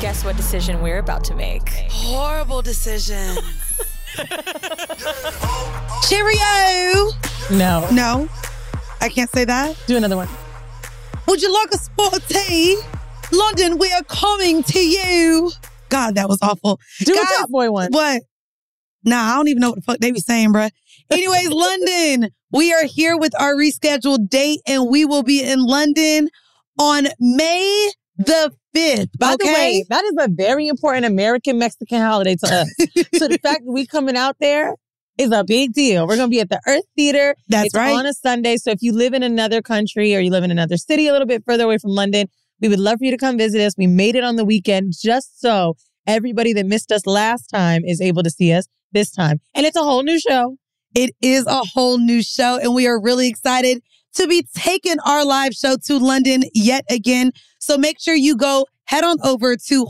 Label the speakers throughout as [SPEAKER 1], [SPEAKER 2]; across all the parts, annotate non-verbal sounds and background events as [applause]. [SPEAKER 1] Guess what decision we're about to make?
[SPEAKER 2] Horrible decision. Cheerio.
[SPEAKER 3] No.
[SPEAKER 2] No, I can't say that.
[SPEAKER 3] Do another one.
[SPEAKER 2] Would you like a spot tea? London, we are coming to you. God, that was awful.
[SPEAKER 3] Do
[SPEAKER 2] Guys,
[SPEAKER 3] a Top Boy one.
[SPEAKER 2] What? Nah, I don't even know what the fuck they be saying, bruh. [laughs] Anyways, London, we are here with our rescheduled date, and we will be in London on May the fifth.
[SPEAKER 3] By the way, that is a very important American Mexican holiday to us. so the fact that we coming out there is a big deal. We're going to be at the Earth Theater.
[SPEAKER 2] that's
[SPEAKER 3] it's
[SPEAKER 2] right.
[SPEAKER 3] on a Sunday. So if you live in another country or you live in another city a little bit further away from London, we would love for you to come visit us. We made it on the weekend just so everybody that missed us last time is able to see us this time. And it's a whole new show.
[SPEAKER 2] It is a whole new show, and we are really excited to be taking our live show to London yet again. So make sure you go head on over to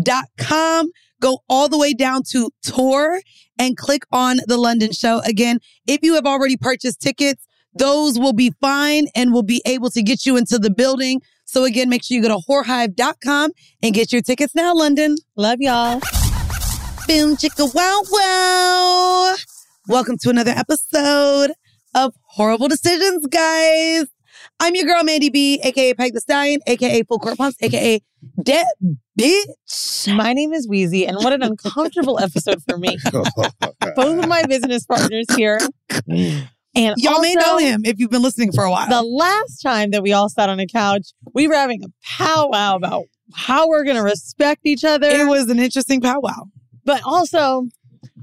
[SPEAKER 2] whorehive.com, go all the way down to tour and click on the London show. Again, if you have already purchased tickets, those will be fine and will be able to get you into the building. So again, make sure you go to whorehive.com and get your tickets now, London.
[SPEAKER 3] Love y'all.
[SPEAKER 2] Boom chicka wow wow. Welcome to another episode of Horrible Decisions, guys. I'm your girl Mandy B, aka Peg the Stallion, aka Full Court Pumps, aka Dead Bitch.
[SPEAKER 3] My name is Wheezy, and what an uncomfortable episode for me. Both of my business partners here. And
[SPEAKER 2] Y'all may
[SPEAKER 3] also,
[SPEAKER 2] know him if you've been listening for a while.
[SPEAKER 3] The last time that we all sat on a couch, we were having a powwow about how we're going to respect each other.
[SPEAKER 2] it was an interesting powwow.
[SPEAKER 3] but also,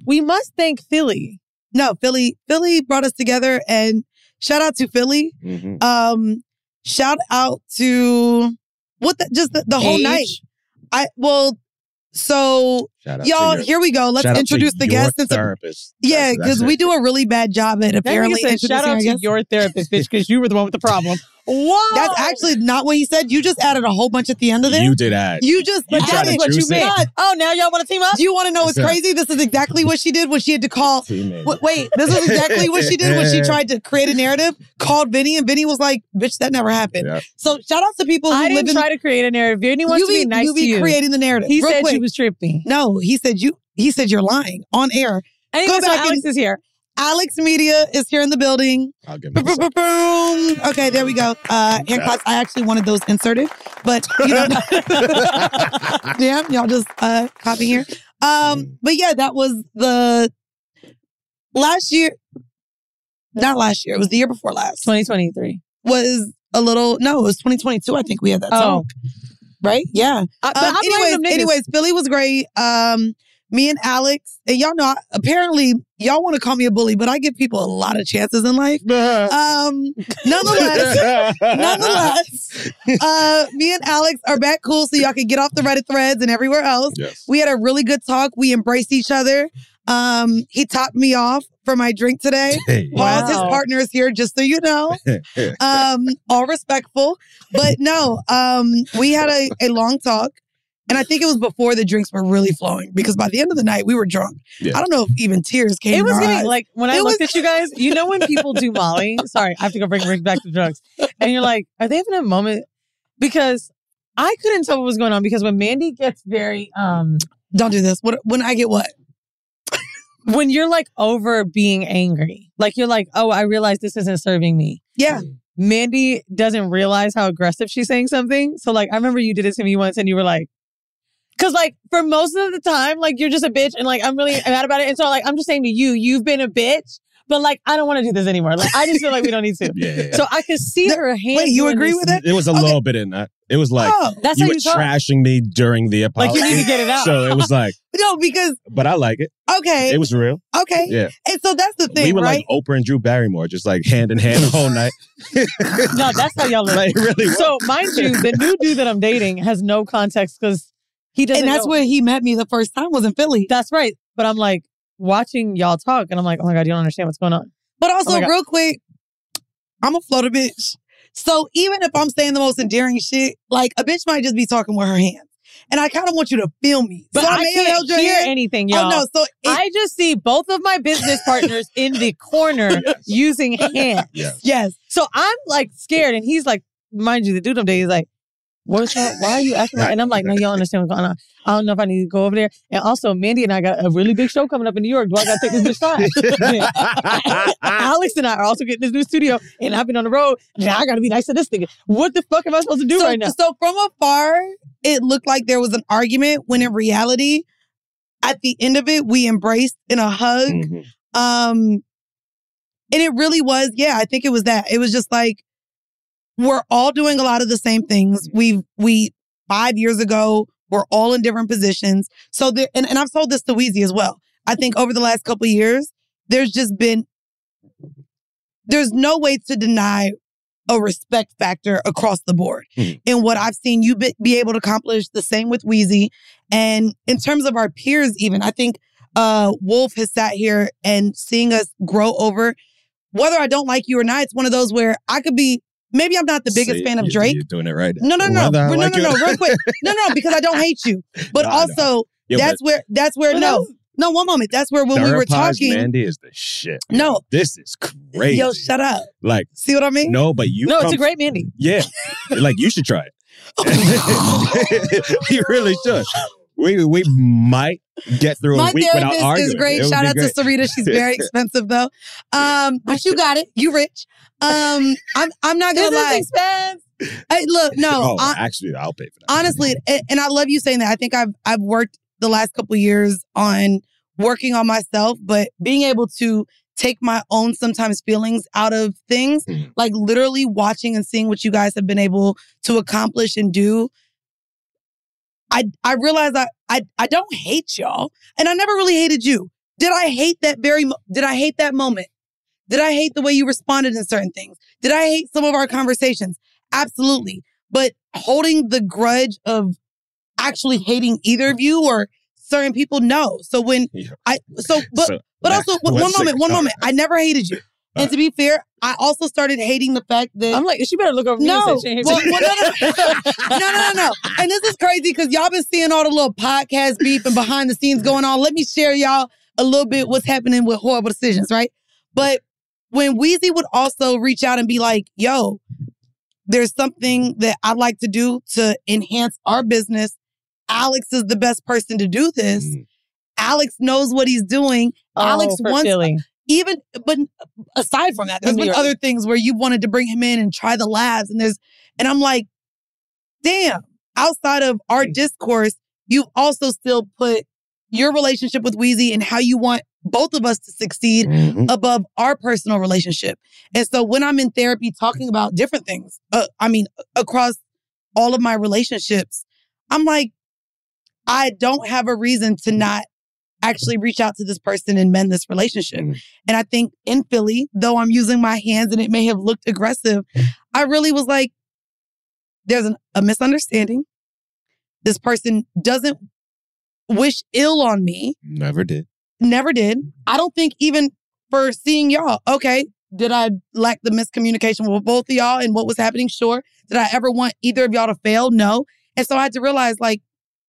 [SPEAKER 3] we must thank Philly.
[SPEAKER 2] No, Philly, Philly brought us together and shout out to Philly.
[SPEAKER 4] Mm-hmm.
[SPEAKER 2] Um, shout out to what the, just the, the whole
[SPEAKER 3] Age.
[SPEAKER 2] night. I well, so
[SPEAKER 4] Shout out
[SPEAKER 2] Y'all,
[SPEAKER 4] to your,
[SPEAKER 2] here we go. Let's
[SPEAKER 4] shout out to
[SPEAKER 2] introduce the
[SPEAKER 4] your
[SPEAKER 2] guests. It's a-
[SPEAKER 4] therapist.
[SPEAKER 2] Yeah,
[SPEAKER 4] That's- that's
[SPEAKER 2] because
[SPEAKER 4] it.
[SPEAKER 2] we do a really bad job at
[SPEAKER 3] That nigga
[SPEAKER 2] apparently
[SPEAKER 3] said,
[SPEAKER 2] introducing
[SPEAKER 3] shout out
[SPEAKER 2] our
[SPEAKER 3] to
[SPEAKER 2] guests.
[SPEAKER 3] your therapist, bitch, because you were the one with
[SPEAKER 2] [laughs]
[SPEAKER 3] the problem.
[SPEAKER 2] Whoa! That's actually not what he said. You just added a whole bunch at the end of there.
[SPEAKER 4] You
[SPEAKER 2] You,
[SPEAKER 4] did add.
[SPEAKER 2] just
[SPEAKER 4] You tried
[SPEAKER 2] added
[SPEAKER 4] to
[SPEAKER 2] what you
[SPEAKER 4] juice it.
[SPEAKER 2] meant.
[SPEAKER 3] Oh, now y'all want to team up?
[SPEAKER 2] Do you want to know what's
[SPEAKER 4] Yes, sir.
[SPEAKER 2] crazy? This is exactly what she did when she had to call.
[SPEAKER 4] Teammate.
[SPEAKER 2] Wait, wait, this is exactly what she did when
[SPEAKER 4] [laughs]
[SPEAKER 2] she tried to create a narrative. Called Vinny, and Vinny was like, "Bitch, that never happened."
[SPEAKER 4] Yep.
[SPEAKER 2] So shout out to people who
[SPEAKER 3] I
[SPEAKER 2] live
[SPEAKER 3] didn't
[SPEAKER 2] in.
[SPEAKER 3] try to create a narrative. If anyone wants
[SPEAKER 2] you
[SPEAKER 3] to be nice
[SPEAKER 2] you
[SPEAKER 3] to you,
[SPEAKER 2] creating the narrative.
[SPEAKER 3] he
[SPEAKER 2] Real
[SPEAKER 3] said
[SPEAKER 2] quick.
[SPEAKER 3] she was tripping.
[SPEAKER 2] No, he said you. He said you're lying on air.
[SPEAKER 3] Anyway, so
[SPEAKER 2] back and-
[SPEAKER 3] Alex is here.
[SPEAKER 2] Alex Media is here in the building.
[SPEAKER 4] I'll give him a second.
[SPEAKER 2] Boom. Okay, there we go. Uh, hand claps. I actually wanted those inserted, but you
[SPEAKER 4] [laughs]
[SPEAKER 2] know, [laughs]
[SPEAKER 3] [laughs]
[SPEAKER 2] damn, y'all just uh, copy here. Um, but yeah, that was the last year. Not last year. It was the year before last.
[SPEAKER 3] 2023.
[SPEAKER 2] Was a little no. It was 2022. I think we had that.
[SPEAKER 3] Oh.
[SPEAKER 2] Talk, right? Yeah.
[SPEAKER 3] Uh, but
[SPEAKER 2] Um,
[SPEAKER 3] I'm
[SPEAKER 2] anyways,
[SPEAKER 3] anyways,
[SPEAKER 2] anyways, Philly was great. Um, me and Alex, and y'all know. I- Apparently, y'all want to call me a bully, but I give people a lot of chances in life.
[SPEAKER 3] [laughs]
[SPEAKER 2] Um, nonetheless, nonetheless, uh, me and Alex are back cool, so y'all can get off the Reddit threads and everywhere else.
[SPEAKER 4] Yes.
[SPEAKER 2] We had a really good talk. We embraced each other. Um, he topped me off for my drink today.
[SPEAKER 4] [laughs] Hey.
[SPEAKER 2] Pause. His
[SPEAKER 3] Wow.
[SPEAKER 2] partner is here, just so you
[SPEAKER 4] [laughs]
[SPEAKER 2] know. Um, all respectful, but no. Um, we had a, a long talk, and I think it was before the drinks were really flowing because by the end of the night we were drunk.
[SPEAKER 4] Yeah.
[SPEAKER 2] I don't know if even tears came.
[SPEAKER 3] It
[SPEAKER 2] in
[SPEAKER 3] was
[SPEAKER 2] our
[SPEAKER 3] getting
[SPEAKER 2] eyes.
[SPEAKER 3] like when I
[SPEAKER 2] It
[SPEAKER 3] looked
[SPEAKER 2] was-
[SPEAKER 3] at you guys, you know when people
[SPEAKER 2] [laughs]
[SPEAKER 3] do Molly. Sorry, I have to go bring bring back to drugs. And you're like, are they having a moment? Because I couldn't tell what was going on because when Mandy gets very um
[SPEAKER 2] don't do this. What when I get what?
[SPEAKER 3] when you're like over being angry, like you're like, oh, I realize this isn't serving me.
[SPEAKER 2] Yeah.
[SPEAKER 3] Mandy doesn't realize how aggressive she's saying something. So like I remember you did it to me once and you were like, Cause like for most of the time, like you're just a bitch and like I'm really [laughs] mad about it. And so like I'm just saying to you, you've been a bitch, but like I don't want to do this anymore. Like I just feel like we don't need
[SPEAKER 4] [laughs]
[SPEAKER 3] to.
[SPEAKER 4] Yeah, yeah, yeah.
[SPEAKER 3] So I could see her hand.
[SPEAKER 2] Wait, you
[SPEAKER 3] doing
[SPEAKER 2] agree
[SPEAKER 3] this.
[SPEAKER 2] with it?
[SPEAKER 4] It was a
[SPEAKER 2] Okay.
[SPEAKER 4] little bit in that. It was like
[SPEAKER 2] oh
[SPEAKER 3] That's
[SPEAKER 4] you
[SPEAKER 3] how
[SPEAKER 4] were
[SPEAKER 3] you talk.
[SPEAKER 4] trashing me during the
[SPEAKER 3] Like
[SPEAKER 4] apology.
[SPEAKER 3] you need to get it out.
[SPEAKER 4] so it was like,
[SPEAKER 2] no, because
[SPEAKER 4] but I like it.
[SPEAKER 2] okay,
[SPEAKER 4] It was real.
[SPEAKER 2] okay,
[SPEAKER 4] Yeah.
[SPEAKER 2] and so that's the thing,
[SPEAKER 4] we were
[SPEAKER 2] right?
[SPEAKER 4] like Oprah and Drew Barrymore, just like hand in hand the whole night.
[SPEAKER 3] [laughs] no, that's how y'all live.
[SPEAKER 4] like, it really. was.
[SPEAKER 3] So mind you, the new dude that I'm dating has no context because he doesn't.
[SPEAKER 2] and that's
[SPEAKER 3] know-
[SPEAKER 2] where he met me the first time was in Philly.
[SPEAKER 3] That's right. But I'm like watching y'all talk, and I'm like, oh my god, you don't understand what's going on.
[SPEAKER 2] [laughs] But also,
[SPEAKER 3] Oh my God.
[SPEAKER 2] real quick, I'm a floater bitch. So even if I'm saying the most endearing shit, like a bitch might just be talking with her hands, and I kind of want you to feel me.
[SPEAKER 3] But
[SPEAKER 2] so
[SPEAKER 3] I
[SPEAKER 2] may have
[SPEAKER 3] can't
[SPEAKER 2] held your
[SPEAKER 3] hear
[SPEAKER 2] hand.
[SPEAKER 3] anything, y'all.
[SPEAKER 2] Oh no! So it,
[SPEAKER 3] I just see both of my business partners
[SPEAKER 2] [laughs]
[SPEAKER 3] in the corner using hands.
[SPEAKER 4] Yeah.
[SPEAKER 2] yes,
[SPEAKER 3] So I'm like scared, and he's like, mind you, the dude I'm dating is like, "What's wrong? Why are you acting?" Like? And I'm like, "No, you don't understand what's going on. I don't know if I need to go over there." And also, Mandy and I got a really big show coming up in New York. Do I got to take this bitch side?
[SPEAKER 2] [laughs]
[SPEAKER 3] Alex and I are also getting this new studio, and I've been on the road. Now I got to be nice to this nigga. What the fuck am I supposed to do
[SPEAKER 2] so,
[SPEAKER 3] right now?
[SPEAKER 2] So from afar, it looked like there was an argument, when in reality, at the end of it, we embraced in a hug.
[SPEAKER 4] Mhm.
[SPEAKER 3] Mm-hmm.
[SPEAKER 2] Um, and it really was, yeah, I think it was that. It was just like we're all doing a lot of the same things. We we five years ago, we're all in different positions. So there and, and I've told this to Weezy as well. I think over the last couple of years, there's just been there's no way to deny a respect factor across the board
[SPEAKER 4] Mhm.
[SPEAKER 2] in what I've seen you be, be able to accomplish. The same with Weezy. And in terms of our peers, even, I think uh, Wolf has sat here and seeing us grow over. Whether I don't like you or not, it's one of those where I could be. Maybe I'm not the biggest
[SPEAKER 4] See,
[SPEAKER 2] fan of
[SPEAKER 4] you-
[SPEAKER 2] Drake.
[SPEAKER 4] You're doing it right.
[SPEAKER 2] No, no, no,
[SPEAKER 4] Whether I
[SPEAKER 2] no,
[SPEAKER 4] like
[SPEAKER 2] no,
[SPEAKER 4] it
[SPEAKER 2] no,
[SPEAKER 4] or-
[SPEAKER 2] no, real
[SPEAKER 4] [laughs]
[SPEAKER 2] quick. No, no, because I don't hate you, but
[SPEAKER 4] No, I know.
[SPEAKER 2] also
[SPEAKER 4] Yeah, but
[SPEAKER 2] that's where that's where
[SPEAKER 3] But
[SPEAKER 2] no,
[SPEAKER 3] that's-
[SPEAKER 2] no, one moment. That's where when we were
[SPEAKER 4] therapized
[SPEAKER 2] talking.
[SPEAKER 4] Mandy is the shit.
[SPEAKER 2] No.
[SPEAKER 4] this is crazy.
[SPEAKER 2] Yo, shut up.
[SPEAKER 4] Like,
[SPEAKER 2] See what I mean?
[SPEAKER 4] no, but you.
[SPEAKER 3] no, it's
[SPEAKER 4] come-
[SPEAKER 3] a great Mandy.
[SPEAKER 4] Yeah, like you should try it. you really should. We we might get through
[SPEAKER 2] My
[SPEAKER 4] a week without
[SPEAKER 2] therapist
[SPEAKER 4] arguing.
[SPEAKER 2] is great.
[SPEAKER 4] It would
[SPEAKER 2] Shout
[SPEAKER 4] be
[SPEAKER 2] out
[SPEAKER 4] great.
[SPEAKER 2] to Sarita. She's
[SPEAKER 4] [laughs]
[SPEAKER 2] very expensive though. Um, but you got it. You rich. Um, I'm I'm not
[SPEAKER 3] This
[SPEAKER 2] gonna
[SPEAKER 3] is
[SPEAKER 2] lie.
[SPEAKER 3] expensive.
[SPEAKER 2] Hey, look, no,
[SPEAKER 4] oh,
[SPEAKER 2] I-
[SPEAKER 4] actually, I'll pay for that.
[SPEAKER 2] honestly, and, and I love you saying that. I think I've I've worked the last couple years on working on myself, but being able to take my own sometimes feelings out of things,
[SPEAKER 4] Mhm.
[SPEAKER 2] like literally watching and seeing what you guys have been able to accomplish and do. I I realize I I I don't hate y'all, and I never really hated you. Did I hate that very? mo- Did I hate that moment? Did I hate the way you responded in certain things? Did I hate some of our conversations? Absolutely but holding the grudge of actually hating either of you or certain people know. So when I so but
[SPEAKER 4] So-
[SPEAKER 2] but also one
[SPEAKER 4] Let's
[SPEAKER 2] one moment,
[SPEAKER 4] see.
[SPEAKER 2] one
[SPEAKER 4] All
[SPEAKER 2] moment. I never hated you. And to be fair, I also started hating the fact that
[SPEAKER 3] [laughs] I'm like, she better look over me
[SPEAKER 2] no,
[SPEAKER 3] and
[SPEAKER 2] well,
[SPEAKER 3] say she ain't-
[SPEAKER 2] well, no,
[SPEAKER 3] [laughs]
[SPEAKER 2] no, no, no, no, no. And this is crazy because y'all been seeing all the little podcast beef and behind the scenes going on. Let me share y'all a little bit what's happening with horrible decisions, right? But when Wheezy would also reach out and be like, "Yo, there's something that I'd like to do to enhance our business. Alex is the best person to do this. Alex knows what he's doing.
[SPEAKER 3] Mm. Oh,
[SPEAKER 2] Alex
[SPEAKER 3] for
[SPEAKER 2] wants
[SPEAKER 3] Philly.
[SPEAKER 2] even but aside from that, there's
[SPEAKER 3] New
[SPEAKER 2] been
[SPEAKER 3] York.
[SPEAKER 2] other things where you wanted to bring him in and try the labs, and there's and I'm like, damn. Outside of our discourse, you've also still put your relationship with Wheezy and how you want both of us to succeed above our personal relationship. And so when I'm in therapy talking about different things, uh, I mean, across all of my relationships, I'm like, I don't have a reason to not actually reach out to this person and mend this relationship. And I think in Philly, though I'm using my hands and it may have looked aggressive, I really was like, there's an, a misunderstanding. This person doesn't wish ill on me,
[SPEAKER 4] Never did.
[SPEAKER 2] never did. I don't think even for seeing y'all, okay, did I lack the miscommunication with both of y'all and what was happening? Sure. Did I ever want either of y'all to fail? No. And so I had to realize, like,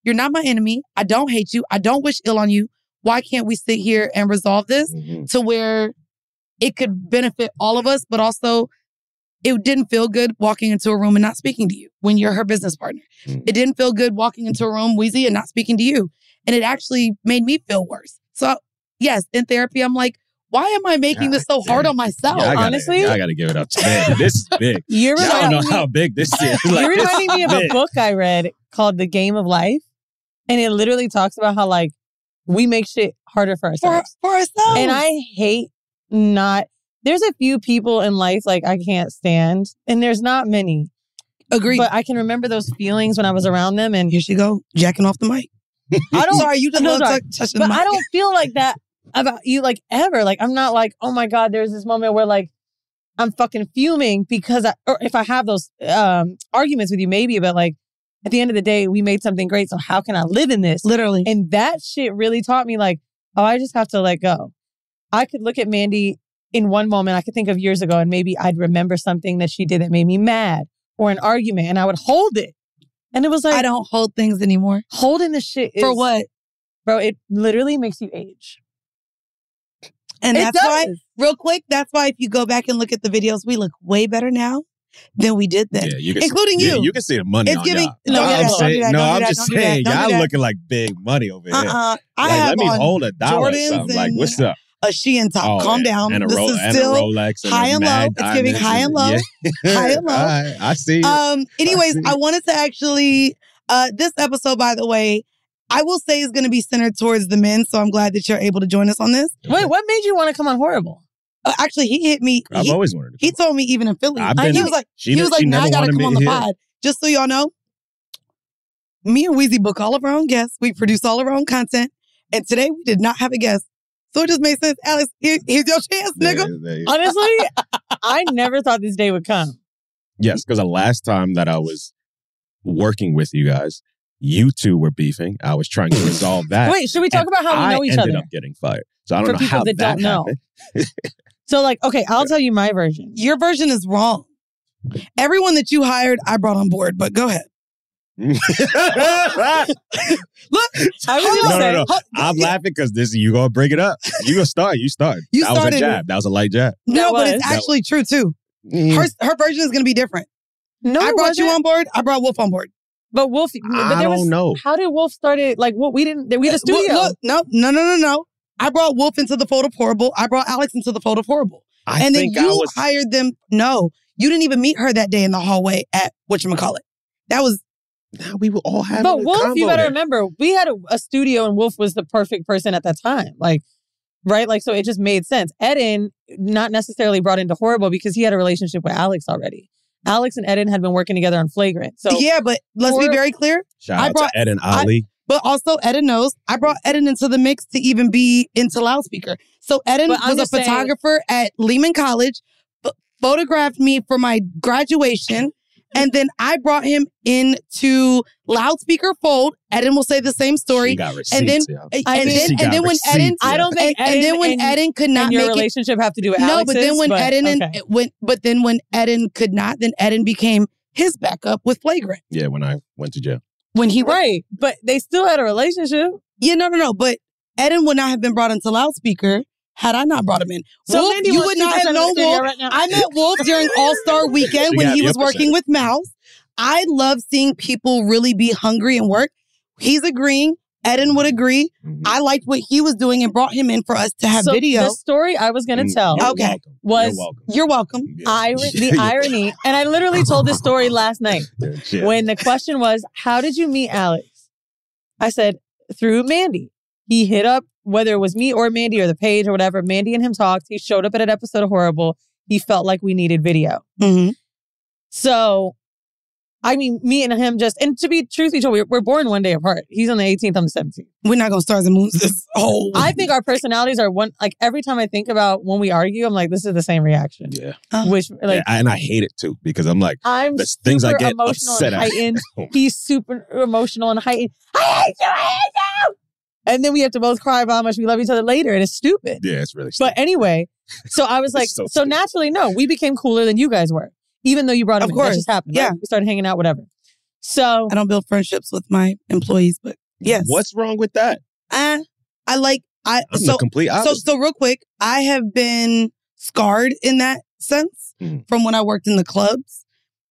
[SPEAKER 2] you're not my enemy. I don't hate you. I don't wish ill on you. Why can't we sit here and resolve this? to where it could benefit all of us, but also it didn't feel good walking into a room and not speaking to you when you're her business partner.
[SPEAKER 4] Mm.
[SPEAKER 2] It didn't feel good walking into a room, wheezy, and not speaking to you. And it actually made me feel worse. So, yes, in therapy, I'm like, why am I making this so hard on myself?
[SPEAKER 4] Yeah, I gotta,
[SPEAKER 3] honestly-
[SPEAKER 4] yeah, I gotta give it up to man. This is big.
[SPEAKER 3] You're
[SPEAKER 4] I
[SPEAKER 3] reminding
[SPEAKER 4] don't know
[SPEAKER 3] me-
[SPEAKER 4] how big this is. [laughs]
[SPEAKER 3] [laughs] You're
[SPEAKER 4] this
[SPEAKER 3] reminding me of
[SPEAKER 4] is
[SPEAKER 3] a
[SPEAKER 4] big.
[SPEAKER 3] book I read called The Game of Life. And it literally talks about how like we make shit harder for
[SPEAKER 2] for,
[SPEAKER 3] ourselves.
[SPEAKER 2] for ourselves.
[SPEAKER 3] and I hate not there's a few people in life like I can't stand. And there's not many.
[SPEAKER 2] agree.
[SPEAKER 3] But I can remember those feelings when I was around them and
[SPEAKER 2] Here she go, jacking off the mic.
[SPEAKER 3] I don't
[SPEAKER 2] [laughs] Sorry, you just
[SPEAKER 3] No,
[SPEAKER 2] love
[SPEAKER 3] sorry.
[SPEAKER 2] touch- touching
[SPEAKER 3] but
[SPEAKER 2] the mic.
[SPEAKER 3] I don't feel like that about you like ever. Like I'm not like, oh my God, there's this moment where like I'm fucking fuming because I or if I have those um arguments with you maybe about like at the end of the day we made something great, so how can I live in this?
[SPEAKER 2] Literally.
[SPEAKER 3] And that shit really taught me like, oh, I just have to let go. I could look at Mandy in one moment, I could think of years ago and maybe I'd remember something that she did that made me mad or an argument and I would hold it. And it was like
[SPEAKER 2] I don't hold things anymore.
[SPEAKER 3] holding the shit
[SPEAKER 2] for
[SPEAKER 3] is-
[SPEAKER 2] what?
[SPEAKER 3] Bro, it literally makes you age.
[SPEAKER 2] And
[SPEAKER 3] It
[SPEAKER 2] that's
[SPEAKER 3] does.
[SPEAKER 2] why, real quick, that's why if you go back and look at the videos, we look way better now than we did then.
[SPEAKER 4] Yeah, you can
[SPEAKER 2] Including
[SPEAKER 4] see, yeah,
[SPEAKER 2] you.
[SPEAKER 4] You can see the money.
[SPEAKER 2] It's
[SPEAKER 4] on
[SPEAKER 2] giving-
[SPEAKER 4] y'all.
[SPEAKER 2] No,
[SPEAKER 3] yeah,
[SPEAKER 4] I'm
[SPEAKER 3] don't do
[SPEAKER 4] saying,
[SPEAKER 2] that,
[SPEAKER 4] no,
[SPEAKER 2] don't do
[SPEAKER 4] I'm
[SPEAKER 2] that,
[SPEAKER 4] just
[SPEAKER 2] don't do that,
[SPEAKER 4] saying,
[SPEAKER 2] don't do
[SPEAKER 4] y'all
[SPEAKER 2] that.
[SPEAKER 4] looking like big money over here.
[SPEAKER 2] Uh uh I
[SPEAKER 4] like,
[SPEAKER 2] have
[SPEAKER 4] let me
[SPEAKER 2] on
[SPEAKER 4] hold a dollar. Or
[SPEAKER 2] Jordans
[SPEAKER 4] something. Like,
[SPEAKER 2] and-
[SPEAKER 4] what's up?
[SPEAKER 2] a Shein top.
[SPEAKER 4] Oh,
[SPEAKER 2] Calm
[SPEAKER 4] and-
[SPEAKER 2] down.
[SPEAKER 4] And a,
[SPEAKER 2] this
[SPEAKER 4] ro-
[SPEAKER 2] is
[SPEAKER 4] and a
[SPEAKER 2] still.
[SPEAKER 4] Rolex. And
[SPEAKER 2] high
[SPEAKER 4] a
[SPEAKER 2] and low.
[SPEAKER 4] Mad
[SPEAKER 2] It's giving
[SPEAKER 4] diamonds
[SPEAKER 2] high and low.
[SPEAKER 4] Yeah.
[SPEAKER 2] [laughs] High
[SPEAKER 4] [laughs]
[SPEAKER 2] and low.
[SPEAKER 4] All right, I see you.
[SPEAKER 2] Um. Anyways,
[SPEAKER 4] see.
[SPEAKER 2] I wanted to actually. Uh, this episode, by the way, I will say is going to be centered towards the men. So I'm glad that you're able to join us on this.
[SPEAKER 3] Wait, what made you want to come on horrible?
[SPEAKER 2] Uh, actually, he hit me.
[SPEAKER 4] I've
[SPEAKER 2] He,
[SPEAKER 4] always wanted to.
[SPEAKER 2] he told me even in Philly.
[SPEAKER 4] I've
[SPEAKER 2] he
[SPEAKER 4] been-
[SPEAKER 2] was like,
[SPEAKER 4] she
[SPEAKER 2] he
[SPEAKER 4] ne-
[SPEAKER 2] was
[SPEAKER 4] she
[SPEAKER 2] like, now I got
[SPEAKER 4] never
[SPEAKER 2] to
[SPEAKER 4] wanted
[SPEAKER 2] come
[SPEAKER 4] me
[SPEAKER 2] on the
[SPEAKER 4] here.
[SPEAKER 2] pod. Just so y'all know, me and Wheezy book all of our own guests. We produce all of our own content, and today we did not have a guest. So it just made sense. Alex, here, here's your chance,
[SPEAKER 4] There-
[SPEAKER 2] nigga.
[SPEAKER 4] there you-
[SPEAKER 3] Honestly, I never thought this day would come.
[SPEAKER 4] Yes, because the last time that I was working with you guys, you two were beefing. I was
[SPEAKER 2] [laughs]
[SPEAKER 4] trying to resolve that.
[SPEAKER 3] Wait, should we talk
[SPEAKER 4] and
[SPEAKER 3] about how we
[SPEAKER 4] I
[SPEAKER 3] know each
[SPEAKER 4] ended
[SPEAKER 3] other?
[SPEAKER 4] up getting fired. So I don't
[SPEAKER 3] For
[SPEAKER 4] know
[SPEAKER 3] people
[SPEAKER 4] how
[SPEAKER 3] that
[SPEAKER 4] that
[SPEAKER 3] don't know.
[SPEAKER 4] happened. [laughs]
[SPEAKER 3] So, like, okay, I'll tell you my version.
[SPEAKER 2] Your version is wrong. Everyone that you hired, I brought on board, but go ahead. Look,
[SPEAKER 3] I was
[SPEAKER 2] hold
[SPEAKER 3] gonna
[SPEAKER 4] No,
[SPEAKER 2] on.
[SPEAKER 4] no,
[SPEAKER 3] say,
[SPEAKER 4] no.
[SPEAKER 2] Hold-
[SPEAKER 4] I'm laughing because this you gonna bring it up. You gonna start. You start.
[SPEAKER 2] You
[SPEAKER 4] that
[SPEAKER 2] started
[SPEAKER 4] was a jab. That was a light jab.
[SPEAKER 2] No, but
[SPEAKER 3] was.
[SPEAKER 2] it's
[SPEAKER 4] That
[SPEAKER 2] actually true too. Her,
[SPEAKER 4] Mm.
[SPEAKER 2] her version is going to be different.
[SPEAKER 3] no,
[SPEAKER 2] I
[SPEAKER 3] it
[SPEAKER 2] brought you
[SPEAKER 3] wasn't.
[SPEAKER 2] on board. I brought Wolf on board.
[SPEAKER 3] But Wolf, but
[SPEAKER 4] I
[SPEAKER 3] there
[SPEAKER 4] don't
[SPEAKER 3] was,
[SPEAKER 4] know.
[SPEAKER 3] How did Wolf start it? Like, what we didn't, we had a
[SPEAKER 2] Well,
[SPEAKER 3] studio.
[SPEAKER 2] look, no, no, no, no, no. I brought Wolf into the fold of horrible. I brought Alex into the fold of horrible.
[SPEAKER 4] I
[SPEAKER 2] and then
[SPEAKER 4] think
[SPEAKER 2] you
[SPEAKER 4] I was.
[SPEAKER 2] hired them. No, you didn't even meet her that day in the hallway at whatchamacallit. That was
[SPEAKER 4] Nah, we were all having.
[SPEAKER 3] but
[SPEAKER 4] a
[SPEAKER 3] Wolf, you
[SPEAKER 4] combo
[SPEAKER 3] gotta
[SPEAKER 4] there.
[SPEAKER 3] remember, we had a, a studio and Wolf was the perfect person at that time. Like, right? Like, so it just made sense. Eden, not necessarily brought into horrible because he had a relationship with Alex already. Alex and Eden had been working together on Flagrant. So,
[SPEAKER 2] yeah, but let's be
[SPEAKER 3] Or-
[SPEAKER 2] very clear.
[SPEAKER 4] Shout
[SPEAKER 2] I
[SPEAKER 4] out
[SPEAKER 2] brought-
[SPEAKER 4] to Ed and Ali.
[SPEAKER 2] But also, Eden knows I brought Eden into the mix to even be into loudspeaker. So Eden
[SPEAKER 3] But I'm
[SPEAKER 2] was a
[SPEAKER 3] just saying-
[SPEAKER 2] photographer at Lehman College, ph- photographed me for my graduation, And then I brought him into loudspeaker fold. Eden will say the same story.
[SPEAKER 4] She got
[SPEAKER 2] and then,
[SPEAKER 4] receipts, yeah.
[SPEAKER 2] and,
[SPEAKER 3] I mean-
[SPEAKER 2] then,
[SPEAKER 4] She
[SPEAKER 2] and
[SPEAKER 4] got
[SPEAKER 2] then when
[SPEAKER 4] receipts,
[SPEAKER 2] Eden,
[SPEAKER 4] yeah.
[SPEAKER 3] I don't think
[SPEAKER 2] and, and
[SPEAKER 3] Eden
[SPEAKER 2] then when
[SPEAKER 3] and-
[SPEAKER 2] Eden could
[SPEAKER 3] and
[SPEAKER 2] not
[SPEAKER 3] your
[SPEAKER 2] make it,
[SPEAKER 3] relationship have to do with
[SPEAKER 2] no,
[SPEAKER 3] Alex's,
[SPEAKER 2] but then when Eden and
[SPEAKER 3] okay.
[SPEAKER 2] when, but then when Eden could not, then Eden became his backup with flagrant
[SPEAKER 4] Yeah, when I went to jail.
[SPEAKER 2] when he was
[SPEAKER 3] right, but they still had a relationship.
[SPEAKER 2] Yeah, no, no, no. But Eden would not have been brought into loudspeaker had I not brought him in.
[SPEAKER 3] So
[SPEAKER 2] Wolf,
[SPEAKER 3] Mandy
[SPEAKER 2] you
[SPEAKER 3] wants
[SPEAKER 2] would not
[SPEAKER 3] 2%
[SPEAKER 2] have
[SPEAKER 3] of the
[SPEAKER 2] known
[SPEAKER 3] studio
[SPEAKER 2] Wolf.
[SPEAKER 3] right now.
[SPEAKER 2] I met Wolf during All
[SPEAKER 3] [laughs]
[SPEAKER 2] Star Weekend
[SPEAKER 4] She
[SPEAKER 2] when
[SPEAKER 4] got
[SPEAKER 2] he
[SPEAKER 4] the
[SPEAKER 2] was
[SPEAKER 4] upper
[SPEAKER 2] working
[SPEAKER 4] side.
[SPEAKER 2] with Mouse. I love seeing people really be hungry and work. He's agreeing. Eden would agree.
[SPEAKER 4] Mm-hmm.
[SPEAKER 2] I liked what he was doing and brought him in for us to have
[SPEAKER 3] so
[SPEAKER 2] video.
[SPEAKER 3] The story I was gonna
[SPEAKER 4] Oh,
[SPEAKER 3] tell
[SPEAKER 2] Okay.
[SPEAKER 3] was
[SPEAKER 2] You're welcome. [laughs]
[SPEAKER 3] ir- the irony, and I literally told this story last night when the question was, "How did you meet Alex?" I said through Mandy. He hit up whether it was me or Mandy or the page or whatever. Mandy and him talked. He showed up at an episode of Horrible. He felt like we needed video.
[SPEAKER 2] hmm
[SPEAKER 3] So, I mean, me and him just, and to be truth be told, we're, we're born one day apart. He's on the 18th, I'm the 17th.
[SPEAKER 2] We're not gonna stars and moons this [laughs] whole.
[SPEAKER 3] I think our personalities are one, like every time I think about when we argue, I'm like, this is the same reaction.
[SPEAKER 4] Yeah.
[SPEAKER 2] Oh.
[SPEAKER 3] Which, like,
[SPEAKER 4] Yeah, I- and I hate it too because I'm like,
[SPEAKER 3] I'm
[SPEAKER 4] the things I
[SPEAKER 3] super
[SPEAKER 4] get
[SPEAKER 3] emotional
[SPEAKER 4] upset
[SPEAKER 3] and
[SPEAKER 4] at.
[SPEAKER 3] heightened.
[SPEAKER 4] [laughs]
[SPEAKER 3] He's super emotional and heightened. I hate you, I hate you. And then we have to both cry about how much we love each other later, and it's stupid.
[SPEAKER 4] yeah, it's really.
[SPEAKER 3] But anyway, so I was like,
[SPEAKER 4] So
[SPEAKER 3] so,
[SPEAKER 4] stupid.
[SPEAKER 3] naturally, no, we became cooler than you guys were, even though you brought him.
[SPEAKER 2] Of
[SPEAKER 3] in. That
[SPEAKER 2] course.
[SPEAKER 3] just happened.
[SPEAKER 2] Yeah.
[SPEAKER 3] right? we started hanging out, whatever. So
[SPEAKER 2] I don't build friendships with my employees, but yes.
[SPEAKER 4] What's wrong with that?
[SPEAKER 2] Uh, I like I
[SPEAKER 4] I'm
[SPEAKER 2] so
[SPEAKER 4] the complete
[SPEAKER 2] so
[SPEAKER 4] opposite.
[SPEAKER 2] so real quick, I have been scarred in that sense
[SPEAKER 4] Mm.
[SPEAKER 2] from when I worked in the clubs.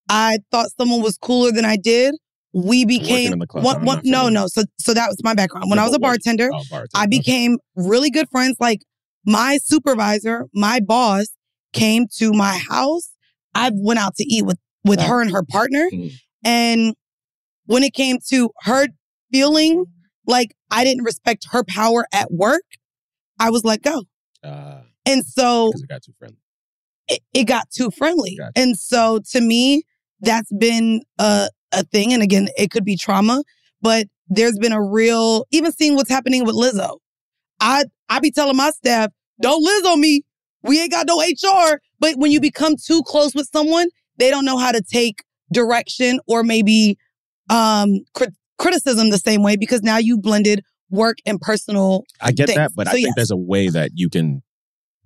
[SPEAKER 2] I thought someone was cooler than I did. We became
[SPEAKER 4] in the club,
[SPEAKER 2] one,
[SPEAKER 4] I'm
[SPEAKER 2] one,
[SPEAKER 4] not
[SPEAKER 2] no
[SPEAKER 4] familiar.
[SPEAKER 2] no. So so that was my background. When
[SPEAKER 4] No,
[SPEAKER 2] I was a
[SPEAKER 4] but what-
[SPEAKER 2] bartender,
[SPEAKER 4] Oh, bartender.
[SPEAKER 2] I became really good friends. Like my supervisor, my boss came to my house. I went out to eat with with
[SPEAKER 3] Oh.
[SPEAKER 2] her and her partner,
[SPEAKER 4] Mhm.
[SPEAKER 2] and when it came to her feeling like I didn't respect her power at work, I was let go,
[SPEAKER 4] because
[SPEAKER 2] and so
[SPEAKER 4] Ah. it got too friendly.
[SPEAKER 2] it, it got too friendly.
[SPEAKER 4] Gotcha.
[SPEAKER 2] And so to me, that's been a, a thing. And again, it could be trauma, but there's been a real, even seeing what's happening with Lizzo. I, I be telling my staff, don't Lizzo me. We ain't got no HR. But when you become too close with someone, they don't know how to take direction or maybe um, crit- criticism the same way because now you blended work and personal.
[SPEAKER 4] I get
[SPEAKER 2] things.
[SPEAKER 4] that, but I
[SPEAKER 2] So,
[SPEAKER 4] think
[SPEAKER 2] yes.
[SPEAKER 4] there's a way that you can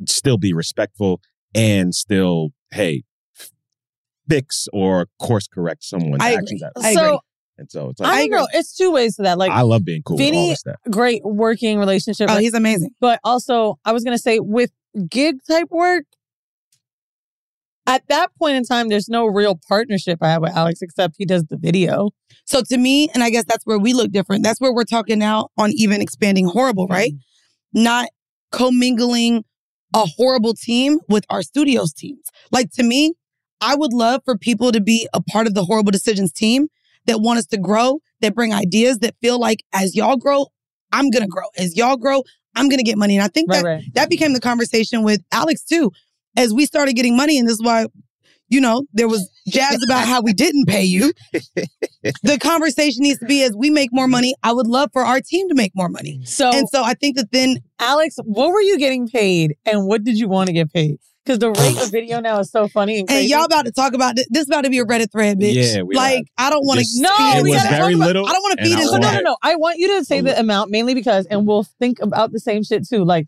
[SPEAKER 4] still be respectful and still, hey, fix or course correct someone's
[SPEAKER 2] I agree.
[SPEAKER 4] actions. At
[SPEAKER 2] I agree.
[SPEAKER 3] so
[SPEAKER 4] And so it's
[SPEAKER 3] I
[SPEAKER 4] like
[SPEAKER 3] don't know. It's two ways to that. Like
[SPEAKER 4] I love being cool with all
[SPEAKER 3] Vinny-
[SPEAKER 4] this stuff.
[SPEAKER 3] great working relationship,
[SPEAKER 2] Oh,
[SPEAKER 3] like,
[SPEAKER 2] he's amazing.
[SPEAKER 3] but also I was gonna say with gig type work. At that point in time, there's no real partnership I have with Alex except he does the video.
[SPEAKER 2] So to me, and I guess that's where we look different. That's where we're talking now on even expanding horrible, right? Not commingling a horrible team with our studios teams. Like to me, I would love for people to be a part of the horrible decisions team that want us to grow, that bring ideas, that feel like as y'all grow, I'm gonna grow. As y'all grow, I'm gonna get money. And I think that
[SPEAKER 3] Right, right.
[SPEAKER 2] that became the conversation with Alex too. As we started getting money, and this is why, you know, there was jabs about how we didn't pay
[SPEAKER 4] [laughs]
[SPEAKER 2] you. The conversation needs to be as we make more money, I would love for our team to make more money.
[SPEAKER 3] So,
[SPEAKER 2] And so I think that then
[SPEAKER 3] Alex, what were you getting paid, and what did you want to get paid? Because the rate of video now is so funny and crazy.
[SPEAKER 2] Oh. and y'all about to talk about this, this about to be a Reddit thread, bitch.
[SPEAKER 4] Yeah, we
[SPEAKER 2] like I don't want to
[SPEAKER 4] Just-
[SPEAKER 3] No,
[SPEAKER 4] it
[SPEAKER 3] we
[SPEAKER 4] was
[SPEAKER 3] gotta
[SPEAKER 4] very
[SPEAKER 3] talk about-
[SPEAKER 4] little.
[SPEAKER 2] I don't wanna
[SPEAKER 4] and
[SPEAKER 2] feed
[SPEAKER 4] I
[SPEAKER 2] into
[SPEAKER 3] So no,
[SPEAKER 4] wanted-
[SPEAKER 3] no, no. I want you to
[SPEAKER 4] Oh,
[SPEAKER 3] say the amount mainly because, and we'll think about the same shit too. Like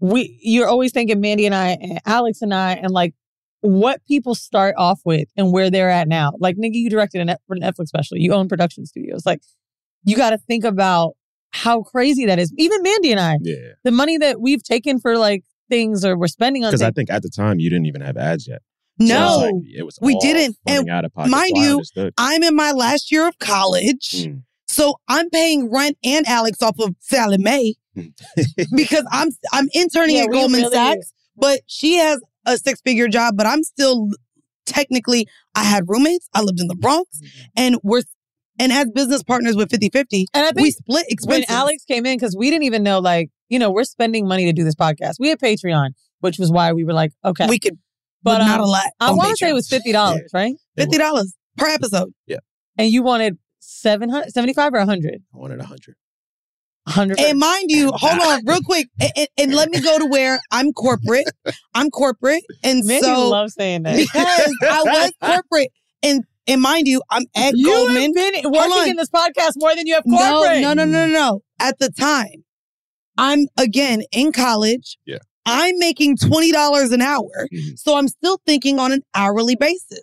[SPEAKER 3] we, you're always thinking Mandy and I, and Alex and I, and like what people start off with and where they're at now. Like nigga, you directed a Net- for Netflix special. You own production studios. Like you got to think about how crazy that is. Even Mandy and I,
[SPEAKER 4] Yeah,
[SPEAKER 3] the money that we've taken for like things or we're spending on
[SPEAKER 4] because I
[SPEAKER 3] things.
[SPEAKER 4] think at the time you didn't even have ads yet. So
[SPEAKER 2] no.
[SPEAKER 4] it's like, it was
[SPEAKER 2] we
[SPEAKER 4] all
[SPEAKER 2] didn't.
[SPEAKER 4] coming
[SPEAKER 2] And
[SPEAKER 4] out of pocket,
[SPEAKER 2] mind
[SPEAKER 4] so I
[SPEAKER 2] you,
[SPEAKER 4] understood.
[SPEAKER 2] I'm in my last year of college.
[SPEAKER 4] Mm.
[SPEAKER 2] So I'm paying rent and Alex off of Sally Mae
[SPEAKER 4] Hmm. [laughs]
[SPEAKER 2] because I'm I'm interning
[SPEAKER 3] Yeah,
[SPEAKER 2] at
[SPEAKER 3] we
[SPEAKER 2] Goldman
[SPEAKER 3] really-
[SPEAKER 2] Sachs, but she has a six figure job, but I'm still technically I had roommates. I lived in the Bronx,
[SPEAKER 4] Hmm.
[SPEAKER 2] and we're and as business partners with 50 50,
[SPEAKER 3] and I think
[SPEAKER 2] we split
[SPEAKER 3] when
[SPEAKER 2] expenses.
[SPEAKER 3] Alex came in, because we didn't even know, like, you know, we're spending money to do this podcast. We had Patreon, which was why we were like, okay.
[SPEAKER 2] we could, but,
[SPEAKER 3] but
[SPEAKER 2] not
[SPEAKER 3] um,
[SPEAKER 2] a lot.
[SPEAKER 3] I
[SPEAKER 2] on
[SPEAKER 3] want to say
[SPEAKER 2] Patreon.
[SPEAKER 3] it was fifty dollars, right?
[SPEAKER 4] They
[SPEAKER 2] fifty
[SPEAKER 4] were-
[SPEAKER 2] dollars per episode.
[SPEAKER 3] And you wanted 700, 75 or hundred,
[SPEAKER 4] I wanted a hundred.
[SPEAKER 3] hundred.
[SPEAKER 2] And mind you, hold on, real quick, and, and, and let me go to where I'm corporate. I'm corporate, and
[SPEAKER 3] Mandy
[SPEAKER 2] so [laughs]
[SPEAKER 3] loves saying that.
[SPEAKER 2] because I was corporate and And mind you, I'm at
[SPEAKER 3] You have
[SPEAKER 2] Goldman.
[SPEAKER 3] been
[SPEAKER 2] Hold
[SPEAKER 3] working
[SPEAKER 2] on.
[SPEAKER 3] in this podcast more than you have
[SPEAKER 2] no,
[SPEAKER 3] corporate.
[SPEAKER 2] no, no, no, no. At the time, I'm again in college.
[SPEAKER 4] Yeah.
[SPEAKER 2] I'm making twenty dollars an hour,
[SPEAKER 4] Mhm.
[SPEAKER 2] so I'm still thinking on an hourly basis.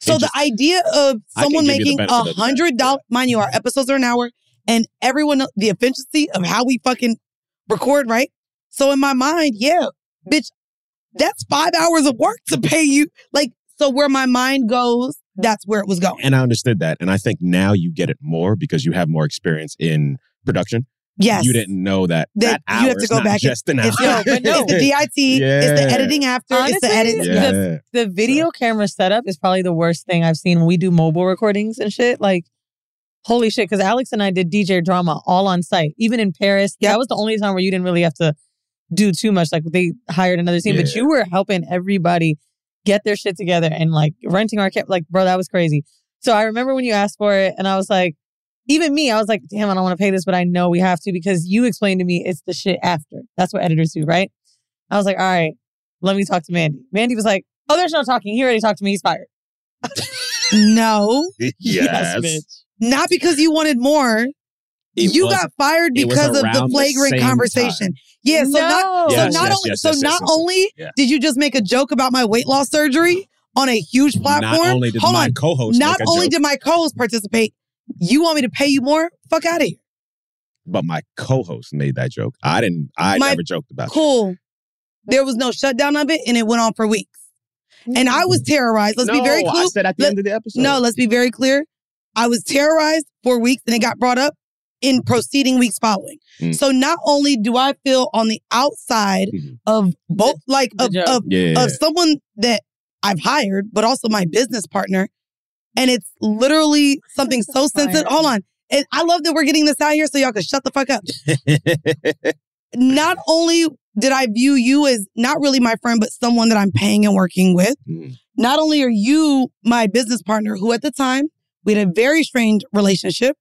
[SPEAKER 2] So
[SPEAKER 4] It
[SPEAKER 2] the
[SPEAKER 4] just-
[SPEAKER 2] idea of
[SPEAKER 4] I can
[SPEAKER 2] someone
[SPEAKER 4] give you the
[SPEAKER 2] making
[SPEAKER 4] benefit of the
[SPEAKER 2] a
[SPEAKER 4] doubt,
[SPEAKER 2] hundred dollars, mind you, our episodes are an hour, and everyone know- the efficiency of how we fucking record, right? So in my mind, yeah, bitch, that's five hours of work to pay you. Like, so where my mind goes, that's where it was going.
[SPEAKER 4] and I understood that. And I think now you get it more because you have
[SPEAKER 2] [laughs]
[SPEAKER 4] more experience in production.
[SPEAKER 2] Yes,
[SPEAKER 4] You didn't know that
[SPEAKER 2] That
[SPEAKER 4] that,
[SPEAKER 2] you
[SPEAKER 4] hour
[SPEAKER 2] have to
[SPEAKER 4] is
[SPEAKER 2] go
[SPEAKER 4] not
[SPEAKER 2] back and-
[SPEAKER 4] just an
[SPEAKER 2] It's,
[SPEAKER 4] hour.
[SPEAKER 2] no, but no, it's the DIT, it's the
[SPEAKER 4] [laughs] Yeah.
[SPEAKER 2] editing after, it's the
[SPEAKER 3] Honestly,
[SPEAKER 2] edit.
[SPEAKER 3] Yeah. The video camera setup is probably the worst thing I've seen when we do mobile recordings and shit. Like, holy shit. Cause Alex and I did DJ drama all on site, even in Paris.
[SPEAKER 2] Yep.
[SPEAKER 3] That was the only time where you didn't really have to do too much. Like, they hired another team, but
[SPEAKER 4] Yeah.
[SPEAKER 3] you were helping everybody get their shit together and like renting our camp. Like, bro, that was crazy. So I remember when you asked for it and I was like, even me, I was like, damn, I don't want to pay this, but I know we have to because you explained to me it's the shit after. That's what editors do, right? I was like, all right, let me talk to Mandy. Mandy was like, oh, there's no talking. He already talked to me. He's fired. [laughs]
[SPEAKER 2] No,
[SPEAKER 4] yes.
[SPEAKER 3] bitch.
[SPEAKER 2] not because you wanted more.
[SPEAKER 4] It
[SPEAKER 2] you
[SPEAKER 4] was-
[SPEAKER 2] got fired
[SPEAKER 4] it was
[SPEAKER 2] because of
[SPEAKER 4] around
[SPEAKER 2] the
[SPEAKER 4] the
[SPEAKER 2] flagrant
[SPEAKER 4] same
[SPEAKER 2] conversation. Yeah, so not
[SPEAKER 3] no.
[SPEAKER 2] So
[SPEAKER 4] Yes,
[SPEAKER 2] not
[SPEAKER 4] yes,
[SPEAKER 2] only
[SPEAKER 4] yes,
[SPEAKER 2] so
[SPEAKER 4] yes, yes,
[SPEAKER 2] not
[SPEAKER 4] yes, yes.
[SPEAKER 2] only
[SPEAKER 4] Yeah.
[SPEAKER 2] did you just make a joke about my weight loss surgery on a huge platform,
[SPEAKER 4] Not only did
[SPEAKER 2] hold
[SPEAKER 4] my
[SPEAKER 2] on,
[SPEAKER 4] co-host
[SPEAKER 2] not
[SPEAKER 4] make a
[SPEAKER 2] only
[SPEAKER 4] joke,
[SPEAKER 2] did my co-host participate, you want me to pay you more? Fuck out of here.
[SPEAKER 4] but my co-host made that joke. I didn't. I
[SPEAKER 2] My-
[SPEAKER 4] never joked about. it.
[SPEAKER 2] Cool. There was no shutdown of it, and it went on for weeks. And I was terrorized. Let's be
[SPEAKER 4] Mm. No,
[SPEAKER 2] very
[SPEAKER 4] I
[SPEAKER 2] clear.
[SPEAKER 4] said at the
[SPEAKER 2] Let-
[SPEAKER 4] end of the episode.
[SPEAKER 2] No, let's be very clear. I was terrorized for weeks, and it got brought up in proceeding weeks following.
[SPEAKER 4] Mm.
[SPEAKER 2] So not only do I feel on the outside
[SPEAKER 4] Mhm.
[SPEAKER 2] of both, like
[SPEAKER 3] the
[SPEAKER 2] of,
[SPEAKER 3] joke.
[SPEAKER 2] of
[SPEAKER 4] Yeah. uh,
[SPEAKER 2] of someone that I've hired, but also my business partner. And it's literally something so sensitive. Hold on. And I love that we're getting this out here so y'all can shut the fuck up.
[SPEAKER 4] [laughs]
[SPEAKER 2] Not only did I view you as not really my friend, but someone that I'm paying and working with,
[SPEAKER 4] Mm.
[SPEAKER 2] not only are you my business partner, who at the time we had a very strained relationship.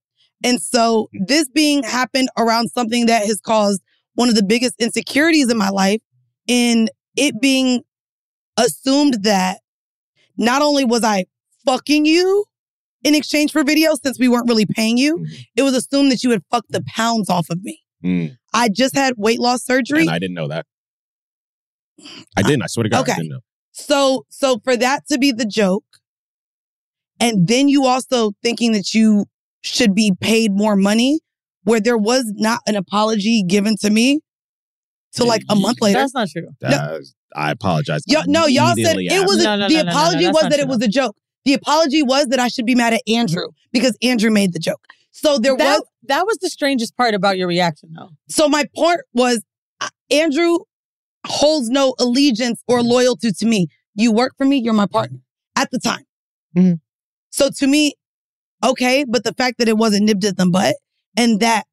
[SPEAKER 2] And so this being happened around something that has caused one of the biggest insecurities in my life, in it being assumed that not only was I fucking you in exchange for video since we weren't really paying you,
[SPEAKER 4] Mhm.
[SPEAKER 2] it was assumed that you had fucked the pounds off of me.
[SPEAKER 4] Mm.
[SPEAKER 2] I just had weight loss surgery.
[SPEAKER 4] And I didn't know that. I didn't. I swear to God,
[SPEAKER 2] Okay.
[SPEAKER 4] I didn't know.
[SPEAKER 2] So so for that to be the joke, and then you also thinking that you should be paid more money, where there was not an apology given to me till like a month later.
[SPEAKER 3] That's not true.
[SPEAKER 4] That- I apologize.
[SPEAKER 2] Y'all, no, y'all said
[SPEAKER 4] immediately
[SPEAKER 2] it was. A,
[SPEAKER 3] No, no,
[SPEAKER 2] the
[SPEAKER 3] no, no,
[SPEAKER 2] apology
[SPEAKER 3] no, that's
[SPEAKER 2] was
[SPEAKER 3] not
[SPEAKER 2] that it
[SPEAKER 3] true.
[SPEAKER 2] was a joke. The apology was that I should be mad at Andrew because Andrew made the joke. So there
[SPEAKER 3] that,
[SPEAKER 2] was.
[SPEAKER 3] that was the strangest part about your reaction, though.
[SPEAKER 2] So my point was, uh, Andrew holds no allegiance or loyalty to me. You work for me. You're my partner at the time.
[SPEAKER 3] Mhm.
[SPEAKER 2] So to me, okay, but the fact that it wasn't nipped at the butt and that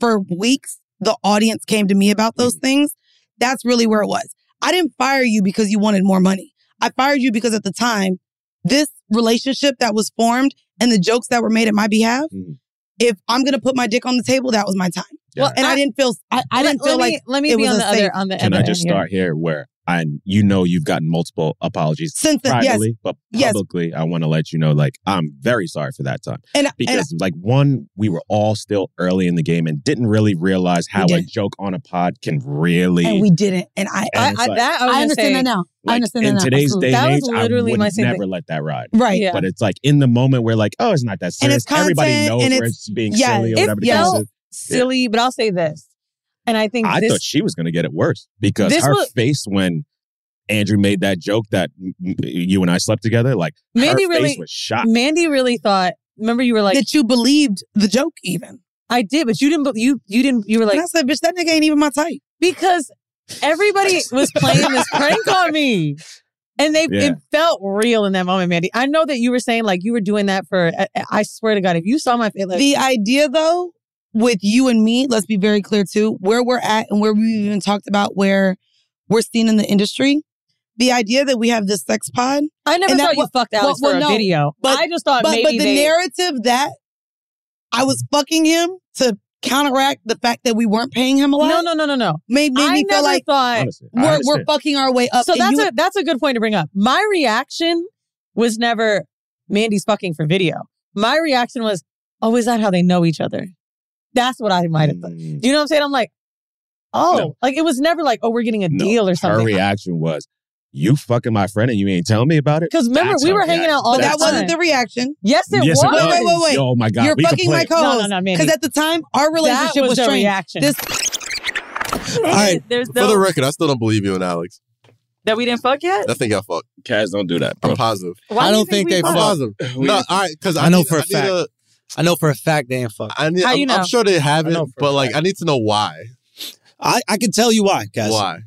[SPEAKER 2] for weeks the audience came to me about those things, that's really where it was. I didn't fire you because you wanted more money. I fired you because at the time, this relationship that was formed and the jokes that were made at my behalf,
[SPEAKER 4] Mhm.
[SPEAKER 2] if I'm gonna put my dick on the table, that was my time
[SPEAKER 4] Yeah.
[SPEAKER 2] and I, didn't feel I, I didn't
[SPEAKER 3] Let-
[SPEAKER 2] feel
[SPEAKER 3] let
[SPEAKER 2] like
[SPEAKER 3] me, let me
[SPEAKER 2] it
[SPEAKER 3] be
[SPEAKER 2] was
[SPEAKER 3] on
[SPEAKER 2] a
[SPEAKER 3] the
[SPEAKER 2] safe-
[SPEAKER 3] other on the
[SPEAKER 4] Can
[SPEAKER 3] other
[SPEAKER 4] I
[SPEAKER 2] [laughs]
[SPEAKER 4] just
[SPEAKER 3] end here.
[SPEAKER 4] start here where I you know you've gotten multiple apologies
[SPEAKER 2] since then. Yes,
[SPEAKER 4] privately, but
[SPEAKER 2] Yes.
[SPEAKER 4] publicly I want to let you know like I'm very sorry for that time
[SPEAKER 2] and and
[SPEAKER 4] because like one we were all still early in the game and didn't really realize how a
[SPEAKER 2] didn't.
[SPEAKER 4] joke on a pod can really
[SPEAKER 2] and we didn't. And I
[SPEAKER 4] And
[SPEAKER 3] I,
[SPEAKER 4] it's
[SPEAKER 3] I,
[SPEAKER 4] like-
[SPEAKER 3] that I, was
[SPEAKER 2] I
[SPEAKER 3] gonna
[SPEAKER 2] understand
[SPEAKER 3] say,
[SPEAKER 2] that now. I
[SPEAKER 4] like,
[SPEAKER 2] understand
[SPEAKER 4] in
[SPEAKER 2] that now.
[SPEAKER 4] today's
[SPEAKER 2] Absolutely.
[SPEAKER 4] day
[SPEAKER 3] That
[SPEAKER 4] and age
[SPEAKER 3] was
[SPEAKER 4] I
[SPEAKER 3] literally
[SPEAKER 4] would
[SPEAKER 3] my same
[SPEAKER 4] never
[SPEAKER 3] thing.
[SPEAKER 4] let that ride
[SPEAKER 2] right.
[SPEAKER 3] Yeah.
[SPEAKER 4] but it's like in the moment we're like oh it's not that
[SPEAKER 2] And
[SPEAKER 4] serious
[SPEAKER 2] it's
[SPEAKER 4] everybody
[SPEAKER 2] content,
[SPEAKER 4] knows
[SPEAKER 2] and
[SPEAKER 4] where
[SPEAKER 2] it's-
[SPEAKER 4] it's being
[SPEAKER 2] yeah,
[SPEAKER 4] silly or
[SPEAKER 3] it
[SPEAKER 4] whatever the
[SPEAKER 3] felt-
[SPEAKER 4] case is
[SPEAKER 3] silly, but I'll say this, and I think
[SPEAKER 4] I
[SPEAKER 3] this
[SPEAKER 4] thought she was going to get it worse because
[SPEAKER 3] This
[SPEAKER 4] her
[SPEAKER 3] was-
[SPEAKER 4] face when Andrew made that joke that m- m- you and I slept together, like
[SPEAKER 3] Mandy
[SPEAKER 4] her
[SPEAKER 3] really-
[SPEAKER 4] face was shocked.
[SPEAKER 3] Mandy really thought. Remember, you were like,
[SPEAKER 2] that you believed the joke even.
[SPEAKER 3] I did, but you didn't. be- You you didn't. You were like
[SPEAKER 2] and I said, bitch, that nigga ain't even my type.
[SPEAKER 3] because everybody was playing this prank on me. And they
[SPEAKER 4] Yeah.
[SPEAKER 3] it felt real in that moment, Mandy. I know that you were saying like you were doing that for. I, I swear to God, if you saw my face, like,
[SPEAKER 2] the idea though, with you and me, let's be very clear too, where we're at and where we've even talked about where we're seen in the industry. The idea that we have this sex pod,
[SPEAKER 3] I never
[SPEAKER 2] and that
[SPEAKER 3] thought you
[SPEAKER 2] wa-
[SPEAKER 3] fucked
[SPEAKER 2] well,
[SPEAKER 3] Alex
[SPEAKER 2] well,
[SPEAKER 3] for
[SPEAKER 2] no,
[SPEAKER 3] a video.
[SPEAKER 2] but-
[SPEAKER 3] But I just thought
[SPEAKER 2] but
[SPEAKER 3] maybe
[SPEAKER 2] but the
[SPEAKER 3] they,
[SPEAKER 2] narrative that I was fucking him to counteract the fact that we weren't paying him a lot
[SPEAKER 3] no, no, no, no, no.
[SPEAKER 2] made made
[SPEAKER 3] I
[SPEAKER 2] me
[SPEAKER 3] never
[SPEAKER 2] feel like
[SPEAKER 3] thought. Uh,
[SPEAKER 4] Honestly, I
[SPEAKER 2] we're, we're
[SPEAKER 4] understand.
[SPEAKER 2] fucking our way up.
[SPEAKER 3] So
[SPEAKER 2] and
[SPEAKER 3] that's
[SPEAKER 2] you-
[SPEAKER 3] a that's a good point to bring up. My reaction was never Mandy's fucking for video. My reaction was, oh, is that how they know each other? That's what I might have thought.
[SPEAKER 4] Mm,
[SPEAKER 3] Do you know what I'm saying? I'm like, oh,
[SPEAKER 4] No.
[SPEAKER 3] like it was never like, oh, we're getting a
[SPEAKER 4] No,
[SPEAKER 3] deal or
[SPEAKER 4] Her
[SPEAKER 3] something.
[SPEAKER 4] reaction was, "You fucking my friend, and you ain't telling me about it."
[SPEAKER 3] Because remember,
[SPEAKER 4] That's
[SPEAKER 3] we
[SPEAKER 4] her
[SPEAKER 3] were hanging
[SPEAKER 4] reaction.
[SPEAKER 3] out all
[SPEAKER 4] That's
[SPEAKER 2] Oh, that wasn't the
[SPEAKER 3] time.
[SPEAKER 2] reaction.
[SPEAKER 3] Yes, it
[SPEAKER 4] Yes, it
[SPEAKER 3] was.
[SPEAKER 4] was.
[SPEAKER 2] Wait, wait, wait.
[SPEAKER 4] Oh my god,
[SPEAKER 2] You're
[SPEAKER 4] we
[SPEAKER 2] fucking my
[SPEAKER 4] complained.
[SPEAKER 3] No,
[SPEAKER 2] co-host.
[SPEAKER 3] no, no, Mandy.
[SPEAKER 2] Because at the time, our relationship
[SPEAKER 3] was the
[SPEAKER 2] strained.
[SPEAKER 3] reaction.
[SPEAKER 2] This
[SPEAKER 5] All right.
[SPEAKER 6] There's
[SPEAKER 5] For the
[SPEAKER 6] no-
[SPEAKER 5] record, I still don't believe you and Alex.
[SPEAKER 6] That we didn't fuck yet?
[SPEAKER 5] I think y'all fucked.
[SPEAKER 4] Cats don't do that.
[SPEAKER 5] I'm positive.
[SPEAKER 6] Why do
[SPEAKER 5] I
[SPEAKER 6] you
[SPEAKER 5] don't think,
[SPEAKER 6] we
[SPEAKER 5] they
[SPEAKER 6] fucked?
[SPEAKER 5] positive.
[SPEAKER 4] We-
[SPEAKER 5] No, all right, because
[SPEAKER 4] I know
[SPEAKER 5] need,
[SPEAKER 4] for a
[SPEAKER 5] I need
[SPEAKER 4] fact.
[SPEAKER 5] A,
[SPEAKER 6] I know for a fact they ain't fuck.
[SPEAKER 5] I need,
[SPEAKER 3] How you
[SPEAKER 5] I'm, I'm
[SPEAKER 3] know?
[SPEAKER 5] sure they haven't,
[SPEAKER 6] know for
[SPEAKER 5] but like I need to know why.
[SPEAKER 6] I, I can tell you why, guys.
[SPEAKER 5] Why?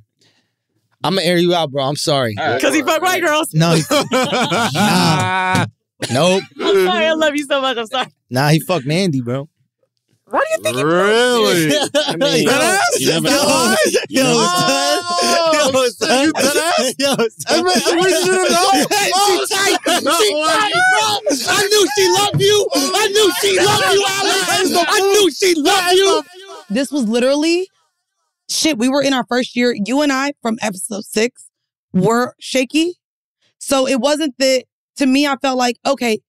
[SPEAKER 6] I'm gonna air you out, bro. I'm sorry.
[SPEAKER 4] Because
[SPEAKER 3] he fucked white girls.
[SPEAKER 5] [laughs]
[SPEAKER 6] No,
[SPEAKER 5] Nah. [laughs]
[SPEAKER 6] nope.
[SPEAKER 3] I'm sorry. I love you so much. I'm sorry.
[SPEAKER 6] Nah, he fucked Mandy, bro.
[SPEAKER 3] Why do you think?
[SPEAKER 5] really?
[SPEAKER 4] I mean,
[SPEAKER 6] Yo,
[SPEAKER 4] you
[SPEAKER 6] yo,
[SPEAKER 4] never
[SPEAKER 6] yo,
[SPEAKER 4] know. You never
[SPEAKER 6] son.
[SPEAKER 4] know.
[SPEAKER 6] Yo, son.
[SPEAKER 5] you deadass?
[SPEAKER 6] Yo,
[SPEAKER 5] I mean,
[SPEAKER 6] son.
[SPEAKER 5] I wish you didn't know.
[SPEAKER 6] [laughs] She tight. She tight, bro. I knew she loved you. I knew she loved you, Alex. I knew she loved you.
[SPEAKER 2] this was literally shit. We were in our first year. You and I from episode six were shaky. So it wasn't that to me, I felt like, okay,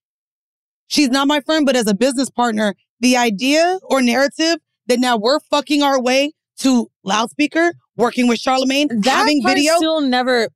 [SPEAKER 2] she's not my friend, but as a business partner, the idea or narrative that now we're fucking our way to loudspeaker, working with Charlemagne,
[SPEAKER 3] That
[SPEAKER 2] having
[SPEAKER 3] part
[SPEAKER 2] video.
[SPEAKER 3] still never.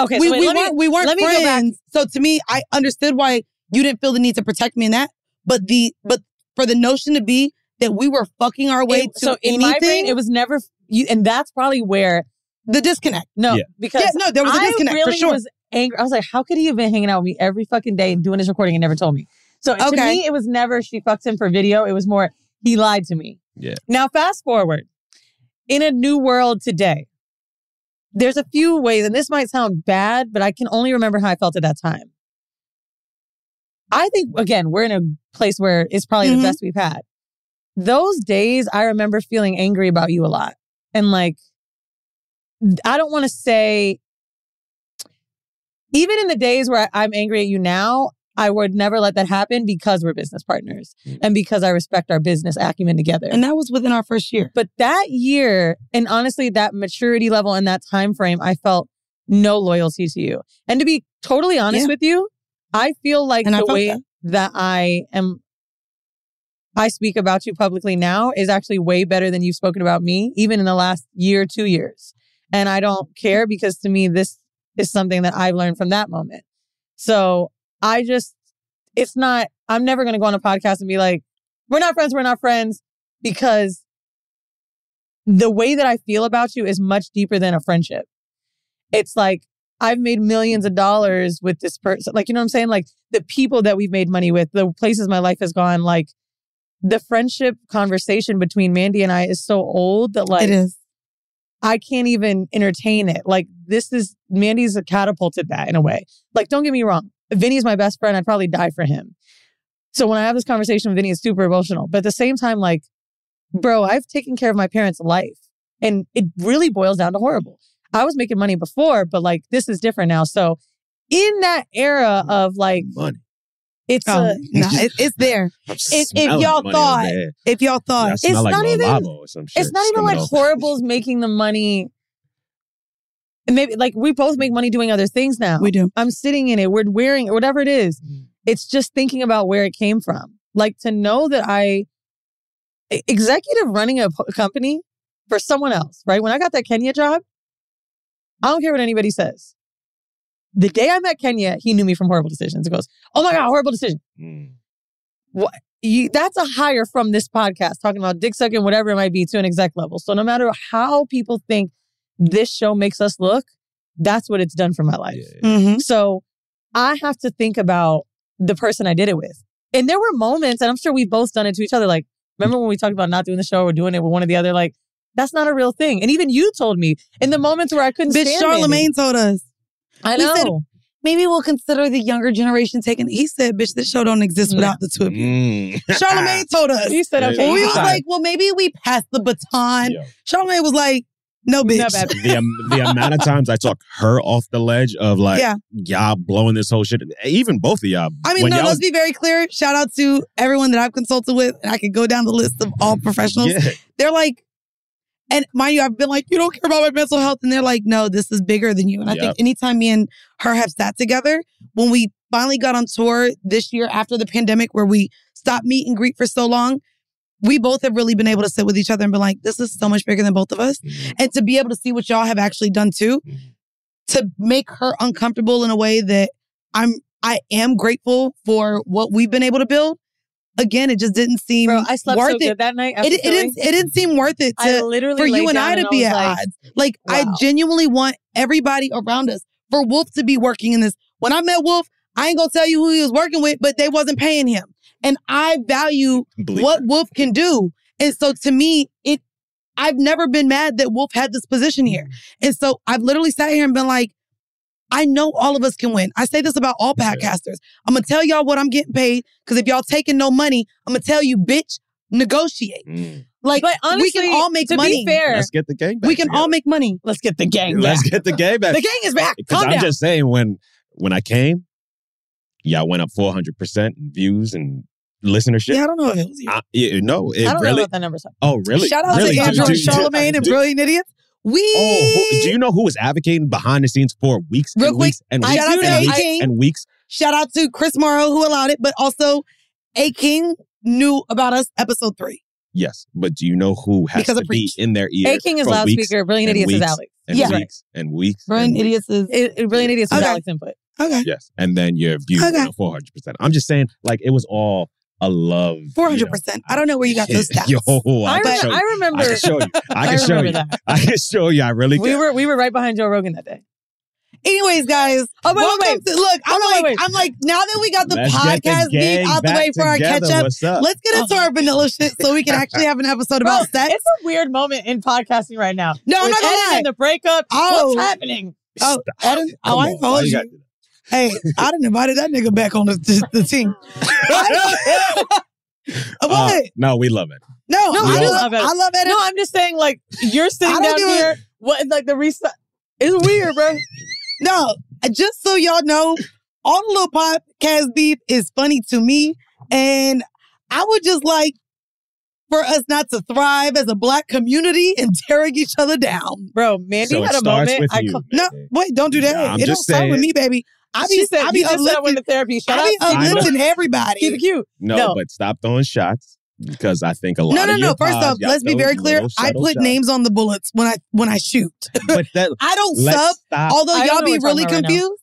[SPEAKER 3] Okay,
[SPEAKER 2] we,
[SPEAKER 3] so wait,
[SPEAKER 2] we
[SPEAKER 3] let me-
[SPEAKER 2] weren't, we weren't
[SPEAKER 3] let me go back.
[SPEAKER 2] friends. So to me, I understood why you didn't feel the need to protect me in that. But the but for the notion to be that we were fucking our way
[SPEAKER 3] It-
[SPEAKER 2] to
[SPEAKER 3] so
[SPEAKER 2] anything,
[SPEAKER 3] in my brain, it was never you, and that's probably where
[SPEAKER 2] the disconnect.
[SPEAKER 3] no,
[SPEAKER 4] Yeah.
[SPEAKER 3] because
[SPEAKER 2] yeah, no, there was a disconnect
[SPEAKER 3] I really
[SPEAKER 2] for sure.
[SPEAKER 3] was angry. I was like, how could he have been hanging out with me every fucking day and doing this recording and never told me? So to
[SPEAKER 2] Okay.
[SPEAKER 3] me, it was never she fucked him for video. It was more he lied to me.
[SPEAKER 4] Yeah.
[SPEAKER 3] Now fast forward in a new world today. There's a few ways, and this might sound bad, but I can only remember how I felt at that time. I think again, we're in a place where it's probably
[SPEAKER 2] Mhm.
[SPEAKER 3] the best we've had. Those days, I remember feeling angry about you a lot, and like, I don't want to say. Even in the days where I- I'm angry at you now, I would never let that happen because we're business partners and because I respect our business acumen together.
[SPEAKER 2] and that was within our first year.
[SPEAKER 3] But that year, and honestly, that maturity level and that time frame, I felt no loyalty to you. And to be totally honest
[SPEAKER 2] Yeah.
[SPEAKER 3] with you, I feel like
[SPEAKER 2] And I
[SPEAKER 3] the
[SPEAKER 2] felt
[SPEAKER 3] way
[SPEAKER 2] that.
[SPEAKER 3] that. I am, I speak about you publicly now is actually way better than you've spoken about me, even in the last year, two years. And I don't care because to me, this is something that I've learned from that moment. So I just, it's not, I'm never going to go on a podcast and be like, we're not friends, we're not friends, because the way that I feel about you is much deeper than a friendship. It's like, I've made millions of dollars with this person. Like, you know what I'm saying? Like, the people that we've made money with, the places my life has gone, like, the friendship conversation between Mandy and I is so old that, like,
[SPEAKER 2] it is.
[SPEAKER 3] I can't even entertain it. Like this is Mandy's catapulted that in a way. Like, don't get me wrong. Vinny's my best friend. I'd probably die for him. So when I have this conversation with Vinny, it's super emotional. But at the same time, like, bro, I've taken care of my parents' life. And it really boils down to horrible. I was making money before, but like this is different now. So in that era of like
[SPEAKER 4] Money.
[SPEAKER 3] it's
[SPEAKER 2] Oh,
[SPEAKER 3] a
[SPEAKER 2] nah, it- it's there.
[SPEAKER 4] I'm
[SPEAKER 2] if
[SPEAKER 4] smelling
[SPEAKER 2] y'all
[SPEAKER 4] money over
[SPEAKER 2] thought-
[SPEAKER 4] here.
[SPEAKER 2] If y'all
[SPEAKER 4] Yeah, I
[SPEAKER 2] thought
[SPEAKER 4] smell like
[SPEAKER 3] not even-
[SPEAKER 4] Loblaw or some shit.
[SPEAKER 3] it's not even
[SPEAKER 4] coming
[SPEAKER 3] like
[SPEAKER 4] off.
[SPEAKER 3] horrible's making the money. And Maybe like we both make money doing other things now.
[SPEAKER 2] we do,
[SPEAKER 3] I'm sitting in it. We're wearing it, whatever it is. It's just thinking about where it came from. Like to know that I e- executive running a p- company for someone else, right? When I got that Kenya job, I don't care what anybody says. The day I met Kenya, he knew me from horrible decisions. He goes, Oh my God, horrible decision.
[SPEAKER 4] Mm.
[SPEAKER 3] You, that's a hire from this podcast talking about dick sucking, whatever it might be, to an exec level. So no matter how people think this show makes us look, that's what it's done for my life.
[SPEAKER 4] Yeah.
[SPEAKER 2] hmm
[SPEAKER 3] So I have to think about the person I did it with. And there were moments, and I'm sure we've both done it to each other. Like, remember when we talked about not doing the show or doing it with one or the other? Like, that's not a real thing. And even you told me in the moments where I couldn't
[SPEAKER 2] bitch.
[SPEAKER 3] stand
[SPEAKER 2] Charlemagne
[SPEAKER 3] Mandy.
[SPEAKER 2] told us
[SPEAKER 3] I
[SPEAKER 2] we said-
[SPEAKER 3] know.
[SPEAKER 2] maybe we'll consider the younger generation taking. He said, "Bitch, this show don't exist
[SPEAKER 3] No.
[SPEAKER 2] without the two of you."
[SPEAKER 4] Mm.
[SPEAKER 2] Charlemagne told us.
[SPEAKER 3] He said,
[SPEAKER 4] Yeah.
[SPEAKER 3] okay.
[SPEAKER 2] And we
[SPEAKER 3] I'm
[SPEAKER 2] was
[SPEAKER 3] sorry.
[SPEAKER 2] like, "Well, maybe we pass the baton."
[SPEAKER 4] Yo.
[SPEAKER 2] Charlemagne was like, "No, bitch."
[SPEAKER 3] No, bad.
[SPEAKER 4] the, am- the amount of times I talk her off the ledge of like,
[SPEAKER 2] Yeah.
[SPEAKER 4] y'all blowing this whole shit. Even both of y'all.
[SPEAKER 2] I mean,
[SPEAKER 4] when
[SPEAKER 2] no,
[SPEAKER 4] y'all
[SPEAKER 2] let's be very clear. Shout out to everyone that I've consulted with, and I could go down the list of all professionals.
[SPEAKER 4] Yeah.
[SPEAKER 2] They're like, and mind you, I've been like, you don't care about my mental health. And they're like, no, this is bigger than you. And I
[SPEAKER 4] Yep.
[SPEAKER 2] think anytime me and her have sat together, when we finally got on tour this year after the pandemic where we stopped meet and greet for so long, we both have really been able to sit with each other and be like, this is so much bigger than both of us. And to be able to see what y'all have actually done too, to make her uncomfortable in a way that I'm I am grateful for what we've been able to build. Again, it just didn't seem I
[SPEAKER 3] slept
[SPEAKER 2] worth
[SPEAKER 3] so
[SPEAKER 2] it
[SPEAKER 3] good that night after
[SPEAKER 2] It, it
[SPEAKER 3] filming.
[SPEAKER 2] didn't it didn't seem worth it
[SPEAKER 3] I
[SPEAKER 2] to-
[SPEAKER 3] literally
[SPEAKER 2] for you
[SPEAKER 3] laid
[SPEAKER 2] and
[SPEAKER 3] down
[SPEAKER 2] I to
[SPEAKER 3] and I
[SPEAKER 2] be
[SPEAKER 3] was
[SPEAKER 2] at
[SPEAKER 3] like,
[SPEAKER 2] odds. Like I genuinely want everybody around us for Wolf to be working in this. When I met Wolf, I ain't gonna tell you who he was working with, but they wasn't paying him. And I value
[SPEAKER 4] Believe
[SPEAKER 2] what Wolf can do. And so to me, it I've never been mad that Wolf had this position here.
[SPEAKER 4] Mm.
[SPEAKER 2] And so I've literally sat here and been like, I know all of us can win. I say this about all podcasters. I'm gonna tell y'all what I'm getting paid because if y'all taking no money, I'm gonna tell you, bitch, negotiate. Like,
[SPEAKER 3] But
[SPEAKER 2] we
[SPEAKER 3] honestly,
[SPEAKER 2] can all make
[SPEAKER 3] to be
[SPEAKER 2] money.
[SPEAKER 3] fair-
[SPEAKER 4] Let's get the gang Mm. back.
[SPEAKER 2] we can all make money.
[SPEAKER 3] Let's get the gang
[SPEAKER 4] Let's
[SPEAKER 3] back.
[SPEAKER 4] get the gang back.
[SPEAKER 3] The gang is back.
[SPEAKER 4] Because
[SPEAKER 3] Calm
[SPEAKER 4] I'm
[SPEAKER 3] down.
[SPEAKER 4] just saying, when when I came, y'all went up 400 percent in views and listenership.
[SPEAKER 2] Yeah, I don't know if it was you.
[SPEAKER 4] I, yeah, no, it
[SPEAKER 3] I don't know
[SPEAKER 4] really.
[SPEAKER 3] about that number.
[SPEAKER 4] Oh, really?
[SPEAKER 2] Shout out
[SPEAKER 4] Really?
[SPEAKER 2] to
[SPEAKER 4] Do-
[SPEAKER 2] Andrew
[SPEAKER 4] do-
[SPEAKER 2] and Charlemagne and
[SPEAKER 4] do-
[SPEAKER 2] Brilliant Idiots. We
[SPEAKER 4] Oh, who, do you know who was advocating behind the scenes for weeks and weeks and
[SPEAKER 2] I
[SPEAKER 4] weeks
[SPEAKER 2] do
[SPEAKER 4] and
[SPEAKER 2] know
[SPEAKER 4] weeks,
[SPEAKER 2] King.
[SPEAKER 4] and weeks?
[SPEAKER 2] shout out to Chris Morrow who allowed it, but also A King knew about us episode three.
[SPEAKER 4] Yes, but do you know who has
[SPEAKER 2] Because I
[SPEAKER 4] to be in their ear?
[SPEAKER 3] A-King is loudspeaker, Brilliant Idiots is Alex.
[SPEAKER 4] And
[SPEAKER 3] Yeah.
[SPEAKER 4] weeks and weeks.
[SPEAKER 2] Brilliant Idiots is
[SPEAKER 3] Brilliant Idiots is
[SPEAKER 2] Okay.
[SPEAKER 3] Alex input.
[SPEAKER 2] Okay.
[SPEAKER 4] Yes, and then your view
[SPEAKER 2] Okay.
[SPEAKER 4] four hundred percent. I'm just saying, like it was all a love.
[SPEAKER 2] Four hundred percent. I don't know where you got those stats.
[SPEAKER 4] [laughs] Yo, Oh, I,
[SPEAKER 3] I,
[SPEAKER 4] can
[SPEAKER 3] re-
[SPEAKER 4] show you.
[SPEAKER 3] I remember.
[SPEAKER 4] I can show you. I can show
[SPEAKER 3] remember
[SPEAKER 4] you.
[SPEAKER 3] that.
[SPEAKER 4] I can show you. I really
[SPEAKER 3] We
[SPEAKER 4] can.
[SPEAKER 3] were we were right behind Joe Rogan that day.
[SPEAKER 2] Anyways, guys,
[SPEAKER 3] Oh, wait, wait,
[SPEAKER 2] welcome
[SPEAKER 3] wait.
[SPEAKER 2] to- look, I'm
[SPEAKER 3] Oh,
[SPEAKER 2] like,
[SPEAKER 3] wait, wait.
[SPEAKER 2] I'm like, now that we got the
[SPEAKER 4] Let's get the
[SPEAKER 2] podcast being
[SPEAKER 4] gang
[SPEAKER 2] out the
[SPEAKER 4] back
[SPEAKER 2] way for our
[SPEAKER 4] together.
[SPEAKER 2] catch up,
[SPEAKER 4] What's up?
[SPEAKER 2] let's get into our vanilla shit so
[SPEAKER 4] [laughs]
[SPEAKER 2] we can actually have an episode about
[SPEAKER 3] Oh. Bro,
[SPEAKER 2] sex.
[SPEAKER 3] It's a weird moment in podcasting right now.
[SPEAKER 2] No, I'm
[SPEAKER 3] With
[SPEAKER 2] not gonna
[SPEAKER 3] Ed
[SPEAKER 2] lie.
[SPEAKER 3] and the breakup.
[SPEAKER 2] Oh.
[SPEAKER 3] What's happening? [laughs]
[SPEAKER 2] Oh, I didn't, oh, I
[SPEAKER 4] Why
[SPEAKER 2] told
[SPEAKER 4] you
[SPEAKER 2] you.
[SPEAKER 4] got-
[SPEAKER 2] Hey,
[SPEAKER 4] [laughs]
[SPEAKER 2] I didn't invited that nigga back on the, the team.
[SPEAKER 4] Uh,
[SPEAKER 2] what?
[SPEAKER 4] no, we love it.
[SPEAKER 2] No,
[SPEAKER 3] No,
[SPEAKER 2] I,
[SPEAKER 3] I
[SPEAKER 2] love,
[SPEAKER 3] love it.
[SPEAKER 2] I love it.
[SPEAKER 3] No, I'm just saying, like you're
[SPEAKER 2] I
[SPEAKER 3] sitting
[SPEAKER 2] don't
[SPEAKER 3] down
[SPEAKER 2] do
[SPEAKER 3] here. What like the reset? It's weird, bro.
[SPEAKER 2] No, uh, just so y'all know, all the little podcast beef is funny to me. And I would just like for us not to thrive as a black community and [laughs] tearing each other down.
[SPEAKER 3] Bro, Mandy
[SPEAKER 4] So it
[SPEAKER 3] had a
[SPEAKER 4] starts
[SPEAKER 3] moment.
[SPEAKER 4] with
[SPEAKER 3] I
[SPEAKER 4] you,
[SPEAKER 3] call-
[SPEAKER 2] No, wait, don't do that.
[SPEAKER 4] Nah, I'm
[SPEAKER 2] it don't
[SPEAKER 4] just
[SPEAKER 2] start with
[SPEAKER 4] saying.
[SPEAKER 2] me, baby. I be,
[SPEAKER 3] she said,
[SPEAKER 2] I be
[SPEAKER 3] you just said I went
[SPEAKER 2] uplifting,
[SPEAKER 3] to therapy. Shut
[SPEAKER 2] I be
[SPEAKER 3] up.
[SPEAKER 4] I know.
[SPEAKER 2] uplifting
[SPEAKER 3] Keep it
[SPEAKER 2] everybody.
[SPEAKER 3] cute.
[SPEAKER 4] No,
[SPEAKER 3] No.
[SPEAKER 4] but stop throwing shots because I think a lot.
[SPEAKER 2] No, no,
[SPEAKER 4] of
[SPEAKER 2] no.
[SPEAKER 4] your
[SPEAKER 2] First
[SPEAKER 4] pods
[SPEAKER 2] off,
[SPEAKER 4] got
[SPEAKER 2] let's be
[SPEAKER 4] those
[SPEAKER 2] very clear.
[SPEAKER 4] little
[SPEAKER 2] I
[SPEAKER 4] subtle
[SPEAKER 2] put
[SPEAKER 4] shots.
[SPEAKER 2] names on the bullets when I when I shoot. [laughs]
[SPEAKER 4] but that.
[SPEAKER 2] I don't
[SPEAKER 4] Let's
[SPEAKER 2] sub,
[SPEAKER 4] stop.
[SPEAKER 2] although
[SPEAKER 3] I don't
[SPEAKER 2] y'all
[SPEAKER 3] know
[SPEAKER 2] be
[SPEAKER 3] what we're
[SPEAKER 2] really
[SPEAKER 3] talking about right now.
[SPEAKER 2] confused.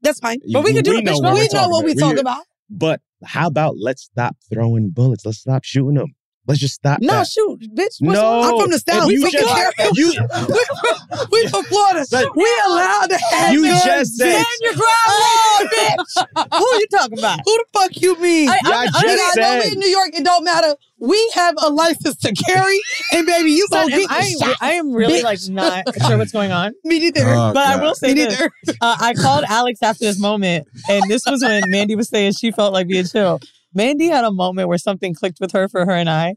[SPEAKER 2] That's fine.
[SPEAKER 4] But we can do We it, know bitch. what
[SPEAKER 2] We,
[SPEAKER 4] we're
[SPEAKER 2] know
[SPEAKER 4] talking
[SPEAKER 2] what we
[SPEAKER 4] about.
[SPEAKER 2] talking
[SPEAKER 4] We-
[SPEAKER 2] about.
[SPEAKER 4] But how about let's stop throwing bullets? Let's stop shooting them. Let's just stop.
[SPEAKER 2] No,
[SPEAKER 4] that.
[SPEAKER 2] shoot, bitch. What's-
[SPEAKER 4] No.
[SPEAKER 2] I'm from the
[SPEAKER 4] If
[SPEAKER 2] South.
[SPEAKER 4] you
[SPEAKER 2] We from,
[SPEAKER 4] just-
[SPEAKER 2] Florida.
[SPEAKER 4] [laughs] you-
[SPEAKER 2] we, from, [laughs] we from Florida.
[SPEAKER 4] Son,
[SPEAKER 2] we allowed to have
[SPEAKER 4] you
[SPEAKER 2] guns,
[SPEAKER 4] just said-
[SPEAKER 2] bitch.
[SPEAKER 3] Stand your ground,
[SPEAKER 2] Oh,
[SPEAKER 3] bitch. Who are you talking about?
[SPEAKER 2] Who the fuck you mean?
[SPEAKER 3] I-
[SPEAKER 4] I
[SPEAKER 2] Nigga,
[SPEAKER 4] just
[SPEAKER 2] I know we
[SPEAKER 4] said-
[SPEAKER 2] in New York. It don't matter. We have a license to carry, and baby, you
[SPEAKER 3] Son,
[SPEAKER 2] gonna
[SPEAKER 3] am
[SPEAKER 2] get
[SPEAKER 3] I,
[SPEAKER 2] shot.
[SPEAKER 3] I am really
[SPEAKER 2] bitch.
[SPEAKER 3] like not
[SPEAKER 2] [laughs]
[SPEAKER 3] [laughs] sure what's going on.
[SPEAKER 2] Me neither.
[SPEAKER 4] Oh,
[SPEAKER 3] But I
[SPEAKER 4] God.
[SPEAKER 3] will say
[SPEAKER 2] Me
[SPEAKER 3] this.
[SPEAKER 2] neither.
[SPEAKER 3] Uh, I called Alex after this moment, and this was when Mandy was saying she felt like being chill. Mandy had a moment where something clicked with her for her and I.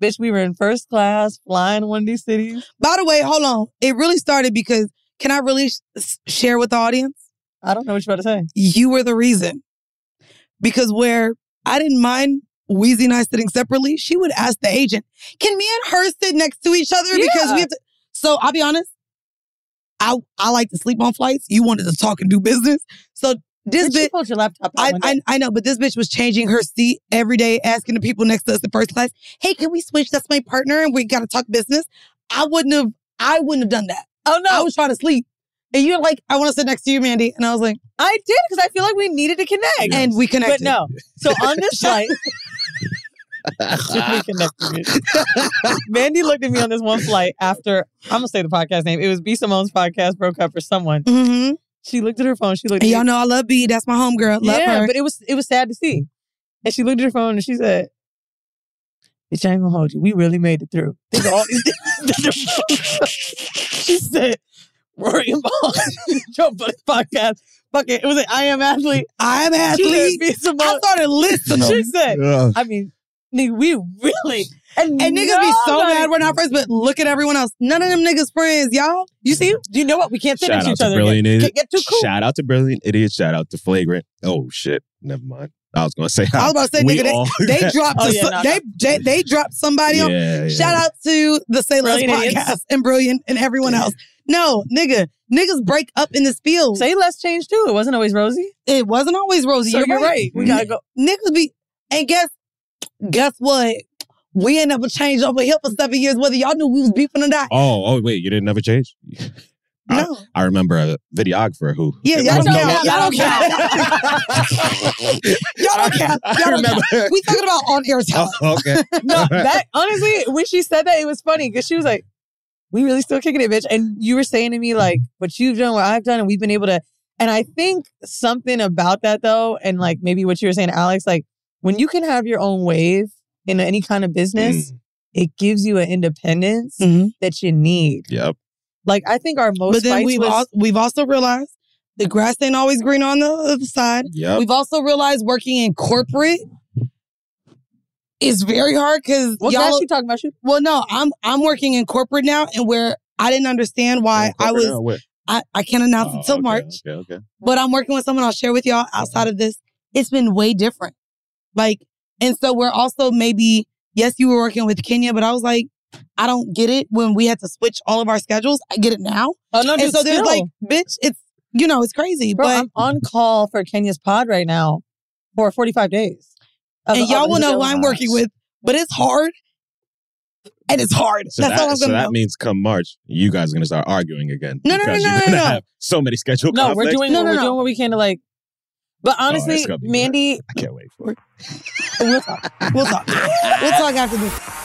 [SPEAKER 3] Bitch, we were in first class, flying to one of these cities.
[SPEAKER 2] By the way, hold on. It really started because can I really sh- s- share with the audience?
[SPEAKER 3] I don't know what you're about to say.
[SPEAKER 2] You were the reason. Because where I didn't mind Wheezy and I sitting separately, she would ask the agent, "Can me and her sit next to each other?" Because
[SPEAKER 3] Yeah.
[SPEAKER 2] we have to. So I'll be honest. I I like to sleep on flights. You wanted to talk and do business. So this
[SPEAKER 3] Bitch, you
[SPEAKER 2] bitch,
[SPEAKER 3] pulled your laptop out
[SPEAKER 2] I,
[SPEAKER 3] one day.
[SPEAKER 2] I I know, but this bitch was changing her seat every day, asking the people next to us in first class, "Hey, can we switch? That's my partner, and we got to talk business." I wouldn't have. I wouldn't have done that.
[SPEAKER 3] oh, no.
[SPEAKER 2] I was trying to sleep. And you're like, I want to sit next to you, Mandy. And I was like,
[SPEAKER 3] I did because I feel like we needed to connect.
[SPEAKER 2] and we
[SPEAKER 3] But
[SPEAKER 2] connected.
[SPEAKER 3] no. So on this flight, we connected. Mandy looked at me on this one flight after, I'm going to say the podcast name. It was B. Simone's podcast, Broke Up for Someone.
[SPEAKER 2] Mm-hmm.
[SPEAKER 3] She looked at her phone. She looked at
[SPEAKER 2] And
[SPEAKER 3] me.
[SPEAKER 2] y'all know I love B. That's my homegirl. Love
[SPEAKER 3] yeah,
[SPEAKER 2] her.
[SPEAKER 3] but it was it was sad to see. And she looked at her phone and she said, "Bitch, I ain't gonna hold you. We really made it through." This all- [laughs] she said, "Rory and [laughs] Ball, Joe Budden podcast. Fuck it. It was an I am athlete.
[SPEAKER 2] I'm
[SPEAKER 3] She
[SPEAKER 2] athlete.
[SPEAKER 3] said, "Be
[SPEAKER 2] I
[SPEAKER 3] Simone."
[SPEAKER 2] started listening.
[SPEAKER 4] Oh,
[SPEAKER 3] She said,
[SPEAKER 4] Ugh.
[SPEAKER 3] "I mean, nigga, we really
[SPEAKER 2] and niggas be so
[SPEAKER 3] nobody-
[SPEAKER 2] mad we're not friends, but look at everyone else. None of them niggas friends, y'all.
[SPEAKER 3] You see, you know what? We can't sit
[SPEAKER 4] Shout
[SPEAKER 3] next to
[SPEAKER 4] out
[SPEAKER 3] each
[SPEAKER 4] to
[SPEAKER 3] other. again.
[SPEAKER 4] Brilliant Idiot.
[SPEAKER 3] Can't get too cool.
[SPEAKER 4] Shout out to Brilliant Idiot. Shout out to Flagrant. Oh shit. Never mind. I was gonna say
[SPEAKER 2] I was about to say,
[SPEAKER 4] we
[SPEAKER 2] nigga, they,
[SPEAKER 4] all-
[SPEAKER 2] they dropped
[SPEAKER 3] Oh,
[SPEAKER 2] a-
[SPEAKER 3] yeah, no,
[SPEAKER 2] they, they they dropped somebody on.
[SPEAKER 4] Yeah, yeah.
[SPEAKER 2] Shout out to the Say Less
[SPEAKER 3] Brilliant
[SPEAKER 2] podcast
[SPEAKER 3] Idiots.
[SPEAKER 2] and Brilliant and everyone else. No, nigga. Niggas break up in this field. Say
[SPEAKER 3] less change too. It wasn't always rosy.
[SPEAKER 2] It wasn't always rosy.
[SPEAKER 3] So
[SPEAKER 2] you're,
[SPEAKER 3] you're
[SPEAKER 2] right.
[SPEAKER 3] right. We gotta go-
[SPEAKER 2] N- Niggas be and guess guess what? We ain't never changed over here for seven years, whether y'all knew we was beefing or not.
[SPEAKER 4] Oh, oh, wait, you didn't ever
[SPEAKER 3] [laughs]
[SPEAKER 4] change? I-
[SPEAKER 2] No.
[SPEAKER 4] I, remember a videographer who.
[SPEAKER 2] Yeah,
[SPEAKER 4] it
[SPEAKER 2] y'all
[SPEAKER 4] was
[SPEAKER 2] don't
[SPEAKER 4] no-
[SPEAKER 7] Oh,
[SPEAKER 2] count. Y'all don't count. y'all don't count. Y'all don't count. We talking about on air time.
[SPEAKER 4] [laughs] Oh, okay.
[SPEAKER 3] [laughs] no, that honestly, when she said that, it was funny because she was like, "We really still kicking it, bitch." And you were saying to me like, "What you've done, what I've done, and we've been able to." And I think something about that though, and like maybe what you were saying, Alex, like when you can have your own wave in any kind of business, it gives you an independence
[SPEAKER 4] oh.
[SPEAKER 3] that you need.
[SPEAKER 4] Yep.
[SPEAKER 3] Like I think our most
[SPEAKER 2] Mm. But then
[SPEAKER 3] fights
[SPEAKER 2] we've,
[SPEAKER 3] was-
[SPEAKER 2] al- we've also realized the grass ain't always green on the other side.
[SPEAKER 3] Yep.
[SPEAKER 2] We've also realized working in corporate is very hard because
[SPEAKER 3] What
[SPEAKER 2] y'all
[SPEAKER 3] grass you talking about?
[SPEAKER 2] Well, no, I'm I'm working in corporate now, and where I didn't understand why I was
[SPEAKER 4] now, where? Oh,
[SPEAKER 2] I I can't announce until March,
[SPEAKER 4] Okay, okay. Uh-huh.
[SPEAKER 2] but I'm working with someone. I'll share with y'all outside of this. It's been way different, like, and so we're also maybe yes, you were working with Kenya, but I was like. I don't get it when we had to switch all of our schedules. I get it now.
[SPEAKER 3] Oh, no,
[SPEAKER 2] and
[SPEAKER 3] dude,
[SPEAKER 2] so there's
[SPEAKER 3] still.
[SPEAKER 2] like, bitch, it's you know, it's crazy.
[SPEAKER 3] Bro,
[SPEAKER 2] but
[SPEAKER 3] I'm on call for Kenya's pod right now for 45 days. of-
[SPEAKER 2] and y'all
[SPEAKER 3] of
[SPEAKER 2] will
[SPEAKER 3] his
[SPEAKER 2] know who I'm
[SPEAKER 3] illness.
[SPEAKER 2] working with, but it's hard. And it's hard.
[SPEAKER 4] So
[SPEAKER 2] That's
[SPEAKER 4] that,
[SPEAKER 2] all I'm
[SPEAKER 4] so
[SPEAKER 2] gonna
[SPEAKER 4] that
[SPEAKER 2] know.
[SPEAKER 4] means come March, you guys are going to start arguing again.
[SPEAKER 3] No, no, no,
[SPEAKER 4] because
[SPEAKER 3] no,
[SPEAKER 4] you're
[SPEAKER 3] no,
[SPEAKER 4] gonna
[SPEAKER 3] no.
[SPEAKER 4] have so many scheduled
[SPEAKER 3] No, we're
[SPEAKER 4] conflicts.
[SPEAKER 3] doing we're doing what we can to like. But
[SPEAKER 4] Oh, it's
[SPEAKER 3] honestly,
[SPEAKER 4] gonna be
[SPEAKER 3] Mandy,
[SPEAKER 4] I can't wait for it.
[SPEAKER 2] We'll talk. We'll talk. we'll talk after this.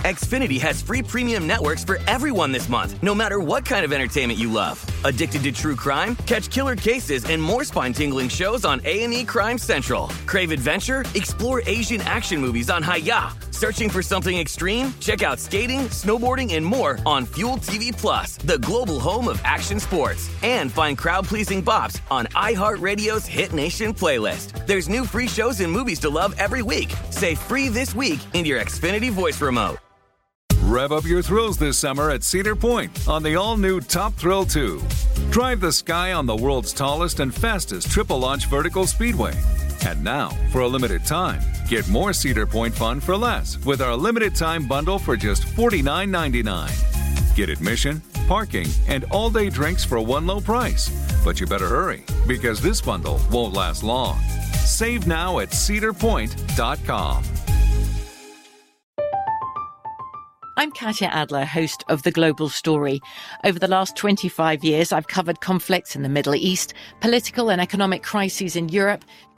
[SPEAKER 8] Xfinity has free premium networks for everyone this month, no matter what kind of entertainment you love. Addicted to true crime? Catch killer cases and more spine-tingling shows on A&E Crime Central. Crave adventure? Explore Asian action movies on Hayya. Searching for something extreme? Check out skating, snowboarding, and more on Fuel TV Plus, the global home of action sports. And find crowd-pleasing bops on iHeartRadio's Hit Nation playlist. There's new free shows and movies to love every week. Say free this week in your Xfinity voice remote.
[SPEAKER 9] Rev up your thrills this summer at Cedar Point on the all new Top Thrill 2. Drive the sky on the world's tallest and fastest triple launch vertical speedway. And now, for a limited time, get more Cedar Point fun for less with our limited time bundle for just $49.99. Get admission, parking, and all day drinks for one low price. But you better hurry because this bundle won't last long. Save now at cedarpoint.com.
[SPEAKER 10] I'm Katya Adler, host of The Global Story. Over the last 25 years, I've covered conflicts in the Middle East, political and economic crises in Europe,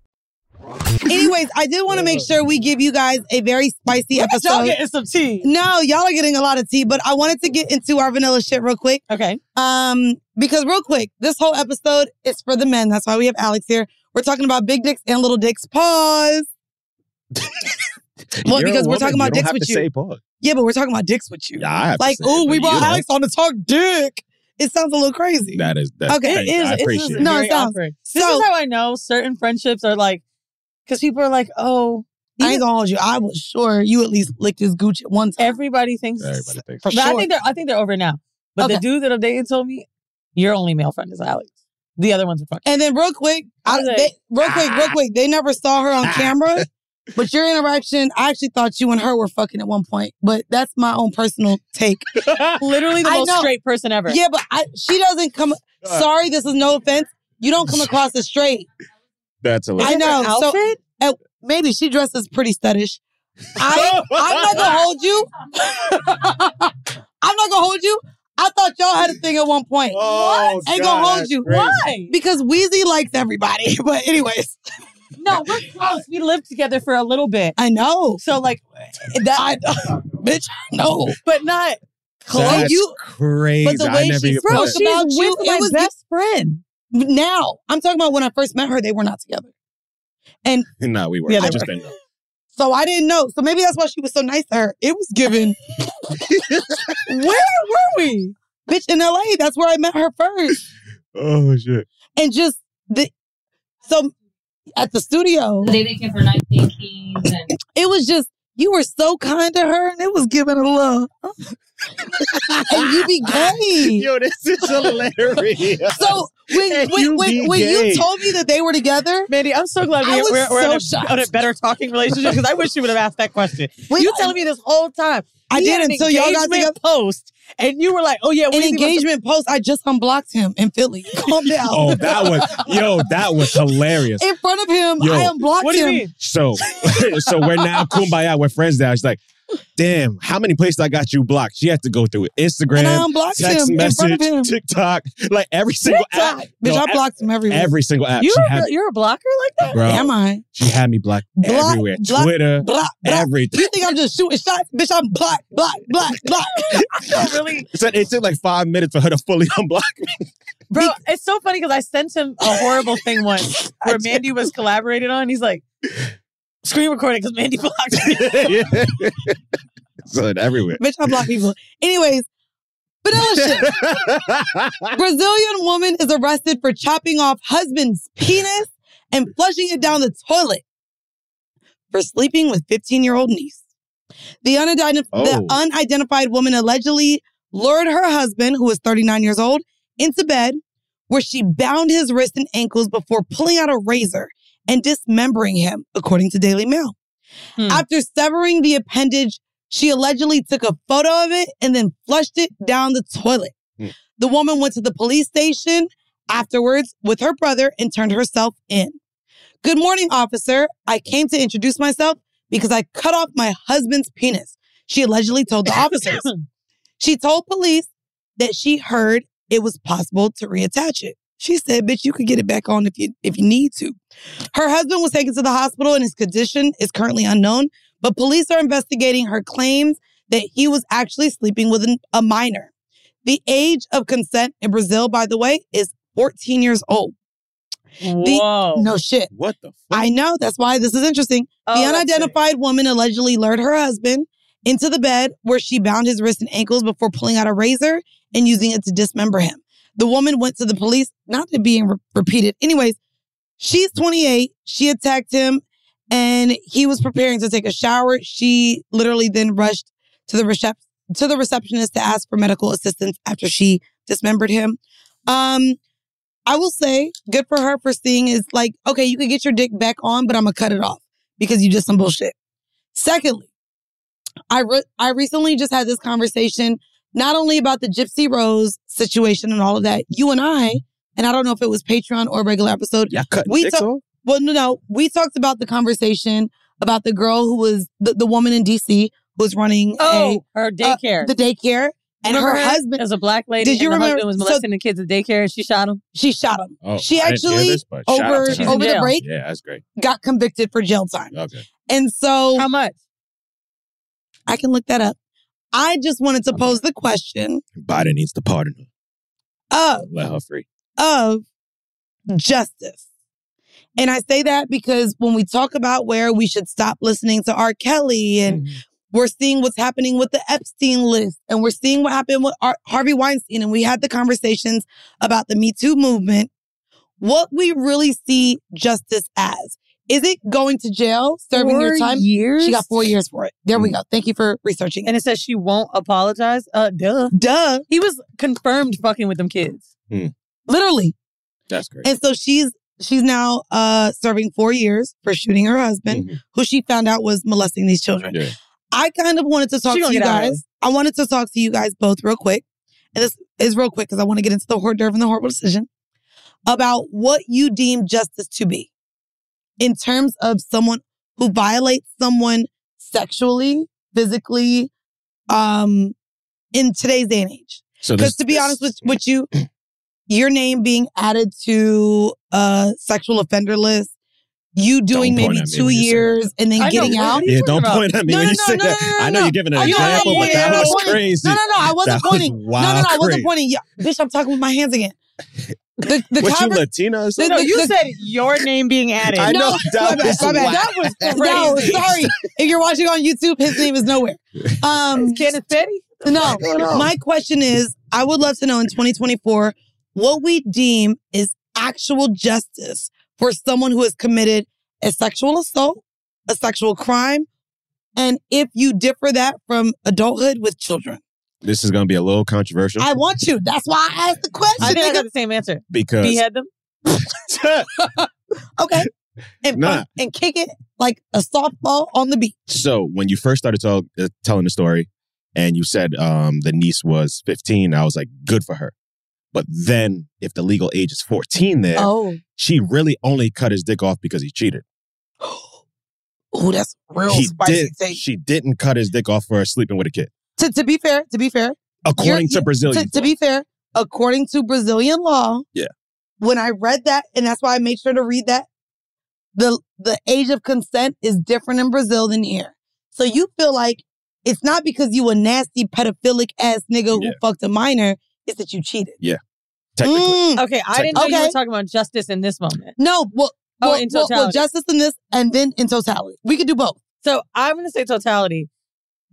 [SPEAKER 3] [laughs]
[SPEAKER 2] Anyways, I did want to make sure we give you guys a very spicy
[SPEAKER 3] Look at
[SPEAKER 2] episode.
[SPEAKER 3] y'all getting some tea.
[SPEAKER 2] No, y'all are getting a lot of tea, but I wanted to get into our vanilla shit real quick.
[SPEAKER 3] Okay.
[SPEAKER 2] Um, because real quick, this whole episode is for the men. That's why we have Alex here. We're talking about big dicks and little dicks.
[SPEAKER 4] [laughs]
[SPEAKER 2] Pause. well,
[SPEAKER 4] You're a
[SPEAKER 2] because we're
[SPEAKER 4] woman,
[SPEAKER 2] talking
[SPEAKER 4] you
[SPEAKER 2] about
[SPEAKER 4] don't
[SPEAKER 2] dicks
[SPEAKER 4] have
[SPEAKER 2] with
[SPEAKER 4] to
[SPEAKER 2] you.
[SPEAKER 4] say pause.
[SPEAKER 2] Yeah, but we're talking about dicks with you.
[SPEAKER 4] Yeah, I have to
[SPEAKER 2] like,
[SPEAKER 4] say it,
[SPEAKER 2] ooh,
[SPEAKER 4] but
[SPEAKER 2] we
[SPEAKER 4] you
[SPEAKER 2] brought
[SPEAKER 4] don't.
[SPEAKER 2] Alex on to talk dick. It sounds a little crazy.
[SPEAKER 4] That is, that's
[SPEAKER 2] Okay, it
[SPEAKER 4] thank-
[SPEAKER 2] is-
[SPEAKER 4] I
[SPEAKER 2] it is-
[SPEAKER 4] appreciate it.
[SPEAKER 2] no,
[SPEAKER 3] Very
[SPEAKER 2] it sounds-
[SPEAKER 3] awkward. this is how I know certain friendships are like, because people are like, oh,
[SPEAKER 2] I ain't gonna hold you. I was sure you at least licked his gooch at one time.
[SPEAKER 3] Everybody thinks.
[SPEAKER 4] Everybody thinks.
[SPEAKER 2] For
[SPEAKER 3] But I
[SPEAKER 2] sure.
[SPEAKER 3] think they're I think they're over now. But the dude that I'm dating told me, your only male friend is Alex. The other ones were fucking.
[SPEAKER 2] And then real quick, I,
[SPEAKER 3] Okay.
[SPEAKER 2] they, real quick,
[SPEAKER 4] "Ah."
[SPEAKER 2] real quick, they never saw her on
[SPEAKER 4] [laughs]
[SPEAKER 2] camera. But your interaction, I actually thought you and her were fucking at one point. But that's my own personal take.
[SPEAKER 3] Literally the
[SPEAKER 2] I
[SPEAKER 3] most
[SPEAKER 2] know.
[SPEAKER 3] straight person ever.
[SPEAKER 2] Yeah, but I, she doesn't come.
[SPEAKER 5] Uh.
[SPEAKER 2] Sorry, this is no offense. You don't come across as straight.
[SPEAKER 4] That's a
[SPEAKER 2] I know. So uh, maybe she dresses pretty
[SPEAKER 5] [laughs]
[SPEAKER 2] studdish. I, I'm not gonna hold you. I'm not gonna hold you. I thought y'all had a thing at one point.
[SPEAKER 5] Oh,
[SPEAKER 2] Ain't
[SPEAKER 5] God,
[SPEAKER 2] gonna hold
[SPEAKER 5] that's
[SPEAKER 2] you.
[SPEAKER 5] crazy.
[SPEAKER 3] Why?
[SPEAKER 2] Because Wheezy likes everybody. [laughs] But anyways,
[SPEAKER 3] [laughs] No, we're close. We lived together for a little bit.
[SPEAKER 2] I know.
[SPEAKER 3] So like that
[SPEAKER 2] [laughs] bitch, no.
[SPEAKER 3] But not
[SPEAKER 2] That's
[SPEAKER 3] you
[SPEAKER 4] crazy.
[SPEAKER 2] But the way
[SPEAKER 4] I never
[SPEAKER 2] she
[SPEAKER 4] even
[SPEAKER 2] spoke
[SPEAKER 4] put it.
[SPEAKER 2] about
[SPEAKER 3] She's
[SPEAKER 2] you,
[SPEAKER 3] with
[SPEAKER 2] it
[SPEAKER 3] my
[SPEAKER 2] was
[SPEAKER 3] best friend.
[SPEAKER 2] Now I'm talking about when I first met her; they were not together,
[SPEAKER 4] [laughs]
[SPEAKER 2] and
[SPEAKER 4] no, we were.
[SPEAKER 2] Yeah,
[SPEAKER 4] I
[SPEAKER 2] they
[SPEAKER 4] just
[SPEAKER 2] were.
[SPEAKER 4] didn't know.
[SPEAKER 2] so I didn't know. So maybe that's why she was so nice to her. It was given. [laughs] where were we, bitch? In L.A. That's where I met her first,
[SPEAKER 4] [laughs] Oh shit.
[SPEAKER 2] and just the so at the studio.
[SPEAKER 11] The day they came for 19 keys and
[SPEAKER 2] It was just you were so kind to her, and it was giving a love. and you be gay.
[SPEAKER 5] Yo, this
[SPEAKER 2] [laughs]
[SPEAKER 5] is hilarious.
[SPEAKER 2] so when
[SPEAKER 5] And
[SPEAKER 2] when
[SPEAKER 5] you
[SPEAKER 2] you, when,
[SPEAKER 5] be
[SPEAKER 2] when you
[SPEAKER 5] gay.
[SPEAKER 2] told me that they were together,
[SPEAKER 3] Mandy, I'm so glad we,
[SPEAKER 2] I was
[SPEAKER 3] we're, we're
[SPEAKER 2] so
[SPEAKER 3] on,
[SPEAKER 2] shocked.
[SPEAKER 3] a, on a better talking relationship because I wish you would have asked that question. you telling me this whole time.
[SPEAKER 2] I
[SPEAKER 3] He
[SPEAKER 2] did
[SPEAKER 3] had an
[SPEAKER 2] until y'all got
[SPEAKER 3] engagement
[SPEAKER 2] together.
[SPEAKER 3] Post and you were like, "Oh yeah,
[SPEAKER 2] an engagement post." I just unblocked him in Philly. Calm down.
[SPEAKER 4] Oh, [laughs] that was [laughs] yo, that was hilarious.
[SPEAKER 2] in front of him.
[SPEAKER 4] Yo.
[SPEAKER 2] I unblocked
[SPEAKER 4] What do you
[SPEAKER 2] him.
[SPEAKER 4] mean? So, [laughs] so we're now kumbaya. We're friends now. She's like, damn, how many places I got you blocked? She had to go through it. Instagram,
[SPEAKER 2] And I unblocked
[SPEAKER 4] text
[SPEAKER 2] him in
[SPEAKER 4] message,
[SPEAKER 2] front of him.
[SPEAKER 4] TikTok, like every single
[SPEAKER 2] TikTok.
[SPEAKER 4] app.
[SPEAKER 2] Bitch, I
[SPEAKER 4] ev-
[SPEAKER 2] blocked him everywhere.
[SPEAKER 4] Every single app.
[SPEAKER 3] You're
[SPEAKER 4] she
[SPEAKER 3] a,
[SPEAKER 4] had,
[SPEAKER 3] you're a blocker like that.
[SPEAKER 4] bro,
[SPEAKER 2] Am I?
[SPEAKER 4] She had me blocked
[SPEAKER 2] Block,
[SPEAKER 4] everywhere.
[SPEAKER 2] block,
[SPEAKER 4] Twitter,
[SPEAKER 2] block, block.
[SPEAKER 4] everything.
[SPEAKER 2] You think I'm just shooting shots, bitch? I'm blocked, block, block, block. [laughs]
[SPEAKER 3] really,
[SPEAKER 4] So it took like five minutes for her to fully [laughs] unblock me.
[SPEAKER 3] bro. It's so funny because I sent him a horrible thing
[SPEAKER 2] [laughs]
[SPEAKER 3] once where Mandy was collaborated on. He's like, screen recording because Mandy [laughs] blocked
[SPEAKER 4] [laughs]
[SPEAKER 3] me.
[SPEAKER 4] So it everywhere.
[SPEAKER 2] bitch, I block people. Anyways, vanilla shit. Brazilian woman is arrested for chopping off husband's penis and flushing it down the toilet for sleeping with 15 year old niece. The, unidentified the
[SPEAKER 5] Oh.
[SPEAKER 2] unidentified woman allegedly lured her husband, who was 39 years old, into bed where she bound his wrists and ankles before pulling out a razor and dismembering him, according to Daily Mail. After severing the appendage, she allegedly took a photo of it and then flushed it down the toilet. The woman went to the police station afterwards with her brother and turned herself in. Good morning, officer. I came to introduce myself because I cut off my husband's penis. She allegedly told the officers. she told police that she heard it was possible to reattach it. She said, "Bitch, you could get it back on if you if you need to." Her husband was taken to the hospital and his condition is currently unknown, but police are investigating her claims that he was actually sleeping with an, a minor. The age of consent in Brazil, by the way, is 14 years old. The-
[SPEAKER 3] Whoa.
[SPEAKER 2] no shit.
[SPEAKER 4] Oh, What the
[SPEAKER 2] I know. That's why this is interesting.
[SPEAKER 3] Oh,
[SPEAKER 2] the unidentified woman allegedly lured her husband into the bed where she bound his wrists and ankles before pulling out a razor and using it to dismember him. The woman went to the police, not to being re- repeated. Anyways, she's 28. She attacked him and he was preparing to take a shower. She literally then rushed to the recep- to the receptionist to ask for medical assistance after she dismembered him. Um, I will say, good for her for seeing is like, okay, you can get your dick back on, but I'm gonna cut it off because you did some bullshit. Secondly, I re- I recently just had this conversation not only about the Gypsy Rose situation and all of that. You and I, and I don't know if it was Patreon or a regular episode.
[SPEAKER 4] Yeah, cut dicks
[SPEAKER 2] talked.
[SPEAKER 4] off?
[SPEAKER 2] Well, no, no, we talked about the conversation about the girl who was the, the woman in DC who was running
[SPEAKER 3] Oh,
[SPEAKER 2] a, uh,
[SPEAKER 3] her daycare.
[SPEAKER 2] the daycare, and
[SPEAKER 3] Remember
[SPEAKER 2] her, husband
[SPEAKER 3] as a black lady.
[SPEAKER 2] Did you
[SPEAKER 3] and the
[SPEAKER 2] remember?
[SPEAKER 3] husband was
[SPEAKER 2] so-
[SPEAKER 3] molesting the kids at daycare, and she shot him.
[SPEAKER 2] She shot him.
[SPEAKER 4] Oh,
[SPEAKER 2] she
[SPEAKER 4] I didn't hear
[SPEAKER 2] actually
[SPEAKER 4] this, but shout out
[SPEAKER 2] over
[SPEAKER 4] to her.
[SPEAKER 2] over the break
[SPEAKER 4] Yeah, that's great.
[SPEAKER 2] got convicted for jail time.
[SPEAKER 4] Okay.
[SPEAKER 2] And so
[SPEAKER 3] how much?
[SPEAKER 2] I can look that up. I just wanted to pose the question
[SPEAKER 4] Biden needs to pardon her.
[SPEAKER 2] of
[SPEAKER 4] Let her free.
[SPEAKER 2] of justice. And I say that because when we talk about where we should stop listening to R. Kelly and
[SPEAKER 4] Mm-hmm.
[SPEAKER 2] we're seeing what's happening with the Epstein list and we're seeing what happened with Ar- Harvey Weinstein and we had the conversations about the Me Too movement, what we really see justice as. Is it going to jail, serving your
[SPEAKER 3] Four
[SPEAKER 2] time?
[SPEAKER 3] years?
[SPEAKER 2] She got four years for it. There we go. Thank you for researching.
[SPEAKER 3] And it says she won't apologize. Uh, duh,
[SPEAKER 2] duh.
[SPEAKER 3] He was confirmed fucking with them kids.
[SPEAKER 2] Literally.
[SPEAKER 4] That's great.
[SPEAKER 2] And so she's she's now uh serving four years for shooting her husband, who she found out was molesting these children.
[SPEAKER 4] Mm-hmm. Yeah.
[SPEAKER 2] I kind of wanted to talk
[SPEAKER 3] She
[SPEAKER 2] to
[SPEAKER 3] gonna
[SPEAKER 2] you
[SPEAKER 3] get out.
[SPEAKER 2] guys. I wanted to talk to you guys both real quick. And this is real quick because I want to get into the hors d'oeuvre and the horrible decision about what you deem justice to be in terms of someone who violates someone sexually, physically, um, in today's day and age.
[SPEAKER 4] So
[SPEAKER 2] Because
[SPEAKER 4] this-
[SPEAKER 2] to be honest with, with you, your name being added to a sexual offender list, you doing
[SPEAKER 4] point
[SPEAKER 2] maybe
[SPEAKER 4] at me
[SPEAKER 2] two
[SPEAKER 4] when you say
[SPEAKER 2] years and then
[SPEAKER 4] I know,
[SPEAKER 2] getting
[SPEAKER 4] [laughs] what
[SPEAKER 2] out.
[SPEAKER 4] are you Yeah, talking don't about? point at me
[SPEAKER 2] No,
[SPEAKER 4] when
[SPEAKER 2] no,
[SPEAKER 4] you
[SPEAKER 2] no,
[SPEAKER 4] say
[SPEAKER 2] no,
[SPEAKER 4] that.
[SPEAKER 2] no, no,
[SPEAKER 4] I know
[SPEAKER 2] no.
[SPEAKER 4] you're giving an
[SPEAKER 2] I know, I
[SPEAKER 4] example,
[SPEAKER 2] know,
[SPEAKER 4] but
[SPEAKER 2] yeah,
[SPEAKER 4] that
[SPEAKER 2] I
[SPEAKER 4] was
[SPEAKER 2] pointing.
[SPEAKER 4] crazy.
[SPEAKER 2] No, no, no,
[SPEAKER 4] [laughs]
[SPEAKER 2] I wasn't
[SPEAKER 4] That was
[SPEAKER 2] pointing. no, no, no, I
[SPEAKER 4] wild
[SPEAKER 2] wasn't
[SPEAKER 4] crazy.
[SPEAKER 2] pointing. Yeah, bitch, I'm talking with my hands again. The, the
[SPEAKER 4] What, you
[SPEAKER 2] conver-
[SPEAKER 4] Latina or
[SPEAKER 2] the-
[SPEAKER 4] something?
[SPEAKER 2] the-
[SPEAKER 3] you
[SPEAKER 2] the-
[SPEAKER 3] said your name being added.
[SPEAKER 2] I know,
[SPEAKER 4] that
[SPEAKER 2] my
[SPEAKER 4] was
[SPEAKER 2] bad, my bad.
[SPEAKER 4] wild.
[SPEAKER 2] That
[SPEAKER 4] [laughs]
[SPEAKER 2] was crazy. No, sorry. If you're watching on YouTube, his name is
[SPEAKER 4] [laughs]
[SPEAKER 2] nowhere. Um, Kenneth Petty? No.
[SPEAKER 3] I don't know.
[SPEAKER 2] My question is I would love to know in 2024 what we deem is actual justice for someone who has committed a sexual assault, a sexual crime, and if you differ that from adulthood with children.
[SPEAKER 4] This is going to be a little controversial
[SPEAKER 2] I want you. That's why I asked the question.
[SPEAKER 3] I think I got
[SPEAKER 2] the same answer.
[SPEAKER 4] because
[SPEAKER 3] them.
[SPEAKER 2] okay. And,
[SPEAKER 4] Nah.
[SPEAKER 2] and kick it like a softball on the beach.
[SPEAKER 4] So when you first started tell, uh, telling the story, and you said um, the niece was 15, I was like, good for her. But then, if the legal age is 14, there,
[SPEAKER 2] Oh.
[SPEAKER 4] she really only cut his dick off because he cheated.
[SPEAKER 2] Oh, that's real
[SPEAKER 4] he
[SPEAKER 2] spicy
[SPEAKER 4] did,
[SPEAKER 2] take.
[SPEAKER 4] She didn't cut his dick off for sleeping with a kid,
[SPEAKER 2] To, to be fair, to be fair.
[SPEAKER 4] according
[SPEAKER 2] you're-
[SPEAKER 4] to Brazilian.
[SPEAKER 2] To, Mm. to be fair, according to Brazilian law,
[SPEAKER 4] yeah,
[SPEAKER 2] when I read that, and that's why I made sure to read that, the the age of consent is different in Brazil than here. So you feel like it's not because you a nasty pedophilic ass nigga who fucked a minor, it's that you cheated.
[SPEAKER 4] yeah, technically.
[SPEAKER 3] Okay, I didn't know you
[SPEAKER 2] Mm. Okay.
[SPEAKER 3] were talking about justice in this moment.
[SPEAKER 2] No, well,
[SPEAKER 3] Oh,
[SPEAKER 2] well,
[SPEAKER 3] in
[SPEAKER 2] well, well,
[SPEAKER 3] totality.
[SPEAKER 2] justice in this and then in totality. We could do both.
[SPEAKER 3] So I'm going to say totality.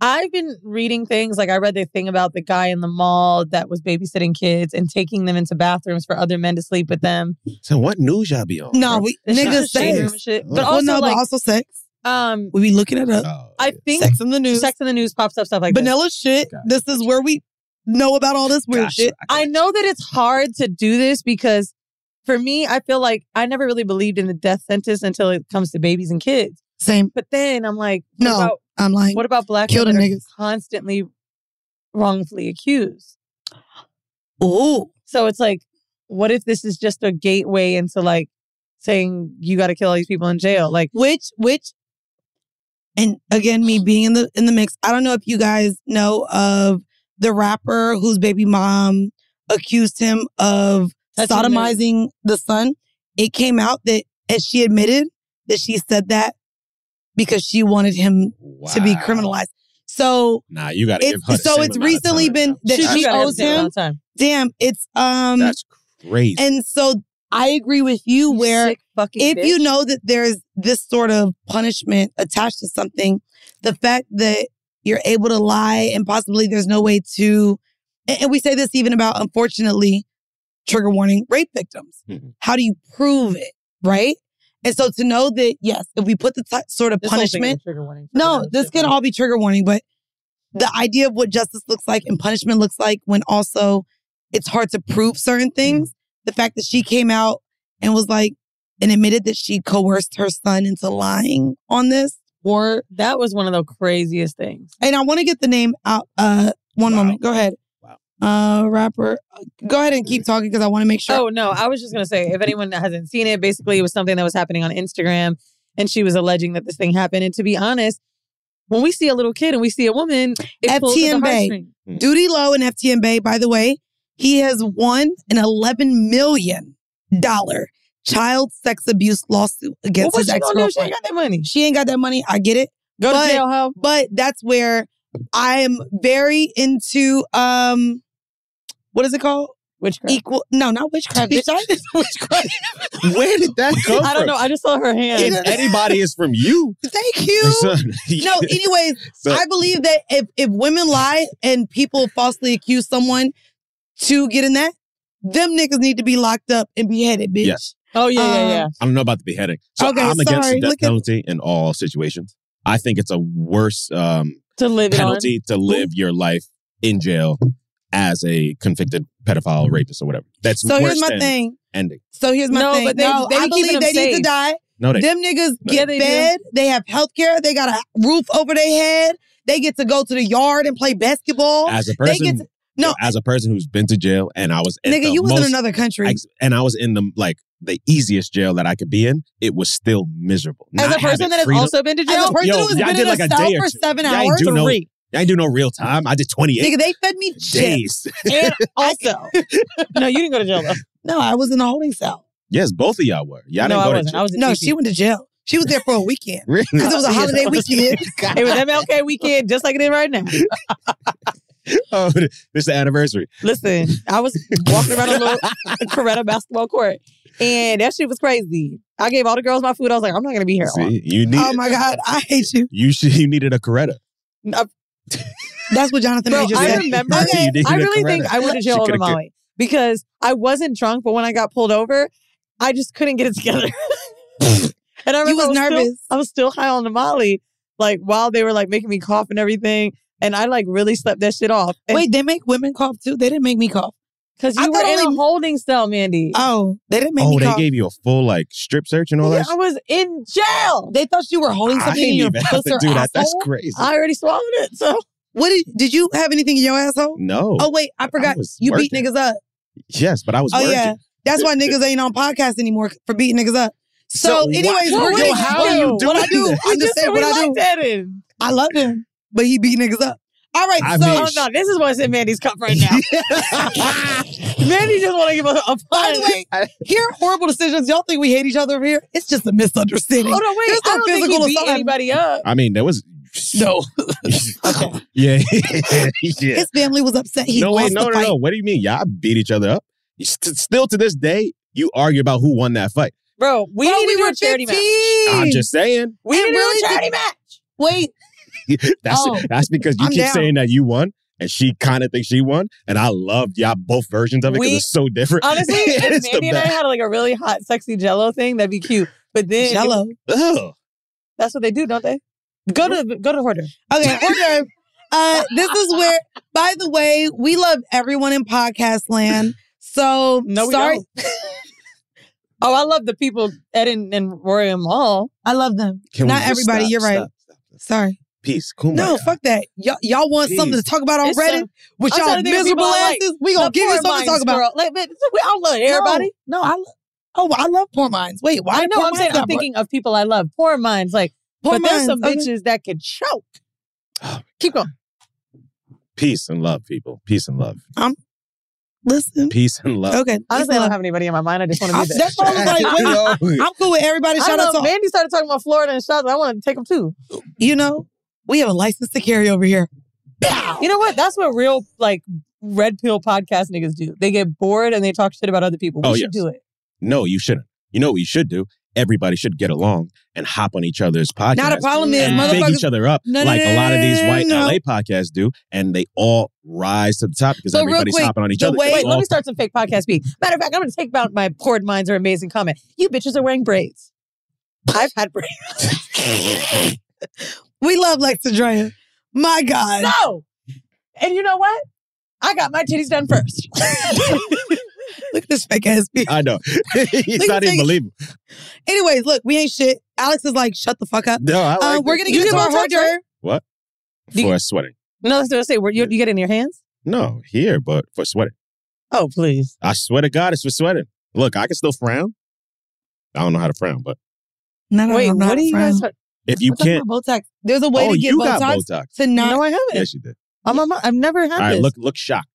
[SPEAKER 3] I've been reading things like I read the thing about the guy in the mall that was babysitting kids and taking them into bathrooms for other men to sleep with them.
[SPEAKER 4] So what news y'all be on?
[SPEAKER 2] No,
[SPEAKER 4] bro?
[SPEAKER 2] we niggas
[SPEAKER 3] Shade room and
[SPEAKER 2] sex.
[SPEAKER 3] shit. But
[SPEAKER 2] Well,
[SPEAKER 3] also,
[SPEAKER 2] no,
[SPEAKER 3] like-
[SPEAKER 2] but also sex.
[SPEAKER 3] Um,
[SPEAKER 2] We be looking it up.
[SPEAKER 4] Oh,
[SPEAKER 3] I think
[SPEAKER 2] Sex in the news.
[SPEAKER 3] Sex in the news pops up stuff like
[SPEAKER 2] Vanilla shit. This is where we know about all this weird shit.
[SPEAKER 3] I know that it's hard to do this because for me, I feel like I never really believed in the death sentence until it comes to babies and kids.
[SPEAKER 2] Same.
[SPEAKER 3] But then I'm like, what
[SPEAKER 2] No,
[SPEAKER 3] about,
[SPEAKER 2] I'm lying.
[SPEAKER 3] What about black
[SPEAKER 2] Kill the
[SPEAKER 3] women that are
[SPEAKER 2] niggas.
[SPEAKER 3] constantly wrongfully accused?
[SPEAKER 2] Oh,
[SPEAKER 3] so it's like, what if this is just a gateway into like saying you got to kill all these people in jail? Like,
[SPEAKER 2] which which and again me being in the in the mix i don't know if you guys know of the rapper whose baby mom accused him of
[SPEAKER 3] Touching
[SPEAKER 2] sodomizing the son it came out that as she admitted that she said that because she wanted him to be criminalized so
[SPEAKER 4] Nah, you gotta give her the
[SPEAKER 2] so
[SPEAKER 4] same
[SPEAKER 2] it's
[SPEAKER 4] amount of
[SPEAKER 2] recently
[SPEAKER 4] time.
[SPEAKER 2] been that
[SPEAKER 3] She-
[SPEAKER 2] she,
[SPEAKER 3] she gotta have
[SPEAKER 2] owes
[SPEAKER 3] the same amount
[SPEAKER 2] him
[SPEAKER 3] of time.
[SPEAKER 2] damn it's um
[SPEAKER 4] That's crazy.
[SPEAKER 2] and so I agree with you, where
[SPEAKER 3] sick fucking
[SPEAKER 2] if you
[SPEAKER 3] bitch.
[SPEAKER 2] know that there's this sort of punishment attached to something, the fact that you're able to lie and possibly there's no way to, and, and we say this even about, unfortunately, trigger warning, rape victims.
[SPEAKER 3] Mm-hmm.
[SPEAKER 2] How do you prove it? Right? And so to know that, yes, if we put the t- sort of
[SPEAKER 3] This whole thing is
[SPEAKER 2] punishment,
[SPEAKER 3] trigger warning for
[SPEAKER 2] no, this can all be trigger warning, but the idea of what justice looks like and punishment looks like when also it's hard to prove
[SPEAKER 3] Mm-hmm.
[SPEAKER 2] certain things. The fact that she came out and was like, and admitted that she coerced her son into lying on this, or
[SPEAKER 3] that was one of the craziest things.
[SPEAKER 2] And I want to get the name out. Uh, one moment. Go ahead. Wow. Uh, rapper. Go ahead and keep talking because I want to make sure.
[SPEAKER 3] Oh no, I was just gonna say if anyone hasn't seen it, basically it was something that was happening on Instagram, and she was alleging that this thing happened. And to be honest, when we see a little kid and we see a woman, it pulls at the
[SPEAKER 2] FTN Bay.
[SPEAKER 3] heartstring.
[SPEAKER 2] Duty Low and FTN Bay, by the way, he has won an $11 million child sex abuse lawsuit against
[SPEAKER 3] Well, what
[SPEAKER 2] his
[SPEAKER 3] she
[SPEAKER 2] ex
[SPEAKER 3] gonna do?
[SPEAKER 2] girlfriend.
[SPEAKER 3] She ain't got that money.
[SPEAKER 2] She ain't got that money. I get it.
[SPEAKER 3] Go to
[SPEAKER 2] but,
[SPEAKER 3] jail, hoe.
[SPEAKER 2] But that's where I am very into um, what is it called?
[SPEAKER 3] Witchcraft.
[SPEAKER 2] Equal? No, not witchcraft. bitch. I-
[SPEAKER 4] [laughs]
[SPEAKER 2] witchcraft.
[SPEAKER 4] Where did that come
[SPEAKER 2] I don't
[SPEAKER 4] from?
[SPEAKER 2] know. I just saw her hand.
[SPEAKER 4] If anybody is from you. [laughs]
[SPEAKER 2] Thank you.
[SPEAKER 4] Son,
[SPEAKER 2] no, anyways,
[SPEAKER 4] So-
[SPEAKER 2] I believe that if if women lie and people falsely accuse someone to get in that, them niggas need to be locked up and beheaded, bitch.
[SPEAKER 4] Yes.
[SPEAKER 3] Oh
[SPEAKER 2] um,
[SPEAKER 4] I don't know about the beheading. So
[SPEAKER 2] Okay,
[SPEAKER 4] I'm against
[SPEAKER 2] sorry,
[SPEAKER 4] the death
[SPEAKER 2] look at-
[SPEAKER 4] penalty in all situations. I think it's a worse um,
[SPEAKER 3] To live it on.
[SPEAKER 4] penalty to live your life in jail as a convicted pedophile, rapist, or whatever. That's
[SPEAKER 2] Mm-hmm. So here's
[SPEAKER 4] worse
[SPEAKER 2] my
[SPEAKER 4] than
[SPEAKER 2] thing.
[SPEAKER 4] Ending.
[SPEAKER 2] So here's my
[SPEAKER 3] No,
[SPEAKER 2] thing.
[SPEAKER 3] but they-
[SPEAKER 2] no,
[SPEAKER 3] they be
[SPEAKER 2] I
[SPEAKER 3] keeping
[SPEAKER 2] believe
[SPEAKER 3] them
[SPEAKER 2] they need to
[SPEAKER 3] safe.
[SPEAKER 2] die.
[SPEAKER 4] No, they-
[SPEAKER 2] them niggas
[SPEAKER 4] No,
[SPEAKER 2] get
[SPEAKER 4] they do.
[SPEAKER 2] fed. They have health care. They got a roof over their head. They get to go to the yard and play basketball.
[SPEAKER 4] As a
[SPEAKER 2] they get
[SPEAKER 4] person,
[SPEAKER 2] to, no,
[SPEAKER 4] as a person who's been to jail, and I was at
[SPEAKER 2] nigga,
[SPEAKER 4] the
[SPEAKER 2] you was in
[SPEAKER 4] most-
[SPEAKER 2] another country.
[SPEAKER 4] ex- and I was in the like the easiest jail that I could be in. It was still miserable.
[SPEAKER 2] As a
[SPEAKER 4] Not having
[SPEAKER 2] person that has
[SPEAKER 4] freedom-
[SPEAKER 2] also been to jail, as a person
[SPEAKER 4] Yo,
[SPEAKER 2] who has
[SPEAKER 4] yeah, I
[SPEAKER 2] been
[SPEAKER 4] did
[SPEAKER 2] in
[SPEAKER 4] like
[SPEAKER 2] a
[SPEAKER 4] a
[SPEAKER 2] cell
[SPEAKER 4] day or
[SPEAKER 2] for
[SPEAKER 4] two.
[SPEAKER 2] seven
[SPEAKER 4] Yeah, I
[SPEAKER 2] hours,
[SPEAKER 4] ain't do no, I ain't do no real time. I did twenty
[SPEAKER 2] nigga,
[SPEAKER 4] eight
[SPEAKER 2] they fed me chips.
[SPEAKER 4] days.
[SPEAKER 2] [laughs] And
[SPEAKER 3] also, no, you didn't go
[SPEAKER 2] [laughs]
[SPEAKER 3] to jail though.
[SPEAKER 2] No, I was in a holding cell.
[SPEAKER 4] Yes, both of y'all were. Y'all
[SPEAKER 3] No,
[SPEAKER 4] didn't
[SPEAKER 3] I
[SPEAKER 4] go
[SPEAKER 3] wasn't.
[SPEAKER 4] to
[SPEAKER 3] I was in
[SPEAKER 2] no,
[SPEAKER 3] TP.
[SPEAKER 2] she went to jail. She was there for a weekend
[SPEAKER 4] Really?
[SPEAKER 3] [laughs]
[SPEAKER 2] because it was a
[SPEAKER 3] Yeah.
[SPEAKER 2] holiday weekend.
[SPEAKER 3] [laughs] it was MLK weekend, just like it is right now.
[SPEAKER 4] [laughs] oh, this is the anniversary.
[SPEAKER 3] Listen, I was walking around
[SPEAKER 2] [laughs]
[SPEAKER 3] a little Coretta basketball court, and that shit was crazy. I gave all the girls my food. I was like, I'm not gonna be here. long.
[SPEAKER 4] See, you need.
[SPEAKER 2] oh my god, I hate you.
[SPEAKER 4] You should, you needed a Coretta.
[SPEAKER 3] No,
[SPEAKER 2] That's what Jonathan
[SPEAKER 3] Bro,
[SPEAKER 2] Majors
[SPEAKER 3] I
[SPEAKER 2] said.
[SPEAKER 3] remember.
[SPEAKER 4] You
[SPEAKER 3] I
[SPEAKER 4] did get
[SPEAKER 3] really
[SPEAKER 4] Coretta.
[SPEAKER 2] [laughs]
[SPEAKER 3] think I went to
[SPEAKER 4] She
[SPEAKER 3] jail over
[SPEAKER 4] coulda
[SPEAKER 3] Molly because I wasn't drunk, but when I got pulled over, I just couldn't get it together. [laughs] and I remember
[SPEAKER 2] You was
[SPEAKER 3] I still-
[SPEAKER 2] nervous.
[SPEAKER 3] I was still high on the Molly, like while they were like making me cough and everything, and I like really slept that shit off. And
[SPEAKER 2] Wait, they make women cough too. They didn't make me cough.
[SPEAKER 3] Because you
[SPEAKER 2] I
[SPEAKER 3] were
[SPEAKER 2] thought
[SPEAKER 3] in
[SPEAKER 2] only-
[SPEAKER 3] a holding cell, Mandy.
[SPEAKER 2] Oh, they didn't make
[SPEAKER 4] Oh,
[SPEAKER 2] me
[SPEAKER 4] they
[SPEAKER 2] cough.
[SPEAKER 4] gave you a full like strip search and all
[SPEAKER 3] Yeah,
[SPEAKER 4] that.
[SPEAKER 3] I was in jail.
[SPEAKER 2] they thought you were holding
[SPEAKER 4] I
[SPEAKER 2] something in
[SPEAKER 4] didn't
[SPEAKER 2] your
[SPEAKER 4] even have to
[SPEAKER 2] pussy or
[SPEAKER 4] do that. That's
[SPEAKER 2] asshole?
[SPEAKER 4] crazy.
[SPEAKER 3] I already swallowed it. So
[SPEAKER 2] What did, did you have anything in your asshole?
[SPEAKER 4] No.
[SPEAKER 2] Oh wait, I forgot.
[SPEAKER 4] was
[SPEAKER 2] you beat
[SPEAKER 4] working.
[SPEAKER 2] niggas up.
[SPEAKER 4] Yes, but I was
[SPEAKER 2] Oh
[SPEAKER 4] working.
[SPEAKER 2] yeah, that's why niggas ain't on podcast anymore for beating niggas up. So,
[SPEAKER 4] So why-
[SPEAKER 2] anyways,
[SPEAKER 4] Yo,
[SPEAKER 2] what do
[SPEAKER 4] how are you
[SPEAKER 2] What I
[SPEAKER 4] doing
[SPEAKER 2] do?
[SPEAKER 4] that?
[SPEAKER 2] I just say what I do.
[SPEAKER 3] That in.
[SPEAKER 2] I love him, but he beat niggas up. All right,
[SPEAKER 4] I
[SPEAKER 2] so
[SPEAKER 4] mean,
[SPEAKER 3] Oh no, this is what's in Mandy's cup right
[SPEAKER 4] [laughs]
[SPEAKER 3] now. Mandy just want to give us a
[SPEAKER 2] by the
[SPEAKER 3] pun.
[SPEAKER 2] way, here are horrible decisions. Y'all think we hate each other over here? It's just a misunderstanding. [laughs]
[SPEAKER 3] Hold on, wait.
[SPEAKER 2] There's no
[SPEAKER 3] I don't think
[SPEAKER 2] physical
[SPEAKER 3] he beat
[SPEAKER 2] assault.
[SPEAKER 3] anybody up.
[SPEAKER 4] I mean, there was
[SPEAKER 2] No,
[SPEAKER 4] yeah, [laughs] yeah.
[SPEAKER 2] his family was upset. He
[SPEAKER 4] no,
[SPEAKER 2] lost
[SPEAKER 4] wait, no,
[SPEAKER 2] the
[SPEAKER 4] no,
[SPEAKER 2] fight.
[SPEAKER 4] no. What do you mean? Y'all beat each other up. You st- still to this day, you argue about who won that fight.
[SPEAKER 3] Bro, we
[SPEAKER 2] Bro,
[SPEAKER 3] need to
[SPEAKER 2] we
[SPEAKER 3] do
[SPEAKER 2] were
[SPEAKER 3] a charity match.
[SPEAKER 2] 15.
[SPEAKER 4] I'm just saying.
[SPEAKER 3] We
[SPEAKER 2] And
[SPEAKER 3] need to
[SPEAKER 2] really
[SPEAKER 3] do a charity
[SPEAKER 2] did-
[SPEAKER 3] match.
[SPEAKER 2] Wait,
[SPEAKER 4] That's
[SPEAKER 2] Oh.
[SPEAKER 4] that's because you
[SPEAKER 2] I'm
[SPEAKER 4] keep
[SPEAKER 2] down.
[SPEAKER 4] saying that you won, and she kind of thinks she won, and I love y'all both versions of it because
[SPEAKER 3] We-
[SPEAKER 4] it's so different. [laughs]
[SPEAKER 3] Honestly, if
[SPEAKER 4] It's the
[SPEAKER 3] Mandy and I
[SPEAKER 4] best.
[SPEAKER 3] had like a really hot, sexy Jello thing, that'd be cute. But then
[SPEAKER 2] Jello.
[SPEAKER 4] Ugh.
[SPEAKER 3] that's what they do, don't they? Go to go to hoarder.
[SPEAKER 2] Okay, order. uh, this is where. By the way, we love everyone in podcast land. So
[SPEAKER 3] No, we
[SPEAKER 2] sorry,
[SPEAKER 3] don't. [laughs] oh, I love the people Ed and, and Rory and Mall.
[SPEAKER 2] I love them.
[SPEAKER 4] Can we
[SPEAKER 2] Not
[SPEAKER 4] just
[SPEAKER 2] everybody.
[SPEAKER 4] stop,
[SPEAKER 2] you're right.
[SPEAKER 4] stop, stop, stop.
[SPEAKER 2] Sorry.
[SPEAKER 4] Peace. Kumbaya.
[SPEAKER 2] No, fuck that. Y'all, y'all want
[SPEAKER 4] Jeez.
[SPEAKER 2] something to talk about on
[SPEAKER 3] It's
[SPEAKER 2] Reddit
[SPEAKER 3] some-
[SPEAKER 2] with
[SPEAKER 3] I'm
[SPEAKER 2] y'all
[SPEAKER 3] trying to think of
[SPEAKER 2] miserable
[SPEAKER 3] people I like.
[SPEAKER 2] asses? We gonna
[SPEAKER 3] The
[SPEAKER 2] give you
[SPEAKER 3] Poor
[SPEAKER 2] something to
[SPEAKER 3] Minds
[SPEAKER 2] talk about.
[SPEAKER 3] girl. Like, man, we all love everybody.
[SPEAKER 2] No, no, I. lo- Oh, I love poor minds. Wait, why?
[SPEAKER 3] I know.
[SPEAKER 2] Poor
[SPEAKER 3] I'm saying
[SPEAKER 2] Minds
[SPEAKER 3] I'm
[SPEAKER 2] got brought-
[SPEAKER 3] thinking of people I love. Poor minds, like,
[SPEAKER 2] Poor
[SPEAKER 3] but there's some
[SPEAKER 2] Minds, okay.
[SPEAKER 3] bitches that could [sighs] choke. Keep going.
[SPEAKER 4] Peace and love, people. Peace and love.
[SPEAKER 2] Listen.
[SPEAKER 4] Peace and love.
[SPEAKER 2] Okay.
[SPEAKER 3] Honestly, I
[SPEAKER 2] listen.
[SPEAKER 3] don't have anybody in my mind. I just want to
[SPEAKER 2] I'm-
[SPEAKER 3] be there.
[SPEAKER 2] that's why I was like, wait,
[SPEAKER 4] [laughs]
[SPEAKER 3] [laughs]
[SPEAKER 2] I'm cool with everybody.
[SPEAKER 3] I
[SPEAKER 2] Shout out
[SPEAKER 3] know.
[SPEAKER 2] to
[SPEAKER 3] Mandy started talking about Florida and Charlotte. I want to take them too.
[SPEAKER 2] you know we have a license to carry over here.
[SPEAKER 3] You know what? That's what real like red pill podcast niggas do. They get bored and they talk shit about other people. We
[SPEAKER 4] Oh,
[SPEAKER 3] should
[SPEAKER 4] yes.
[SPEAKER 3] do it.
[SPEAKER 4] No, you shouldn't. You know what you should do? Everybody should get along and hop on each other's podcasts.
[SPEAKER 2] Now the problem is,
[SPEAKER 4] and big each
[SPEAKER 2] motherfuckers.
[SPEAKER 4] other up
[SPEAKER 2] No, no,
[SPEAKER 4] like
[SPEAKER 2] no,
[SPEAKER 4] a lot of
[SPEAKER 2] no,
[SPEAKER 4] these
[SPEAKER 2] no,
[SPEAKER 4] white
[SPEAKER 2] no.
[SPEAKER 4] LA podcasts do, and they all rise to the top because
[SPEAKER 2] But real
[SPEAKER 4] everybody's
[SPEAKER 2] quick,
[SPEAKER 4] hopping on each
[SPEAKER 2] the
[SPEAKER 4] other.
[SPEAKER 2] way-
[SPEAKER 4] They
[SPEAKER 3] Wait,
[SPEAKER 4] all-
[SPEAKER 3] let me start some fake podcast beat. Matter of fact, I'm going to take about my poured minds are amazing comment. You bitches are wearing braids. I've
[SPEAKER 2] [laughs]
[SPEAKER 3] had braids.
[SPEAKER 2] We love Lex Andrea. My God.
[SPEAKER 3] No. And you know what? I got my titties done first.
[SPEAKER 2] Look at this fake ass bitch.
[SPEAKER 4] I know. it's
[SPEAKER 2] at
[SPEAKER 4] not even
[SPEAKER 2] me.
[SPEAKER 4] believable.
[SPEAKER 2] Anyways, look, we ain't shit. Alex is like, shut the fuck up.
[SPEAKER 4] No, I
[SPEAKER 2] Uh,
[SPEAKER 4] like
[SPEAKER 2] we're
[SPEAKER 4] that.
[SPEAKER 2] gonna get into our hors d'oeuvre.
[SPEAKER 3] do you-
[SPEAKER 4] for sweating.
[SPEAKER 3] no, that's what I say. Where- You, you get it in your hands?
[SPEAKER 4] No, here, but for sweating.
[SPEAKER 3] Oh, please.
[SPEAKER 4] I swear to God, it's for sweating. Look, I can still frown. I don't know how to frown, but
[SPEAKER 2] No, no,
[SPEAKER 3] Wait,
[SPEAKER 2] no,
[SPEAKER 3] what
[SPEAKER 2] do
[SPEAKER 3] do you guys?
[SPEAKER 4] if
[SPEAKER 3] [laughs]
[SPEAKER 4] you
[SPEAKER 2] I'm talking
[SPEAKER 4] can't,
[SPEAKER 2] about Botox. There's a way
[SPEAKER 4] oh,
[SPEAKER 2] to get
[SPEAKER 4] you
[SPEAKER 2] Botox,
[SPEAKER 4] got Botox.
[SPEAKER 2] to not.
[SPEAKER 3] No, I haven't.
[SPEAKER 4] Yes, you did.
[SPEAKER 3] I'm, I'm, I've never had
[SPEAKER 4] All right,
[SPEAKER 3] this.
[SPEAKER 4] look, look shocked.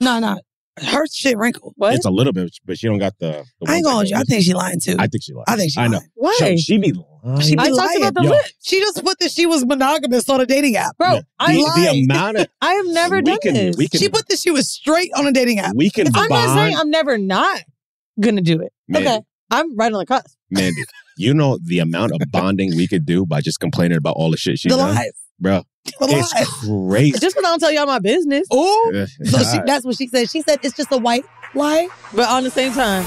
[SPEAKER 2] No, no. Her shit wrinkled.
[SPEAKER 3] what?
[SPEAKER 4] It's a little bit, but she don't got the. the
[SPEAKER 2] I ain't
[SPEAKER 4] ones that
[SPEAKER 2] gonna hold
[SPEAKER 4] go
[SPEAKER 2] you. I
[SPEAKER 4] with-
[SPEAKER 2] think she lying too.
[SPEAKER 4] I think she lied.
[SPEAKER 2] I think she
[SPEAKER 4] I know.
[SPEAKER 2] lying.
[SPEAKER 3] Why?
[SPEAKER 4] Yo, she be lying.
[SPEAKER 2] She be
[SPEAKER 3] I talked
[SPEAKER 2] lying.
[SPEAKER 3] about the
[SPEAKER 4] Yo,
[SPEAKER 3] lip.
[SPEAKER 2] She just put that she was monogamous on a dating app.
[SPEAKER 3] Bro,
[SPEAKER 4] the,
[SPEAKER 3] I
[SPEAKER 4] the,
[SPEAKER 3] lied.
[SPEAKER 4] the amount of
[SPEAKER 3] I have never
[SPEAKER 4] we
[SPEAKER 3] done
[SPEAKER 4] can-
[SPEAKER 3] this.
[SPEAKER 4] we can-
[SPEAKER 2] She put that she was straight on a dating app.
[SPEAKER 4] we can
[SPEAKER 3] I'm
[SPEAKER 4] bond,
[SPEAKER 3] not saying I'm never not gonna do it.
[SPEAKER 4] Mandy,
[SPEAKER 3] Okay, I'm right on the cusp.
[SPEAKER 4] Mandy, you know the amount of bonding we could do by just complaining about all the shit she
[SPEAKER 2] the
[SPEAKER 4] done,
[SPEAKER 2] lies.
[SPEAKER 4] bro.
[SPEAKER 2] The
[SPEAKER 4] It's
[SPEAKER 2] lies.
[SPEAKER 4] crazy.
[SPEAKER 3] Just because I don't tell y'all my business.
[SPEAKER 2] Oh,
[SPEAKER 4] [laughs]
[SPEAKER 2] so she,
[SPEAKER 4] God.
[SPEAKER 2] that's what she said. She said it's just a white lie.
[SPEAKER 3] But on the same time,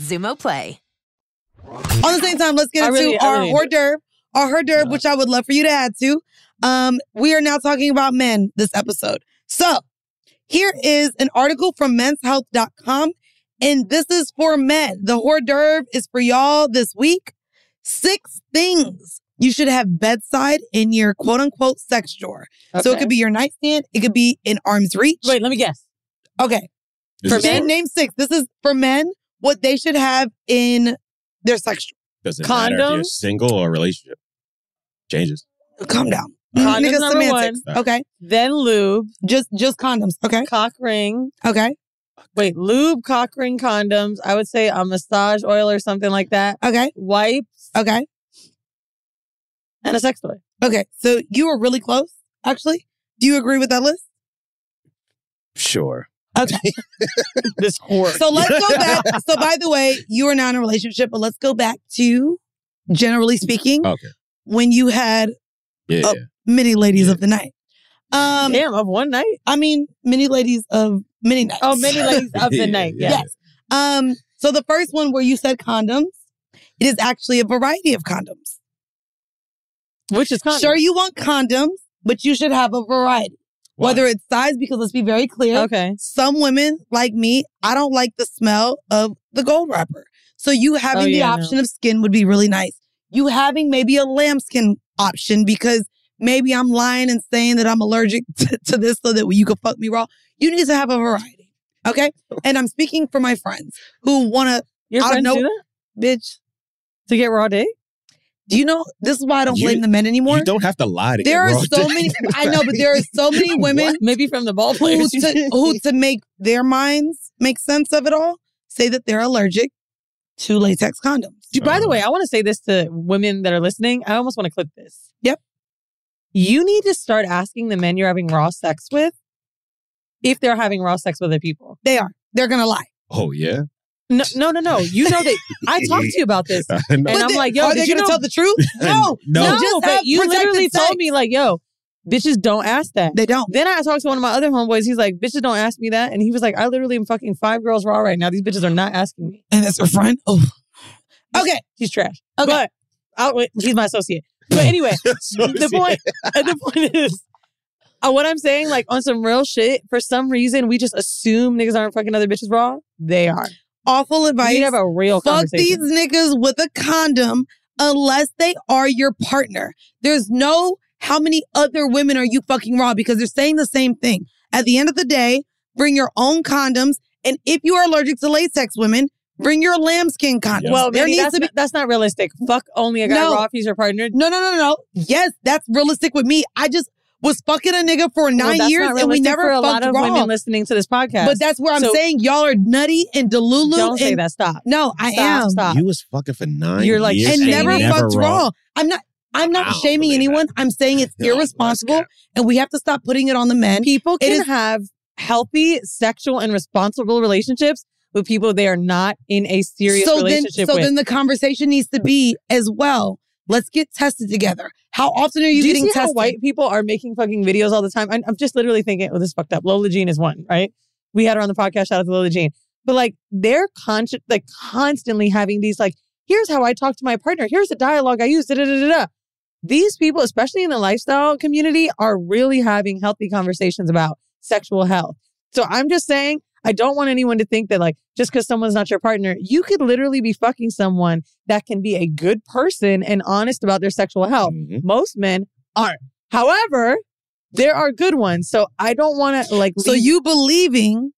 [SPEAKER 12] Zumo Play.
[SPEAKER 2] On the same time, let's get
[SPEAKER 12] I
[SPEAKER 2] into
[SPEAKER 12] really- I
[SPEAKER 2] our
[SPEAKER 12] really
[SPEAKER 2] hors
[SPEAKER 12] enjoy-
[SPEAKER 2] d'oeuvre, our hors d'oeuvre, which I would love for you to add to. Um, we are now talking about men this episode. So here is an article from menshealth.com, and this is for men. The hors d'oeuvre is for y'all this week. Six things you should have bedside in your quote unquote sex drawer. So it
[SPEAKER 3] Okay.
[SPEAKER 2] could be your nightstand, it could be in arm's reach. Wait, let me guess. Okay.
[SPEAKER 4] This
[SPEAKER 2] for
[SPEAKER 4] is
[SPEAKER 2] men,
[SPEAKER 4] for-
[SPEAKER 2] name six. This is for men, what they should have in their sex drawer.
[SPEAKER 4] Doesn't matter if you're single or relationship. Changes.
[SPEAKER 2] Calm down.
[SPEAKER 3] Condoms
[SPEAKER 2] Nigga
[SPEAKER 3] number
[SPEAKER 2] semantics.
[SPEAKER 3] one.
[SPEAKER 2] Okay.
[SPEAKER 3] Then lube.
[SPEAKER 2] Just just condoms. Okay.
[SPEAKER 3] Cock ring.
[SPEAKER 2] Okay.
[SPEAKER 3] Wait, lube, cock ring, condoms. I would say a massage oil or something like that.
[SPEAKER 2] Okay.
[SPEAKER 3] Wipes.
[SPEAKER 2] Okay.
[SPEAKER 3] And a sex toy.
[SPEAKER 2] Okay. So you were really close, actually. Do you agree with that list?
[SPEAKER 4] Sure.
[SPEAKER 2] Okay.
[SPEAKER 3] this whore.
[SPEAKER 2] So let's go back.
[SPEAKER 3] [laughs]
[SPEAKER 2] So by the way, you are now in a relationship, but let's go back to generally speaking,
[SPEAKER 4] Okay.
[SPEAKER 2] when you had
[SPEAKER 4] Yeah. [laughs]
[SPEAKER 2] uh, many ladies of the night. Um
[SPEAKER 3] Damn, of one night?
[SPEAKER 2] I mean many ladies of many nights.
[SPEAKER 3] Oh, many ladies of the Yeah, night, yeah. yes.
[SPEAKER 2] Yes. Um, so the first one where you said condoms, it is actually a variety of condoms.
[SPEAKER 3] Which is condoms.
[SPEAKER 2] Sure, you want condoms, but you should have a variety. Whether it's size, because let's be very clear.
[SPEAKER 3] Okay.
[SPEAKER 2] Some women like me, I don't like the smell of the gold wrapper. So you having
[SPEAKER 3] Oh,
[SPEAKER 2] the
[SPEAKER 3] yeah, no.
[SPEAKER 2] option of skin would be really nice. You having maybe a lambskin option because maybe I'm lying and saying that I'm allergic [laughs] to, to this so that you could fuck me raw. You need to have a variety. Okay. And I'm speaking for my friends who want to.
[SPEAKER 3] Your
[SPEAKER 2] I don't
[SPEAKER 3] friends
[SPEAKER 2] know,
[SPEAKER 3] do that?
[SPEAKER 2] bitch.
[SPEAKER 3] To get raw dick?
[SPEAKER 2] Do you know? This is why I don't
[SPEAKER 4] You-
[SPEAKER 2] blame the men anymore.
[SPEAKER 4] You don't have to lie to
[SPEAKER 2] There
[SPEAKER 4] get
[SPEAKER 2] are
[SPEAKER 4] raw
[SPEAKER 2] so
[SPEAKER 4] [laughs] dick.
[SPEAKER 2] many. I know, but there are so many women,
[SPEAKER 3] maybe from the ball
[SPEAKER 2] who
[SPEAKER 3] players.
[SPEAKER 2] to, who
[SPEAKER 3] [laughs]
[SPEAKER 2] to make their minds make sense of it all, say that they're allergic to latex condoms.
[SPEAKER 3] Dude, by the way, I want to say this to women that are listening. I almost want to clip this.
[SPEAKER 2] Yep.
[SPEAKER 3] You need to start asking the men you're having raw sex with if they're having raw sex with other people.
[SPEAKER 2] They are. They're gonna lie.
[SPEAKER 4] Oh yeah. [laughs]
[SPEAKER 3] No, no, no, no. You know
[SPEAKER 2] [laughs]
[SPEAKER 3] that I talked to you about this,
[SPEAKER 4] I
[SPEAKER 3] and
[SPEAKER 4] know.
[SPEAKER 3] I'm like, yo,
[SPEAKER 2] are
[SPEAKER 3] did
[SPEAKER 2] they
[SPEAKER 3] you
[SPEAKER 2] gonna
[SPEAKER 3] know-
[SPEAKER 2] tell the truth? [laughs] No,
[SPEAKER 4] No.
[SPEAKER 3] no,
[SPEAKER 2] Just have
[SPEAKER 3] but you
[SPEAKER 2] protected
[SPEAKER 3] literally
[SPEAKER 2] sex.
[SPEAKER 3] told me like, yo, Bitches don't ask that.
[SPEAKER 2] They don't.
[SPEAKER 3] Then I talked to one of my other homeboys. He's like, bitches don't ask me that. And he was like, I literally am fucking five girls raw right now. These bitches are not asking me.
[SPEAKER 2] And that's a friend? Oh.
[SPEAKER 3] Okay. He's trash. Okay. But I'll, wait, he's my associate. But
[SPEAKER 2] [laughs]
[SPEAKER 3] anyway, the point uh, the point is uh, what I'm saying, like on some real shit, for some reason we just assume niggas aren't fucking other bitches raw. They are.
[SPEAKER 2] Awful advice.
[SPEAKER 3] You have a real
[SPEAKER 2] Fuck these
[SPEAKER 3] conversation.
[SPEAKER 2] niggas with a condom unless they are your partner. There's no how many other women are you fucking raw because they're saying the same thing. At the end of the day, bring your own condoms. And if you are allergic to latex women, bring your lambskin condoms.
[SPEAKER 3] Well,
[SPEAKER 2] there
[SPEAKER 3] maybe
[SPEAKER 2] needs
[SPEAKER 3] that's
[SPEAKER 2] to be
[SPEAKER 3] not- that's not realistic. Fuck only a guy
[SPEAKER 2] No.
[SPEAKER 3] raw if he's your partner.
[SPEAKER 2] No, no, no, no, no. Yes, that's realistic with me. I just was fucking a nigga for
[SPEAKER 3] Well,
[SPEAKER 2] nine
[SPEAKER 3] that's
[SPEAKER 2] years
[SPEAKER 3] not
[SPEAKER 2] and we
[SPEAKER 3] realistic
[SPEAKER 2] never
[SPEAKER 3] for a
[SPEAKER 2] fucked
[SPEAKER 3] lot of
[SPEAKER 2] raw.
[SPEAKER 3] women listening to this podcast.
[SPEAKER 2] But that's where I'm
[SPEAKER 3] So-
[SPEAKER 2] saying y'all are nutty and delulu.
[SPEAKER 3] Don't say
[SPEAKER 2] and-
[SPEAKER 3] that. Stop.
[SPEAKER 2] No, I
[SPEAKER 3] Stop,
[SPEAKER 2] am.
[SPEAKER 3] stop.
[SPEAKER 4] You was fucking for nine.
[SPEAKER 3] You're like
[SPEAKER 4] years
[SPEAKER 2] and never
[SPEAKER 4] never
[SPEAKER 2] fucked
[SPEAKER 4] raw.
[SPEAKER 2] raw. I'm not. I'm not shaming anyone. I'm saying it's irresponsible, and we have to stop putting it on the men.
[SPEAKER 3] People
[SPEAKER 2] It
[SPEAKER 3] can
[SPEAKER 2] is-
[SPEAKER 3] have healthy sexual and responsible relationships with people they are not in a serious
[SPEAKER 2] so then,
[SPEAKER 3] relationship
[SPEAKER 2] so
[SPEAKER 3] with.
[SPEAKER 2] then the conversation needs to be as well. Let's get tested together. How often are you
[SPEAKER 3] Do you
[SPEAKER 2] getting
[SPEAKER 3] see
[SPEAKER 2] tested?
[SPEAKER 3] how white people are making fucking videos all the time? I'm, I'm just literally thinking, oh, this is fucked up. Lola Jean is one, right? We had her on the podcast. Shout out to Lola Jean. But like, they're conscious, like constantly having these, like, here's how I talk to my partner. Here's the dialogue I use. Da da da da. da. These people, especially in the lifestyle community, are really having healthy conversations about sexual health. So I'm just saying, I don't want anyone to think that, like, just because someone's not your partner, you could literally be fucking someone that can be a good person and honest about their sexual health. Most men aren't. However, there are good ones. So I don't want to, like,
[SPEAKER 2] So
[SPEAKER 3] leave-
[SPEAKER 2] you believing,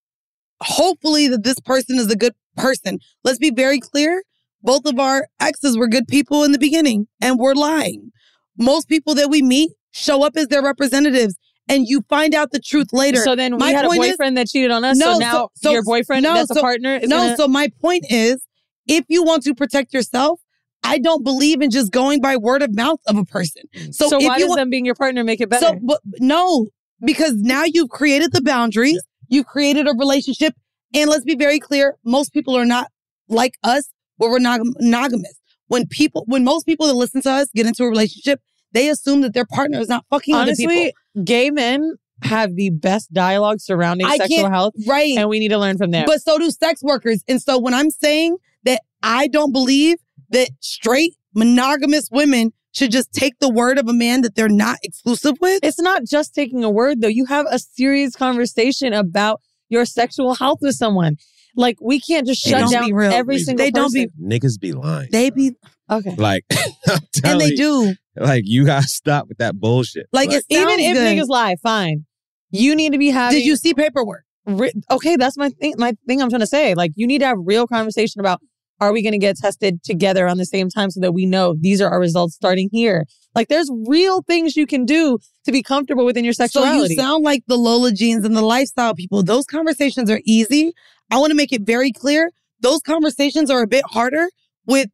[SPEAKER 2] hopefully, that this person is a good person. Let's be very clear. Both of our exes were good people in the beginning, and we're lying. Most people that we meet show up as their representatives, and you find out the truth later.
[SPEAKER 3] So then we
[SPEAKER 2] My
[SPEAKER 3] had a
[SPEAKER 2] point is-
[SPEAKER 3] boyfriend that cheated on us. so now your boyfriend that's a partner is
[SPEAKER 2] no,
[SPEAKER 3] gonna-
[SPEAKER 2] so my point is, if you want to protect yourself, I don't believe in just going by word of mouth of a person. So,
[SPEAKER 3] Mm. So
[SPEAKER 2] if
[SPEAKER 3] why
[SPEAKER 2] you
[SPEAKER 3] does
[SPEAKER 2] want,
[SPEAKER 3] them being your partner make it better?
[SPEAKER 2] So, but no, because now you've created the boundaries, you've created a relationship, and let's be very clear: most people are not like us, where we're nog- monogamous. When people, when most people that listen to us get into a relationship, they assume that their partner is not fucking other
[SPEAKER 3] honestly,
[SPEAKER 2] people.
[SPEAKER 3] gay men have the best dialogue surrounding
[SPEAKER 2] I
[SPEAKER 3] sexual
[SPEAKER 2] can't-
[SPEAKER 3] health.
[SPEAKER 2] right?
[SPEAKER 3] And we need to learn from there.
[SPEAKER 2] But so do sex workers. And so when I'm saying that I don't believe that straight monogamous women should just take the word of a man that they're not exclusive with,
[SPEAKER 3] it's not just taking a word though. You have a serious conversation about your sexual health with someone. Like we can't just
[SPEAKER 4] They
[SPEAKER 3] shut
[SPEAKER 4] don't
[SPEAKER 3] down
[SPEAKER 4] be real.
[SPEAKER 3] every single
[SPEAKER 2] They don't be-
[SPEAKER 3] person.
[SPEAKER 4] Niggas be lying.
[SPEAKER 2] they be
[SPEAKER 3] okay.
[SPEAKER 4] [laughs] Like, [laughs] I'm
[SPEAKER 2] [laughs] and they
[SPEAKER 4] telling you,
[SPEAKER 2] do.
[SPEAKER 4] Like, you gotta stop with that bullshit.
[SPEAKER 2] Like, it sounds
[SPEAKER 3] Even if
[SPEAKER 2] good.
[SPEAKER 3] niggas lie, fine. You need to be having
[SPEAKER 2] Did you see paperwork?
[SPEAKER 3] ri- okay, that's my thing. My thing I'm trying to say, like, you need to have real conversation about are we going to get tested together on the same time so that we know these are our results starting here. Like, there's real things you can do to be comfortable within your sexuality.
[SPEAKER 2] So you sound like the Lola jeans and the lifestyle people. Those conversations are easy. I want to make it very clear. Those conversations are a bit harder with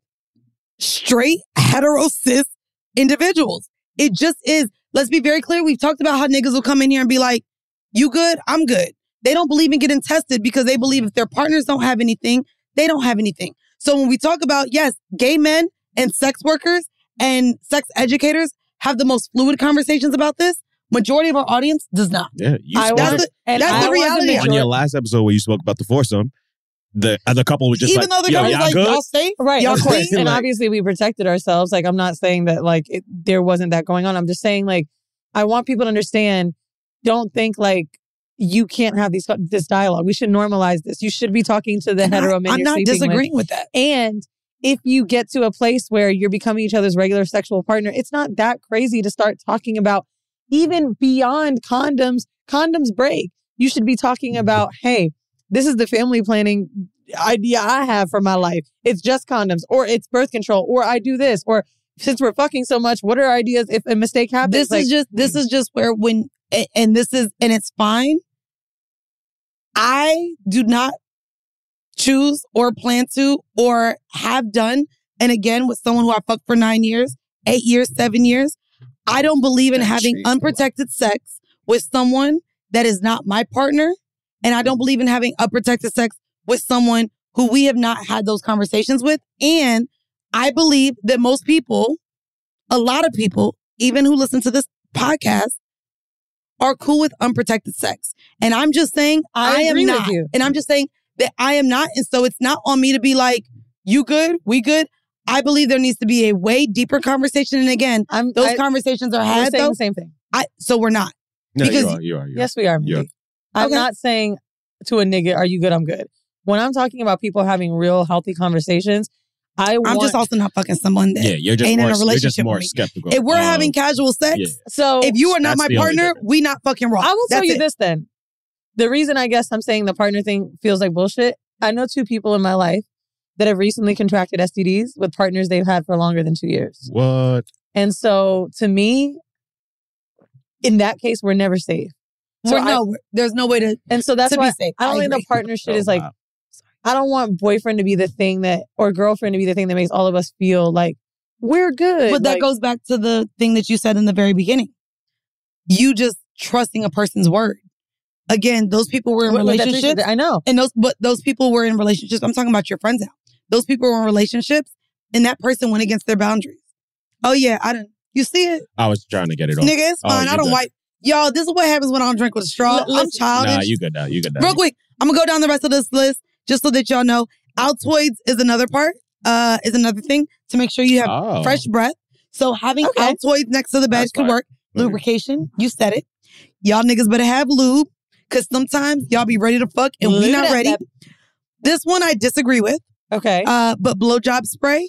[SPEAKER 2] straight hetero cis individuals. It just is. Let's be very clear. We've talked about how niggas will come in here and be like, "You good? I'm good." They don't believe in getting tested because they believe if their partners don't have anything, they don't have anything. So when we talk about yes, gay men and sex workers and sex educators have the most fluid conversations about this. Majority of our audience does not.
[SPEAKER 4] yeah, you
[SPEAKER 3] I
[SPEAKER 4] spoke
[SPEAKER 3] was-
[SPEAKER 2] That's the,
[SPEAKER 3] and
[SPEAKER 2] that's
[SPEAKER 3] I
[SPEAKER 2] the
[SPEAKER 3] was a
[SPEAKER 2] reality.
[SPEAKER 4] on your last episode where you spoke about the foursome. The other couple was just
[SPEAKER 2] Even
[SPEAKER 4] like,
[SPEAKER 2] though the
[SPEAKER 4] Yo,
[SPEAKER 2] guy was
[SPEAKER 4] y'all
[SPEAKER 2] like,
[SPEAKER 4] good?
[SPEAKER 2] y'all safe?
[SPEAKER 3] Right,
[SPEAKER 2] Y'all
[SPEAKER 3] of course.
[SPEAKER 2] clean?
[SPEAKER 3] And
[SPEAKER 4] Like-
[SPEAKER 3] obviously, we protected ourselves. Like, I'm not saying that like it, there wasn't that going on. I'm just saying like I want people to understand. Don't think like you can't have these this dialogue. We should normalize this. You should be talking to the
[SPEAKER 2] And I-
[SPEAKER 3] hetero men.
[SPEAKER 2] I'm
[SPEAKER 3] you're
[SPEAKER 2] not
[SPEAKER 3] sleeping with.
[SPEAKER 2] disagreeing with that.
[SPEAKER 3] And if you get to a place where you're becoming each other's regular sexual partner, it's not that crazy to start talking about even beyond condoms. Condoms break. You should be talking about, hey, this is the family planning idea I have for my life. It's just condoms, or it's birth control, or I do this, or since we're fucking so much, what are ideas if a mistake happens?
[SPEAKER 2] This
[SPEAKER 3] Like,
[SPEAKER 2] is just this is just where when a- and this is and it's fine. I do not choose or plan to or have done. And again, with someone who I fucked for nine years, eight years, seven years, I don't believe in having unprotected sex with someone that is not my partner. And I don't believe in having unprotected sex with someone who we have not had those conversations with. And I believe that most people, a lot of people, even who listen to this podcast, are cool with unprotected sex. And I'm just saying,
[SPEAKER 3] I
[SPEAKER 2] I,
[SPEAKER 3] agree
[SPEAKER 2] am
[SPEAKER 3] with
[SPEAKER 2] not.
[SPEAKER 3] you.
[SPEAKER 2] And I'm just saying that I am not. And so it's not on me to be like, you good? We good? I believe there needs to be a way deeper conversation. And again, those
[SPEAKER 3] I-
[SPEAKER 2] conversations are
[SPEAKER 3] We're
[SPEAKER 2] had
[SPEAKER 3] saying
[SPEAKER 2] though.
[SPEAKER 3] the same thing.
[SPEAKER 2] I, so we're not.
[SPEAKER 4] No,
[SPEAKER 2] Because-
[SPEAKER 4] you are. You are. You are.
[SPEAKER 3] Yes, we are.
[SPEAKER 4] You are.
[SPEAKER 3] I'm not saying to a nigga, "Are you good? I'm good." When I'm talking about people having real healthy conversations, I
[SPEAKER 2] I'm
[SPEAKER 3] want,
[SPEAKER 2] just also not fucking someone that
[SPEAKER 4] Yeah, you're just
[SPEAKER 2] ain't
[SPEAKER 4] more,
[SPEAKER 2] in a
[SPEAKER 4] you're just
[SPEAKER 2] relationship.
[SPEAKER 4] more
[SPEAKER 2] with me.
[SPEAKER 4] skeptical.
[SPEAKER 2] If we're
[SPEAKER 4] Um,
[SPEAKER 2] having casual sex,
[SPEAKER 4] yeah.
[SPEAKER 3] so
[SPEAKER 2] if you are not
[SPEAKER 4] That's
[SPEAKER 2] my
[SPEAKER 4] the only
[SPEAKER 2] partner, we not fucking rock.
[SPEAKER 3] I will tell
[SPEAKER 2] That's
[SPEAKER 3] you
[SPEAKER 2] it.
[SPEAKER 3] this then. The reason I guess I'm saying the partner thing feels like bullshit. I know two people in my life that have recently contracted STDs with partners they've had for longer than two years.
[SPEAKER 4] What?
[SPEAKER 3] And so to me, in that case, we're never safe. So
[SPEAKER 2] We're-
[SPEAKER 3] I-
[SPEAKER 2] no, there's no way to.
[SPEAKER 3] And so that's
[SPEAKER 2] to be
[SPEAKER 3] why
[SPEAKER 2] safe.
[SPEAKER 3] I don't
[SPEAKER 2] I
[SPEAKER 3] think the
[SPEAKER 2] agree.
[SPEAKER 3] partner shit
[SPEAKER 2] Oh,
[SPEAKER 3] is like,
[SPEAKER 2] wow.
[SPEAKER 3] I don't want boyfriend to be the thing that, or girlfriend to be the thing that makes all of us feel like we're good.
[SPEAKER 2] But that
[SPEAKER 3] like-
[SPEAKER 2] goes back to the thing that you said in the very beginning. You just trusting a person's word. Again, those people were in
[SPEAKER 3] Wait, wait, that's
[SPEAKER 2] relationships.
[SPEAKER 3] interesting. I know.
[SPEAKER 2] And those but those people were in relationships. I'm talking about your friends now. Those people were in relationships and that person went against their boundaries. Oh yeah, I didn't you see it?
[SPEAKER 4] I was trying to get it off.
[SPEAKER 2] Nigga, it's
[SPEAKER 4] Oh,
[SPEAKER 2] fine. I
[SPEAKER 4] you
[SPEAKER 2] don't
[SPEAKER 4] good.
[SPEAKER 2] wipe y'all, this is what happens when I don't drink with a straw.
[SPEAKER 4] L-
[SPEAKER 2] I'm
[SPEAKER 4] listen-
[SPEAKER 2] childish.
[SPEAKER 4] Um, Nah, you good now. You good now.
[SPEAKER 2] Real quick, I'm gonna go down the rest of this list just so that y'all know. Altoids is another part, uh, is another thing to make sure you have
[SPEAKER 4] Oh.
[SPEAKER 2] fresh breath. So having Altoids next to the bed could work. Lubrication, you said it. Y'all niggas better have lube, cause sometimes y'all be ready to fuck and we
[SPEAKER 3] Lube
[SPEAKER 2] not
[SPEAKER 3] that-
[SPEAKER 2] ready.
[SPEAKER 3] that-
[SPEAKER 2] This one I disagree with.
[SPEAKER 3] Okay.
[SPEAKER 2] Uh, but blowjob spray.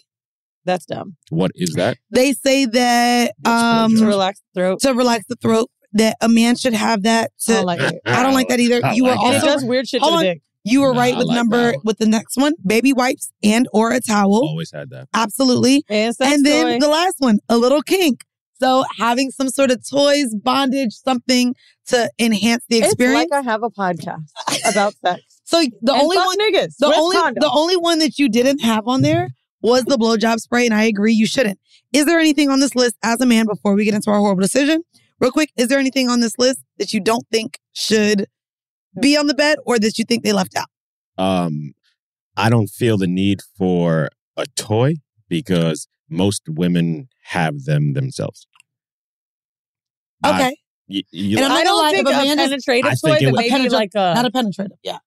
[SPEAKER 3] That's dumb.
[SPEAKER 4] What is that?
[SPEAKER 2] They say that um,
[SPEAKER 3] To relax the throat.
[SPEAKER 2] To relax the throat. That a man should have that. To,
[SPEAKER 3] I don't like it.
[SPEAKER 2] I don't like that either.
[SPEAKER 3] I
[SPEAKER 2] you
[SPEAKER 3] like
[SPEAKER 2] were
[SPEAKER 3] it.
[SPEAKER 2] also
[SPEAKER 3] It does weird shit to
[SPEAKER 2] Hold
[SPEAKER 3] the
[SPEAKER 2] on.
[SPEAKER 3] dick.
[SPEAKER 2] You were
[SPEAKER 3] Nah,
[SPEAKER 2] right
[SPEAKER 3] I
[SPEAKER 2] with
[SPEAKER 3] like
[SPEAKER 2] number with the next one, baby wipes and or a towel.
[SPEAKER 4] Always had
[SPEAKER 3] Oh.
[SPEAKER 4] that.
[SPEAKER 2] Absolutely.
[SPEAKER 3] And,
[SPEAKER 2] then
[SPEAKER 3] toy.
[SPEAKER 2] the last one, a little kink. So having some sort of toys, bondage, something to enhance the experience.
[SPEAKER 3] It's like I have a podcast about sex.
[SPEAKER 2] So the
[SPEAKER 3] And
[SPEAKER 2] only
[SPEAKER 3] fuck
[SPEAKER 2] one,
[SPEAKER 3] niggas
[SPEAKER 2] the
[SPEAKER 3] with
[SPEAKER 2] only,
[SPEAKER 3] condoms.
[SPEAKER 2] the only one that you didn't have on there was the blowjob spray, and I agree you shouldn't. Is there anything on this list as a man before we get into our horrible decision? Real quick, is there anything on this list that you don't think should be on the bed, or that you think they left out?
[SPEAKER 4] um, I don't feel the need for a toy because most women have them themselves.
[SPEAKER 2] Okay.
[SPEAKER 4] Y- you-
[SPEAKER 2] and I'm not
[SPEAKER 3] I
[SPEAKER 2] gonna
[SPEAKER 3] don't
[SPEAKER 2] lie, if
[SPEAKER 3] think a
[SPEAKER 2] man is-
[SPEAKER 3] penetrative
[SPEAKER 4] toy,
[SPEAKER 3] I
[SPEAKER 4] think it but would-
[SPEAKER 3] maybe like uh, a-
[SPEAKER 2] not a penetrative, yeah.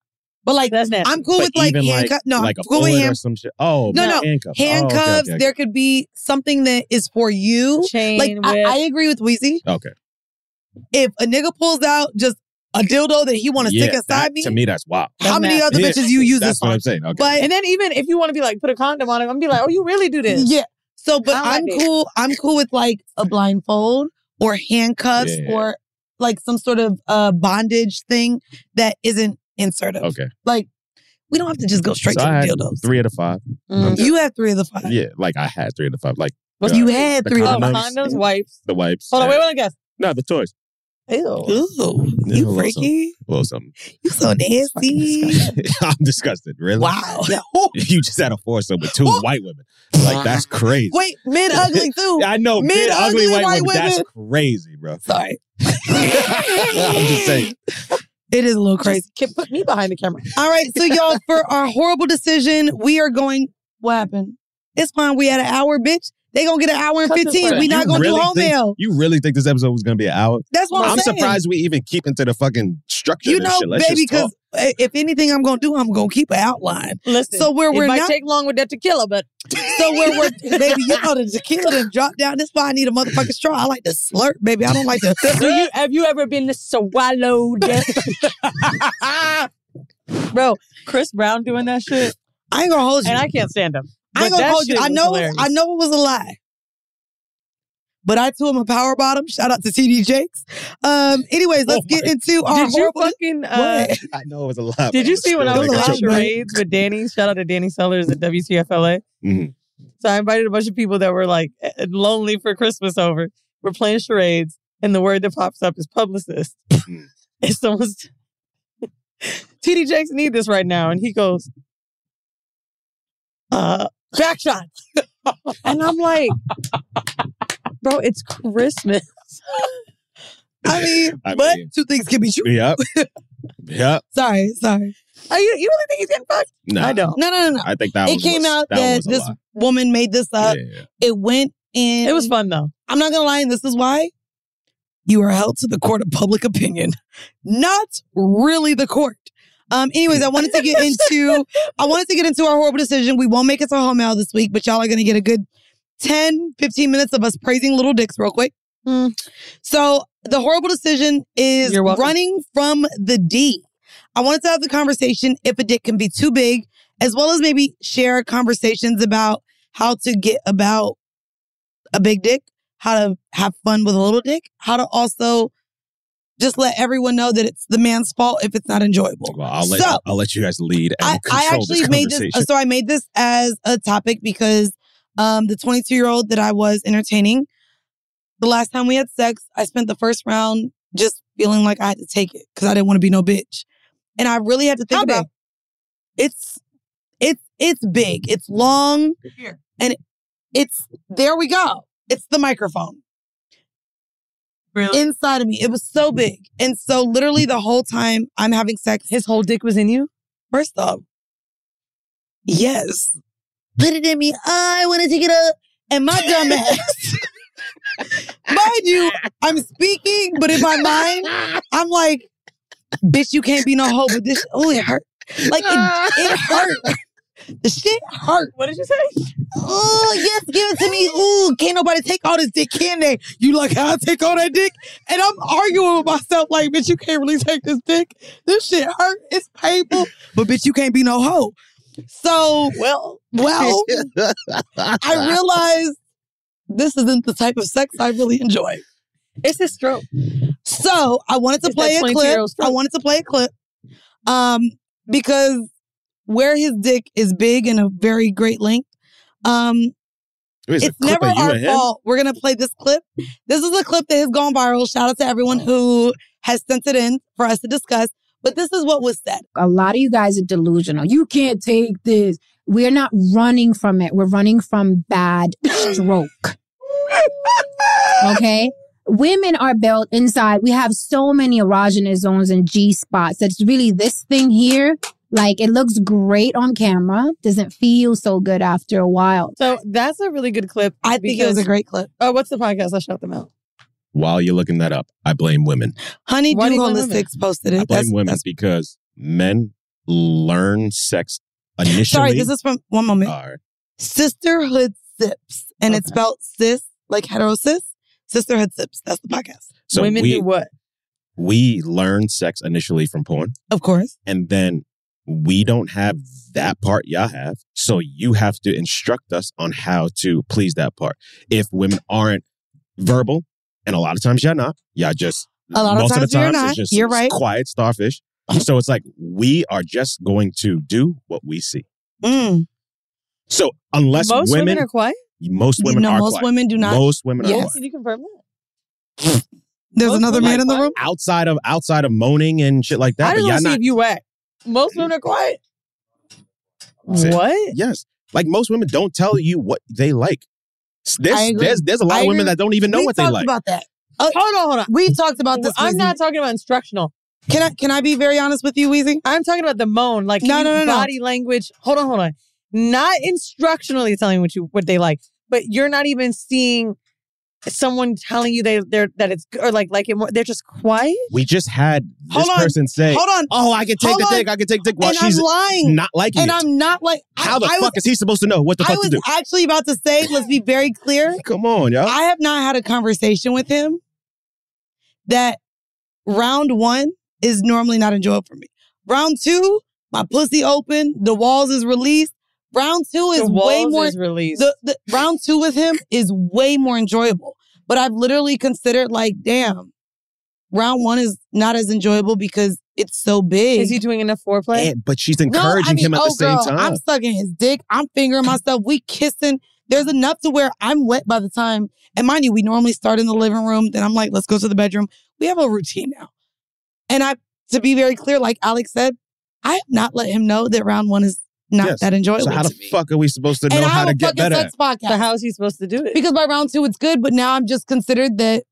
[SPEAKER 2] But like I'm cool
[SPEAKER 4] but
[SPEAKER 2] with like
[SPEAKER 4] even
[SPEAKER 2] handcuffs. no, I'm
[SPEAKER 4] like a
[SPEAKER 2] cool with
[SPEAKER 4] bullet
[SPEAKER 2] hand-
[SPEAKER 4] or some shit. Oh,
[SPEAKER 2] no, no,
[SPEAKER 4] handcuffs. Oh, okay,
[SPEAKER 2] handcuffs.
[SPEAKER 4] okay, okay.
[SPEAKER 2] There could be something that is for you.
[SPEAKER 3] Chain
[SPEAKER 2] like I,
[SPEAKER 3] whip.
[SPEAKER 2] I agree with Wheezy.
[SPEAKER 4] Okay.
[SPEAKER 2] If a nigga pulls out just a dildo that he want to stick
[SPEAKER 4] Yeah,
[SPEAKER 2] inside
[SPEAKER 4] that-
[SPEAKER 2] me,
[SPEAKER 4] To me, that's wild.
[SPEAKER 2] how many other
[SPEAKER 4] Yeah,
[SPEAKER 2] bitches you use
[SPEAKER 4] That's
[SPEAKER 2] this
[SPEAKER 4] what
[SPEAKER 2] on?
[SPEAKER 4] I'm saying. Okay.
[SPEAKER 2] But
[SPEAKER 3] and then even if you want to be like, put a condom on it, I'm gonna be like, oh, you really do this?
[SPEAKER 2] Yeah. So, but
[SPEAKER 3] I like
[SPEAKER 2] I'm
[SPEAKER 3] it.
[SPEAKER 2] cool. I'm cool with like a blindfold or handcuffs
[SPEAKER 4] Yeah.
[SPEAKER 2] or like some sort of uh bondage thing that isn't insertive.
[SPEAKER 4] Okay.
[SPEAKER 2] Like we don't have to just go straight
[SPEAKER 4] So
[SPEAKER 2] to
[SPEAKER 4] I had
[SPEAKER 2] the dildo.
[SPEAKER 4] Three out of five. I'm good.
[SPEAKER 2] You have three of the five.
[SPEAKER 4] Yeah, like I had three out of five. Like
[SPEAKER 2] What's-
[SPEAKER 4] the-
[SPEAKER 2] you had
[SPEAKER 4] the
[SPEAKER 2] three
[SPEAKER 3] Oh,
[SPEAKER 2] of
[SPEAKER 4] condoms,
[SPEAKER 3] condoms, wipes.
[SPEAKER 4] the wipes.
[SPEAKER 3] Hold on, wait,
[SPEAKER 4] and-
[SPEAKER 3] wait, guess.
[SPEAKER 4] No, the toys.
[SPEAKER 3] Ew.
[SPEAKER 2] Ooh,
[SPEAKER 4] Yeah, a
[SPEAKER 2] you
[SPEAKER 4] little
[SPEAKER 2] freaky.
[SPEAKER 4] something. A little
[SPEAKER 2] [laughs]
[SPEAKER 4] something.
[SPEAKER 2] You so nasty.
[SPEAKER 4] [laughs] I'm disgusted. Really?
[SPEAKER 2] Wow. [laughs]
[SPEAKER 4] [laughs] you just had a foursome with two white women. Like that's crazy.
[SPEAKER 2] Wait, men
[SPEAKER 4] [laughs]
[SPEAKER 2] ugly too.
[SPEAKER 4] I know
[SPEAKER 2] men, ugly, white, women.
[SPEAKER 4] That's crazy, bro. [laughs]
[SPEAKER 2] Sorry,
[SPEAKER 4] I'm
[SPEAKER 2] [laughs]
[SPEAKER 4] just saying.
[SPEAKER 2] it is a little crazy.
[SPEAKER 3] Can put me behind the camera.
[SPEAKER 2] All right, so [laughs] y'all, for our horrible decision, we are going. What happened? It's fine. We had an hour, bitch. They gonna get an hour and
[SPEAKER 3] Cut the
[SPEAKER 2] fifteen.
[SPEAKER 3] fuck
[SPEAKER 2] We not
[SPEAKER 4] You
[SPEAKER 2] gonna
[SPEAKER 4] really
[SPEAKER 2] do home
[SPEAKER 4] think,
[SPEAKER 2] mail.
[SPEAKER 4] You really think this episode was gonna be an hour?
[SPEAKER 2] That's what I'm saying.
[SPEAKER 4] surprised we even keep into the fucking structure.
[SPEAKER 2] You
[SPEAKER 4] of this
[SPEAKER 2] know,
[SPEAKER 4] shit. Let's
[SPEAKER 2] baby,
[SPEAKER 4] just talk.
[SPEAKER 2] because if anything, I'm gonna do, I'm gonna keep an outline.
[SPEAKER 3] Listen,
[SPEAKER 2] So where
[SPEAKER 3] it
[SPEAKER 2] we're
[SPEAKER 3] might
[SPEAKER 2] not,
[SPEAKER 3] take long with that tequila, but
[SPEAKER 2] [laughs] so where we're, baby, you know the tequila done drop down. That's why I need a motherfucking straw. I like to slurp, baby. I don't like to.
[SPEAKER 3] do you [laughs]
[SPEAKER 2] [laughs]
[SPEAKER 3] have you ever been swallowed? Bro, Chris Brown doing that shit,
[SPEAKER 2] I ain't gonna hold you.
[SPEAKER 3] and I can't stand him.
[SPEAKER 2] I ain't
[SPEAKER 3] But
[SPEAKER 2] gonna
[SPEAKER 3] that
[SPEAKER 2] hold you.
[SPEAKER 3] shit
[SPEAKER 2] I
[SPEAKER 3] was
[SPEAKER 2] know,
[SPEAKER 3] hilarious.
[SPEAKER 2] I know it was a lie. But I too am a power bottom. Shout out to TD Jakes. Um, anyways, let's get into our
[SPEAKER 3] Oh Did you
[SPEAKER 2] horrible-
[SPEAKER 3] fucking? Uh,
[SPEAKER 2] What?
[SPEAKER 4] I know it was a lot.
[SPEAKER 3] Did you see when I was
[SPEAKER 2] like a
[SPEAKER 3] on
[SPEAKER 2] joke.
[SPEAKER 3] charades with Danny? Shout out to Danny Sellers at WTFLA.
[SPEAKER 4] Mhm.
[SPEAKER 3] So I invited a bunch of people that were like eh, lonely for Christmas over. We're playing charades, and the word that pops up is publicist.
[SPEAKER 4] Mm-hmm.
[SPEAKER 3] [laughs] and someone's [laughs] TD Jakes need this right now, and he goes, "Uh, back shot," [laughs] and I'm like, "Bro, it's Christmas." [laughs]
[SPEAKER 2] I mean,
[SPEAKER 4] [laughs] I
[SPEAKER 2] but
[SPEAKER 4] mean-
[SPEAKER 2] two things can be true.
[SPEAKER 4] Yep.
[SPEAKER 2] [laughs]
[SPEAKER 4] Yep.
[SPEAKER 2] Sorry, sorry.
[SPEAKER 3] Are you you really think he's getting fucked?
[SPEAKER 4] No.
[SPEAKER 3] I don't.
[SPEAKER 2] No, no, no, no.
[SPEAKER 4] I think that
[SPEAKER 2] it
[SPEAKER 4] was-
[SPEAKER 2] came out
[SPEAKER 4] that,
[SPEAKER 2] that,
[SPEAKER 4] was a
[SPEAKER 2] this
[SPEAKER 4] lot.
[SPEAKER 2] woman made this up.
[SPEAKER 4] Yeah.
[SPEAKER 2] It went in.
[SPEAKER 3] It was fun though.
[SPEAKER 2] I'm not gonna lie, and this is why you are held to the court of public opinion, not really the court. Um, anyways, I wanted to
[SPEAKER 3] [laughs]
[SPEAKER 2] get into I wanted to get into our horrible decision. We won't make it to home mail this week, but y'all are gonna get a good 10, 15 minutes of us praising little dicks real quick. So the horrible decision is
[SPEAKER 3] Hmm. You're welcome.
[SPEAKER 2] running from the D. I wanted to have the conversation if a dick can be too big, as well as maybe share conversations about how to get about a big dick, how to have fun with a little dick, how to also just let everyone know that it's the man's fault if it's not enjoyable.
[SPEAKER 4] Well, I'll let
[SPEAKER 2] So-
[SPEAKER 4] I'll, I'll let you guys lead and
[SPEAKER 2] I
[SPEAKER 4] control
[SPEAKER 2] actually
[SPEAKER 4] this
[SPEAKER 2] made
[SPEAKER 4] conversation.
[SPEAKER 2] this. uh, So I made this as a topic because um, the 22 year old that I was entertaining, the last time we had sex, I spent the first round just feeling like I had to take it because I didn't want to be no bitch, and I really had to think about. It's it's it's big. It's long, and it's there. We go. It's the microphone. Inside of me. It was so big. And so literally the whole time I'm having sex. His whole dick was in you? First off, yes. Put it in me. I want to take it up. And my dumb ass. [laughs] Mind you, I'm speaking, but in my mind, I'm like, bitch, you can't be no hoe, but this, oh, it hurt. Like, it, it [laughs] hurt. The shit hurt. What did you say? Oh, yes, give it to me. Ooh, can't nobody take all this dick, can they? You like how I take all that dick? And I'm arguing with myself, like, bitch, you can't really take this dick. This shit hurt. It's painful. [laughs] But bitch, you can't be no hoe. So well, [laughs] well, I realized this isn't the type of sex I really enjoy. It's a stroke. So I wanted to
[SPEAKER 3] It's
[SPEAKER 2] play
[SPEAKER 3] that
[SPEAKER 2] a clip.
[SPEAKER 3] 22-year-old
[SPEAKER 2] I wanted to play a clip um, because where his dick is big and a very great length, um,
[SPEAKER 4] Wait, is it
[SPEAKER 2] it's
[SPEAKER 4] a clip
[SPEAKER 2] never
[SPEAKER 4] of you
[SPEAKER 2] our
[SPEAKER 4] and him?
[SPEAKER 2] fault. We're gonna play this clip. This is a clip that has gone viral. Shout out to
[SPEAKER 3] Oh.
[SPEAKER 2] everyone who has sent it in for us to discuss. But this is what was said.
[SPEAKER 13] A lot of you guys are delusional. You can't take this. We're not running from it. We're running from bad
[SPEAKER 3] [laughs]
[SPEAKER 13] stroke. Okay? Women are built inside. We have so many erogenous zones and G spots. That's really this thing here. Like it looks great on camera, doesn't feel so good after a while.
[SPEAKER 3] So that's a really good clip.
[SPEAKER 2] I think it was a great clip.
[SPEAKER 3] Oh, what's the podcast? I shout them out.
[SPEAKER 4] While you're looking that up, I blame women.
[SPEAKER 2] Honey
[SPEAKER 3] Why do
[SPEAKER 2] Dew
[SPEAKER 3] you blame women?
[SPEAKER 2] Holistics posted
[SPEAKER 4] I
[SPEAKER 2] it.
[SPEAKER 4] blame women because men learn sex initially.
[SPEAKER 2] Sorry, this is from one moment. Sisterhood Sips, and it's spelled sis like hetero sis. Sisterhood Sips. That's the podcast.
[SPEAKER 4] So Women we- do
[SPEAKER 2] what?
[SPEAKER 4] we learn sex initially from porn.
[SPEAKER 2] Of course.
[SPEAKER 4] And then we don't have that part y'all have. So you have to instruct us on how to please that part. If women aren't verbal, and a lot of times y'all not, y'all just
[SPEAKER 2] A lot of
[SPEAKER 4] most
[SPEAKER 2] times
[SPEAKER 4] of the
[SPEAKER 2] you're
[SPEAKER 4] times
[SPEAKER 2] not.
[SPEAKER 4] it's just
[SPEAKER 2] You're right.
[SPEAKER 4] quiet starfish. So it's like we are just going to do what we see.
[SPEAKER 2] Mm.
[SPEAKER 4] So unless
[SPEAKER 3] Most women are quiet?
[SPEAKER 4] Most women
[SPEAKER 3] No,
[SPEAKER 4] are
[SPEAKER 3] most
[SPEAKER 4] quiet.
[SPEAKER 3] women do not.
[SPEAKER 4] Most women are
[SPEAKER 3] Yes.
[SPEAKER 4] quiet.
[SPEAKER 3] Can you confirm that?
[SPEAKER 2] There's
[SPEAKER 3] another man in the
[SPEAKER 4] room outside of outside of moaning and shit like that.
[SPEAKER 3] I
[SPEAKER 4] but
[SPEAKER 3] don't
[SPEAKER 4] y'all
[SPEAKER 3] want to see
[SPEAKER 4] not-
[SPEAKER 3] if you whack. Most women are quiet.
[SPEAKER 4] Say-
[SPEAKER 3] What?
[SPEAKER 4] Yes. Like most women don't tell you what they like. S-
[SPEAKER 3] I
[SPEAKER 4] There's
[SPEAKER 3] agree.
[SPEAKER 4] there's, there's a lot
[SPEAKER 3] I
[SPEAKER 4] of women
[SPEAKER 3] agree.
[SPEAKER 4] that don't even know
[SPEAKER 3] We
[SPEAKER 4] what they
[SPEAKER 3] talked
[SPEAKER 4] like.
[SPEAKER 2] about that.
[SPEAKER 3] Uh,
[SPEAKER 2] hold on, hold on. We talked about this.
[SPEAKER 3] I'm not talking about instructional.
[SPEAKER 2] Can I can I be very honest with you, Weezy?
[SPEAKER 3] I'm talking about the moan, like
[SPEAKER 2] No,
[SPEAKER 3] you
[SPEAKER 2] no, no, no.
[SPEAKER 3] body language. Hold on, hold on. Not instructionally telling what you what they like, but you're not even seeing someone telling you they they're that it's or like like it more. They're just quiet.
[SPEAKER 4] We just had this
[SPEAKER 3] Hold on.
[SPEAKER 4] person say,
[SPEAKER 3] Hold on.
[SPEAKER 4] Oh, I can take
[SPEAKER 3] Hold
[SPEAKER 4] the
[SPEAKER 3] on.
[SPEAKER 4] dick. I can take dick. While
[SPEAKER 3] And I'm
[SPEAKER 4] she's
[SPEAKER 3] lying.
[SPEAKER 4] Not liking
[SPEAKER 2] and
[SPEAKER 4] it.
[SPEAKER 2] I'm not like I-
[SPEAKER 4] How the
[SPEAKER 2] I
[SPEAKER 4] fuck
[SPEAKER 2] was-
[SPEAKER 4] is he supposed to know what the
[SPEAKER 2] I
[SPEAKER 4] fuck to
[SPEAKER 2] was
[SPEAKER 4] do?
[SPEAKER 2] actually about to say, let's be very clear.
[SPEAKER 4] [laughs] Come on, y'all.
[SPEAKER 2] I have not had a conversation with him that round one is normally not enjoyable for me. Round two, my pussy open, the walls is released. Round two is
[SPEAKER 3] The
[SPEAKER 2] way
[SPEAKER 3] walls
[SPEAKER 2] more
[SPEAKER 3] is released.
[SPEAKER 2] The, the round two with him is way more enjoyable. But I've literally considered like, damn, round one is not as enjoyable because it's so big.
[SPEAKER 3] Is he doing enough foreplay?
[SPEAKER 4] And- but she's encouraging him at the same
[SPEAKER 2] oh, girl,
[SPEAKER 4] time.
[SPEAKER 2] I'm sucking his dick. I'm fingering myself. We kissing. There's enough to where I'm wet by the time. And mind you, we normally start in the living room. Then I'm like, let's go to the bedroom. We have a routine now. And I, to be very clear, like Alex said, I have not let him know that round one is not
[SPEAKER 4] Yes.
[SPEAKER 2] that enjoyable.
[SPEAKER 4] So how
[SPEAKER 2] to
[SPEAKER 4] the fuck are we supposed to
[SPEAKER 2] and
[SPEAKER 4] know
[SPEAKER 2] I
[SPEAKER 4] how
[SPEAKER 2] have
[SPEAKER 4] to
[SPEAKER 2] a
[SPEAKER 4] get
[SPEAKER 2] fucking
[SPEAKER 4] better?
[SPEAKER 2] sex podcast.
[SPEAKER 3] So how is he supposed to do it?
[SPEAKER 2] Because by round two it's good, but now I'm just considered that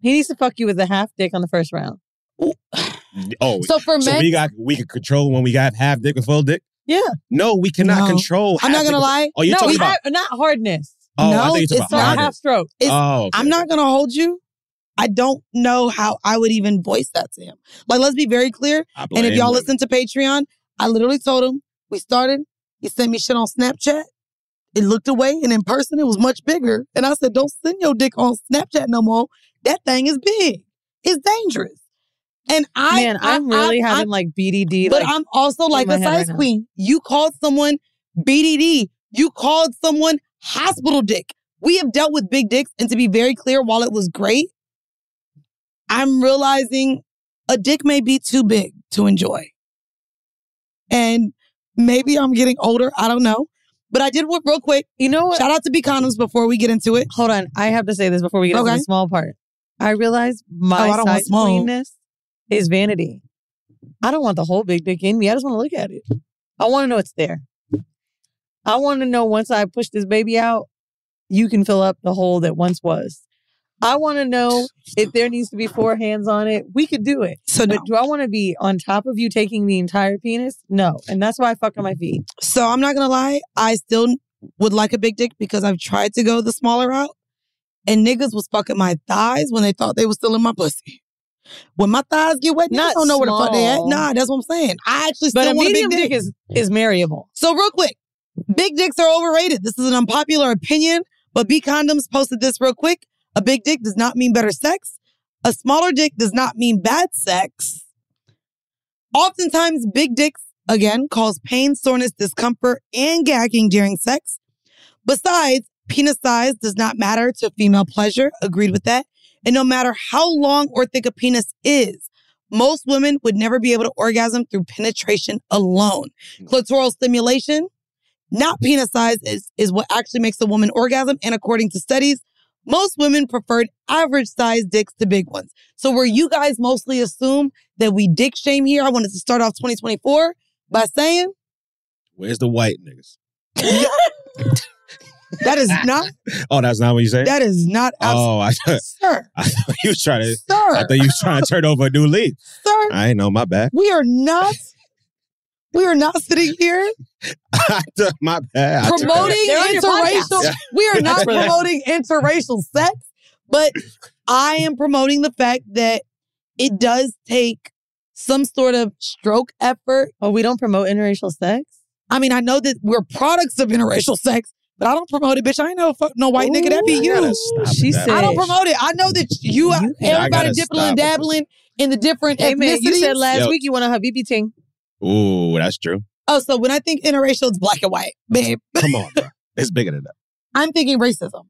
[SPEAKER 3] he needs to fuck you with a half dick on the first round.
[SPEAKER 4] Oh,
[SPEAKER 3] So for men-
[SPEAKER 4] we got we could control when we got half dick and full dick.
[SPEAKER 3] Yeah.
[SPEAKER 4] No, we cannot control.
[SPEAKER 3] I'm
[SPEAKER 4] half
[SPEAKER 3] not
[SPEAKER 4] dick
[SPEAKER 3] gonna
[SPEAKER 4] and-
[SPEAKER 3] lie.
[SPEAKER 4] Oh, you're
[SPEAKER 3] no,
[SPEAKER 4] talking
[SPEAKER 3] we
[SPEAKER 4] about
[SPEAKER 3] have- not hardness.
[SPEAKER 4] Oh, I No, thought you were talking it's about not. hardness.
[SPEAKER 3] half stroke.
[SPEAKER 4] Oh, okay.
[SPEAKER 2] I'm not gonna hold you.
[SPEAKER 4] Oh,
[SPEAKER 2] I'm not
[SPEAKER 4] okay.
[SPEAKER 2] gonna hold you. I don't know how I would even voice that to him. Like, let's be very clear. And if
[SPEAKER 4] blame
[SPEAKER 2] y'all
[SPEAKER 4] him.
[SPEAKER 2] listen to Patreon, I literally told him we started. He sent me shit on Snapchat. It looked away, and in person, it was much bigger. And I said, "Don't send your dick on Snapchat no more. That thing is big. It's dangerous." And I,
[SPEAKER 3] Man, I'm really having, like, BDD,
[SPEAKER 2] But
[SPEAKER 3] like,
[SPEAKER 2] I'm also
[SPEAKER 3] in
[SPEAKER 2] like
[SPEAKER 3] my
[SPEAKER 2] a
[SPEAKER 3] head right
[SPEAKER 2] size
[SPEAKER 3] now.
[SPEAKER 2] queen. You called someone BDD. You called someone hospital dick. We have dealt with big dicks, and to be very clear, while it was great, I'm realizing a dick may be too big to enjoy. And maybe I'm getting older. I don't know. But I did work real quick.
[SPEAKER 3] You know what?
[SPEAKER 2] Shout out to Be Condoms before we get into it.
[SPEAKER 3] Hold on. I have to say this before we get into the small part. I realize my
[SPEAKER 2] Oh, I don't want
[SPEAKER 3] size
[SPEAKER 2] small.
[SPEAKER 3] queenness is vanity. I don't want the whole big dick in me. I just want to look at it. I want to know it's there. I want to know once I push this baby out, you can fill up the hole that once was. I want to know if there needs to be four hands on it. We could do it.
[SPEAKER 2] So
[SPEAKER 3] but do I want to be on top of you taking the entire penis? No. And that's why I fuck on my feet.
[SPEAKER 2] So I'm not gonna lie, I still would like a big dick because I've tried to go the smaller route, and niggas was fucking my thighs when they thought they was still in my pussy. When my thighs get wet, niggas
[SPEAKER 3] Not
[SPEAKER 2] don't know where the fuck they at.
[SPEAKER 3] small.
[SPEAKER 2] Nah, that's what I'm saying. I actually
[SPEAKER 3] But
[SPEAKER 2] still
[SPEAKER 3] a
[SPEAKER 2] want
[SPEAKER 3] medium
[SPEAKER 2] a big
[SPEAKER 3] dick
[SPEAKER 2] dick.
[SPEAKER 3] is is marryable.
[SPEAKER 2] So real quick, big dicks are overrated. This is an unpopular opinion, but B condoms posted this real quick. A big dick does not mean better sex. A smaller dick does not mean bad sex. Oftentimes, big dicks, again, cause pain, soreness, discomfort, and gagging during sex. Besides, penis size does not matter to female pleasure. Agreed with that. And no matter how long or thick a penis is, most women would never be able to orgasm through penetration alone. Clitoral stimulation, not penis size, is, is what actually makes a woman orgasm. And according to studies, most women preferred average sized dicks to big ones. So where you guys mostly assume that we dick shame here, I wanted to start off 2024 by saying
[SPEAKER 4] Where's the white niggas?
[SPEAKER 2] that is
[SPEAKER 4] [laughs]
[SPEAKER 2] not
[SPEAKER 4] Oh, that's not what you saying?
[SPEAKER 2] that is not
[SPEAKER 4] Oh, I, [laughs]
[SPEAKER 2] Sir.
[SPEAKER 4] I thought you was trying to.
[SPEAKER 2] Sir.
[SPEAKER 4] I thought you was trying to turn over a new leaf.
[SPEAKER 2] Sir.
[SPEAKER 4] I ain't know. My bad. [laughs]
[SPEAKER 2] we are not we are not sitting
[SPEAKER 4] [laughs]
[SPEAKER 2] here
[SPEAKER 4] my bad. I took that.
[SPEAKER 2] promoting
[SPEAKER 3] They're on your
[SPEAKER 2] interracial.
[SPEAKER 3] podcast.
[SPEAKER 2] We are not
[SPEAKER 3] For that.
[SPEAKER 2] promoting interracial sex, but I am promoting the fact that it does take some sort of stroke effort.
[SPEAKER 3] Oh, we don't promote interracial sex.
[SPEAKER 2] I mean, I know that we're products of interracial sex, but I don't promote it, bitch. I ain't no fuck no white nigga. That be
[SPEAKER 3] Ooh, I
[SPEAKER 2] you.
[SPEAKER 3] gotta stop She that.
[SPEAKER 2] I don't
[SPEAKER 3] said-
[SPEAKER 2] promote it. I know that you,
[SPEAKER 4] I gotta
[SPEAKER 2] everybody dipping
[SPEAKER 4] stop it.
[SPEAKER 2] and dabbling in the different
[SPEAKER 3] Hey, man,
[SPEAKER 2] ethnicities.
[SPEAKER 3] you said last
[SPEAKER 4] Yo.
[SPEAKER 3] week you want a Habibi ting.
[SPEAKER 4] Ooh, that's true.
[SPEAKER 2] Oh, so when I think interracial, it's black and white, babe.
[SPEAKER 4] Come on, bro. It's bigger than that.
[SPEAKER 2] I'm thinking racism.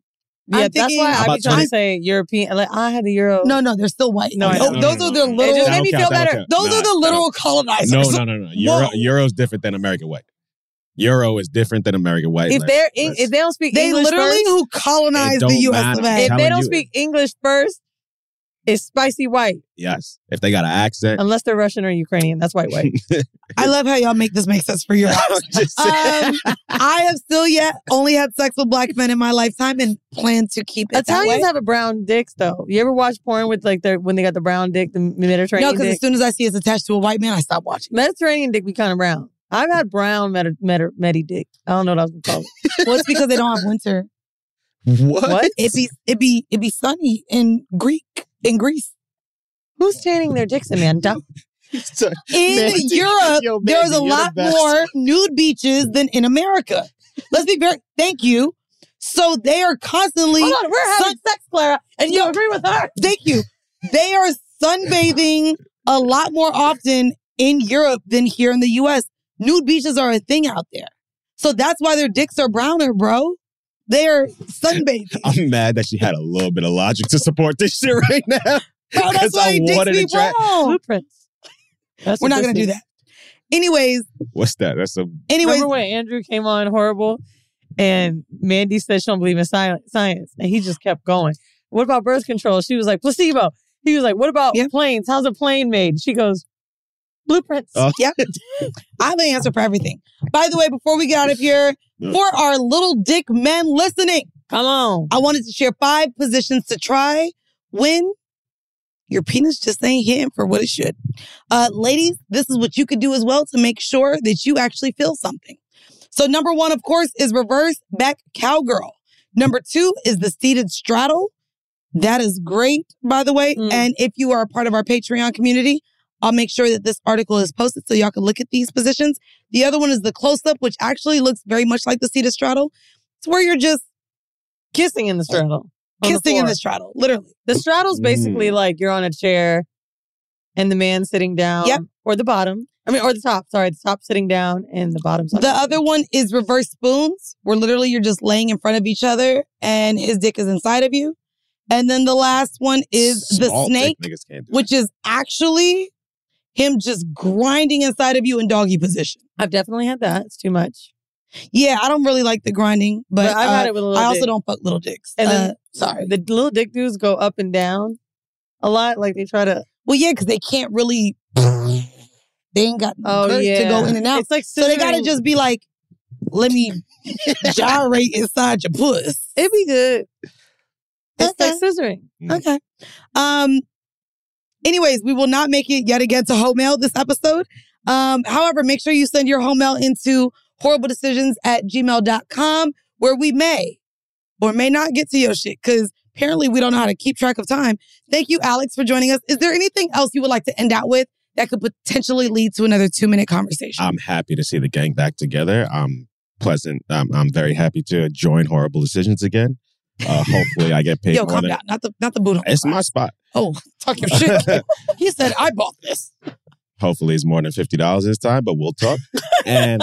[SPEAKER 3] Yeah,
[SPEAKER 2] I'm
[SPEAKER 3] that's
[SPEAKER 2] thinking,
[SPEAKER 3] why I
[SPEAKER 4] About
[SPEAKER 3] be trying
[SPEAKER 4] 20
[SPEAKER 3] to say European. Like I had the Euro.
[SPEAKER 2] No, no, they're still white.
[SPEAKER 3] No, I
[SPEAKER 2] Tho-
[SPEAKER 3] know.
[SPEAKER 2] those are their
[SPEAKER 3] no, no.
[SPEAKER 2] little.
[SPEAKER 3] It
[SPEAKER 4] That
[SPEAKER 3] just made
[SPEAKER 4] don't
[SPEAKER 3] me
[SPEAKER 4] count,
[SPEAKER 3] feel
[SPEAKER 4] that don't
[SPEAKER 3] better.
[SPEAKER 4] count.
[SPEAKER 2] Those
[SPEAKER 4] Nah,
[SPEAKER 2] are the literal
[SPEAKER 3] [laughs]
[SPEAKER 2] colonizers.
[SPEAKER 4] No, no, no, no. Euro,
[SPEAKER 2] Whoa.
[SPEAKER 4] Euro's different than American white. Euro is different than American white.
[SPEAKER 3] If
[SPEAKER 4] Like,
[SPEAKER 3] they're in,
[SPEAKER 4] let's-
[SPEAKER 3] if they don't speak
[SPEAKER 2] They
[SPEAKER 3] English
[SPEAKER 2] literally
[SPEAKER 3] first,
[SPEAKER 2] who colonized
[SPEAKER 4] It don't
[SPEAKER 2] the U.S.
[SPEAKER 4] matter.
[SPEAKER 2] of A.
[SPEAKER 3] if they
[SPEAKER 4] telling
[SPEAKER 3] don't
[SPEAKER 4] you-
[SPEAKER 3] speak English first, it's spicy white
[SPEAKER 4] yes, if they got an accent, [laughs]
[SPEAKER 3] unless they're Russian or Ukrainian. That's white white.
[SPEAKER 2] I love how y'all make this make sense for your house.
[SPEAKER 4] Just-
[SPEAKER 2] [laughs] Um, I have still yet only had sex with black men in my lifetime and plan to keep it that way.
[SPEAKER 3] Italians have a brown dicks though. You ever watch porn with like their when they got the brown dick, the Mediterranean?
[SPEAKER 2] no, because as
[SPEAKER 3] dick?
[SPEAKER 2] soon as I see it's attached to a white man, I stop watching.
[SPEAKER 3] Mediterranean dick be kind of brown. I've had brown medi, medi, medi dick. I don't know what I was gonna [laughs] call it.
[SPEAKER 2] Well, it's because they don't have winter.
[SPEAKER 3] [laughs]
[SPEAKER 4] what?
[SPEAKER 3] What?
[SPEAKER 2] It be it be it be sunny in Greek in Greece.
[SPEAKER 3] Who's tanning their dicks, Amanda?
[SPEAKER 4] So-
[SPEAKER 2] In
[SPEAKER 4] Mandy,
[SPEAKER 2] Europe,
[SPEAKER 4] yo,
[SPEAKER 2] there's a
[SPEAKER 4] Mandy, you're the
[SPEAKER 2] lot
[SPEAKER 4] best.
[SPEAKER 2] more nude beaches than in America. Let's be very thank you. So they are constantly
[SPEAKER 3] Hold on, we're having sex, Clara, and you agree with her.
[SPEAKER 2] Thank you. They are sunbathing a lot more often in Europe than here in the US. Nude beaches are a thing out there. So that's why their dicks are browner, bro. They're sunbathing.
[SPEAKER 4] I'm mad that she had a little bit of logic to support this shit right now. [laughs]
[SPEAKER 2] Bro,
[SPEAKER 4] 'Cause
[SPEAKER 2] Oh, that's why
[SPEAKER 4] I
[SPEAKER 2] dicks
[SPEAKER 4] wanted
[SPEAKER 2] be
[SPEAKER 4] to try-
[SPEAKER 2] brown.
[SPEAKER 3] Blueprints. That's
[SPEAKER 2] We're
[SPEAKER 3] what
[SPEAKER 2] not
[SPEAKER 3] this
[SPEAKER 2] gonna do
[SPEAKER 3] is.
[SPEAKER 2] that. Anyways,
[SPEAKER 4] What's that? That's a
[SPEAKER 2] anyways,
[SPEAKER 3] Remember when Andrew came on horrible and Mandy said she don't believe in sci- science and he just kept going. What about birth control? She was like, placebo. He was like, what about
[SPEAKER 2] Yeah.
[SPEAKER 3] planes? How's a plane made? She goes, blueprints.
[SPEAKER 4] Oh.
[SPEAKER 2] Yep. I have an answer for everything. By the way, before we get out of here, for our little dick men listening,
[SPEAKER 3] Come on.
[SPEAKER 2] I wanted to share five positions to try when your penis just ain't hitting for what it should. Uh, ladies, this is what you could do as well to make sure that you actually feel something. So, number one, of course, is reverse back cowgirl. Number two is the seated straddle. That is great, by the way.
[SPEAKER 3] Mm.
[SPEAKER 2] And if you are a part of our Patreon community, I'll make sure that this article is posted so y'all can look at these positions. The other one is the close up, which actually looks very much like the seated straddle. It's where you're just
[SPEAKER 3] kissing in the straddle. on the
[SPEAKER 2] Kissing in
[SPEAKER 3] floor.
[SPEAKER 2] the straddle, literally.
[SPEAKER 3] The straddle's basically like you're on a chair and the man sitting down. Yep. Or the bottom. I mean, or the top. Sorry, the top sitting down and the bottom's on
[SPEAKER 2] The other one is reverse spoons, where literally you're just laying in front of each other and his dick is inside of you. And then the last one is the
[SPEAKER 4] Small dick
[SPEAKER 2] snake,
[SPEAKER 4] niggas can't do
[SPEAKER 2] which is actually him just grinding inside of you in doggy position.
[SPEAKER 3] I've definitely had that. It's too much.
[SPEAKER 2] Yeah, I don't really like the grinding, but,
[SPEAKER 3] I've had
[SPEAKER 2] uh,
[SPEAKER 3] it with a little
[SPEAKER 2] I also
[SPEAKER 3] dick.
[SPEAKER 2] don't fuck little dicks.
[SPEAKER 3] And then,
[SPEAKER 2] Uh, sorry.
[SPEAKER 3] The little dick dudes go up and down a lot. Like they try to.
[SPEAKER 2] Well, yeah, because they can't really. They ain't got
[SPEAKER 3] Oh,
[SPEAKER 2] girth
[SPEAKER 3] yeah.
[SPEAKER 2] to go in and out.
[SPEAKER 3] It's like
[SPEAKER 2] so they gotta
[SPEAKER 3] scissoring.
[SPEAKER 2] just be like, let me gyrate inside your puss.
[SPEAKER 3] It'd be good. It's like scissoring.
[SPEAKER 2] Okay. Um. Anyways, we will not make it yet again to home mail this episode. Um, however, make sure you send your home mail into horribledecisions at gmail.com where we may or may not get to your shit because apparently we don't know how to keep track of time. Thank you, Alex, for joining us. Is there anything else you would like to end out with that could potentially lead to another two minute conversation?
[SPEAKER 4] I'm happy to see the gang back together. I'm pleasant. I'm, I'm very happy to join Horrible Decisions again.
[SPEAKER 2] [laughs]
[SPEAKER 4] Uh, hopefully, I get paid.
[SPEAKER 2] Yo,
[SPEAKER 4] more
[SPEAKER 2] calm
[SPEAKER 4] than-
[SPEAKER 2] down. Not the not the boot on.
[SPEAKER 4] It's my spot.
[SPEAKER 2] Oh, talk your shit.
[SPEAKER 4] [laughs]
[SPEAKER 2] kid. he said I bought this.
[SPEAKER 4] Hopefully, it's more than fifty dollars this time, but we'll talk.
[SPEAKER 2] [laughs]
[SPEAKER 4] and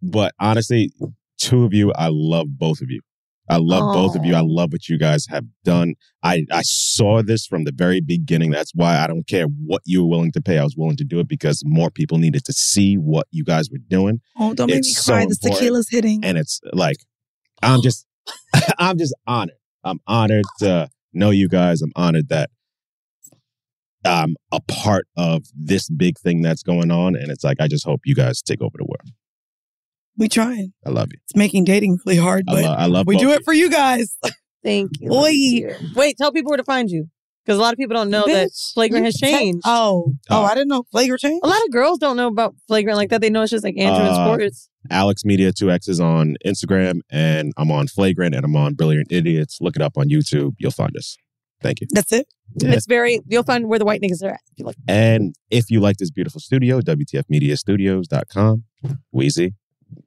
[SPEAKER 4] but honestly, two of you, I love both of you. I love both of you. I love what you guys have done. I I saw this from the very beginning. That's why I don't care what you were willing to pay. I was willing to do it because more people needed to see what you guys were doing.
[SPEAKER 2] Oh, don't make
[SPEAKER 4] It's
[SPEAKER 2] me
[SPEAKER 4] so
[SPEAKER 2] cry. This
[SPEAKER 4] important.
[SPEAKER 2] tequila's hitting.
[SPEAKER 4] And it's uh, like, I'm just, [laughs] I'm just honored. I'm honored to know you guys. I'm honored that I'm a part of this big thing that's going on. And it's like, I just hope you guys take over the world.
[SPEAKER 2] We trying.
[SPEAKER 4] I love you.
[SPEAKER 2] It's making dating really hard,
[SPEAKER 4] I
[SPEAKER 2] but
[SPEAKER 4] lo- I love
[SPEAKER 2] we
[SPEAKER 4] both
[SPEAKER 2] do
[SPEAKER 4] of
[SPEAKER 2] it for you guys. [laughs]
[SPEAKER 3] Thank you.
[SPEAKER 2] Boy,
[SPEAKER 3] Wait, tell people where to find you. Because a lot of people don't know that
[SPEAKER 2] Bitch, you
[SPEAKER 3] Flagrant has
[SPEAKER 2] text-
[SPEAKER 3] changed.
[SPEAKER 2] oh,
[SPEAKER 4] Uh,
[SPEAKER 2] oh, I didn't know Flagrant changed.
[SPEAKER 3] A lot of girls don't know about Flagrant like that. They know it's just like Andrew and
[SPEAKER 4] Uh,
[SPEAKER 3] Sports.
[SPEAKER 4] Alex Media 2X is on Instagram and I'm on Flagrant and I'm on Brilliant Idiots. Look it up on YouTube. You'll find us. Thank you.
[SPEAKER 2] That's it.
[SPEAKER 3] It's very, you'll find where the white niggas are at. If you look.
[SPEAKER 4] And if you like this beautiful studio, WTFmediastudios.com. Wheezy,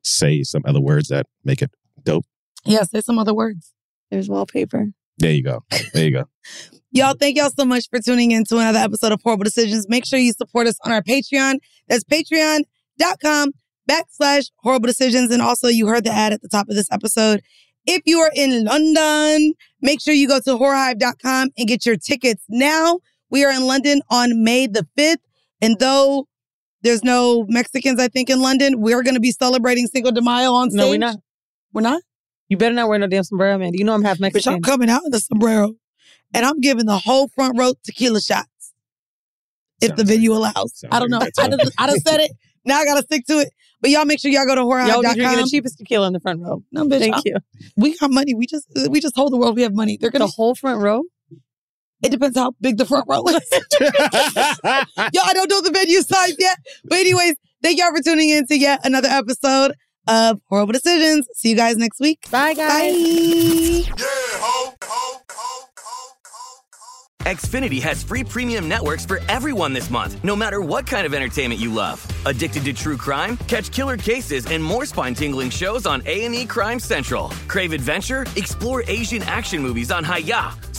[SPEAKER 4] say some other words that make it dope.
[SPEAKER 2] Yeah, say some other words.
[SPEAKER 3] There's wallpaper.
[SPEAKER 4] There you go. There you go.
[SPEAKER 2] Y'all, thank y'all so much for tuning in to another episode of Horrible Decisions. Make sure you support us on our Patreon. That's patreon.com backslash horrible decisions. And also, you heard the ad at the top of this episode. If you are in London, make sure you go to horrorhive.com and get your tickets now. We are in London on May the 5th. And though there's no Mexicans, I think, in London, we're going to be celebrating Cinco de Mayo on stage.
[SPEAKER 3] No, we're not.
[SPEAKER 2] We're not?
[SPEAKER 3] You better not wear no damn sombrero, man. You know I'm half
[SPEAKER 2] Bitch,
[SPEAKER 3] Mexican.
[SPEAKER 2] I'm coming out in the sombrero, and I'm giving the whole front row tequila shots if the venue allows. I don't know. I done, I done
[SPEAKER 3] [laughs]
[SPEAKER 2] said it. Now I gotta stick to it. But y'all make sure y'all go to
[SPEAKER 3] Y'all be drinking
[SPEAKER 2] horrorhouse.com.
[SPEAKER 3] the cheapest tequila in the front row.
[SPEAKER 2] No, bitch.
[SPEAKER 3] Thank
[SPEAKER 2] I'm-
[SPEAKER 3] you.
[SPEAKER 2] We got money. We just we just hold the world. We have money. They're gonna
[SPEAKER 3] The [laughs] whole front row.
[SPEAKER 2] It depends how big the front
[SPEAKER 3] [laughs]
[SPEAKER 2] row is.
[SPEAKER 4] [laughs]
[SPEAKER 2] Yo, I don't know the venue size yet. But anyways, thank y'all for tuning in to yet another episode of Horrible Decisions. See you guys next week.
[SPEAKER 3] Bye guys.
[SPEAKER 2] Bye.
[SPEAKER 8] Xfinity has free premium networks for everyone this month, no matter what kind of entertainment you love. Addicted to true crime? Catch killer cases and more spine-tingling shows on A&E Crime Central. Crave adventure? Explore Asian action movies on Hayah.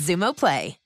[SPEAKER 12] Zumo Play.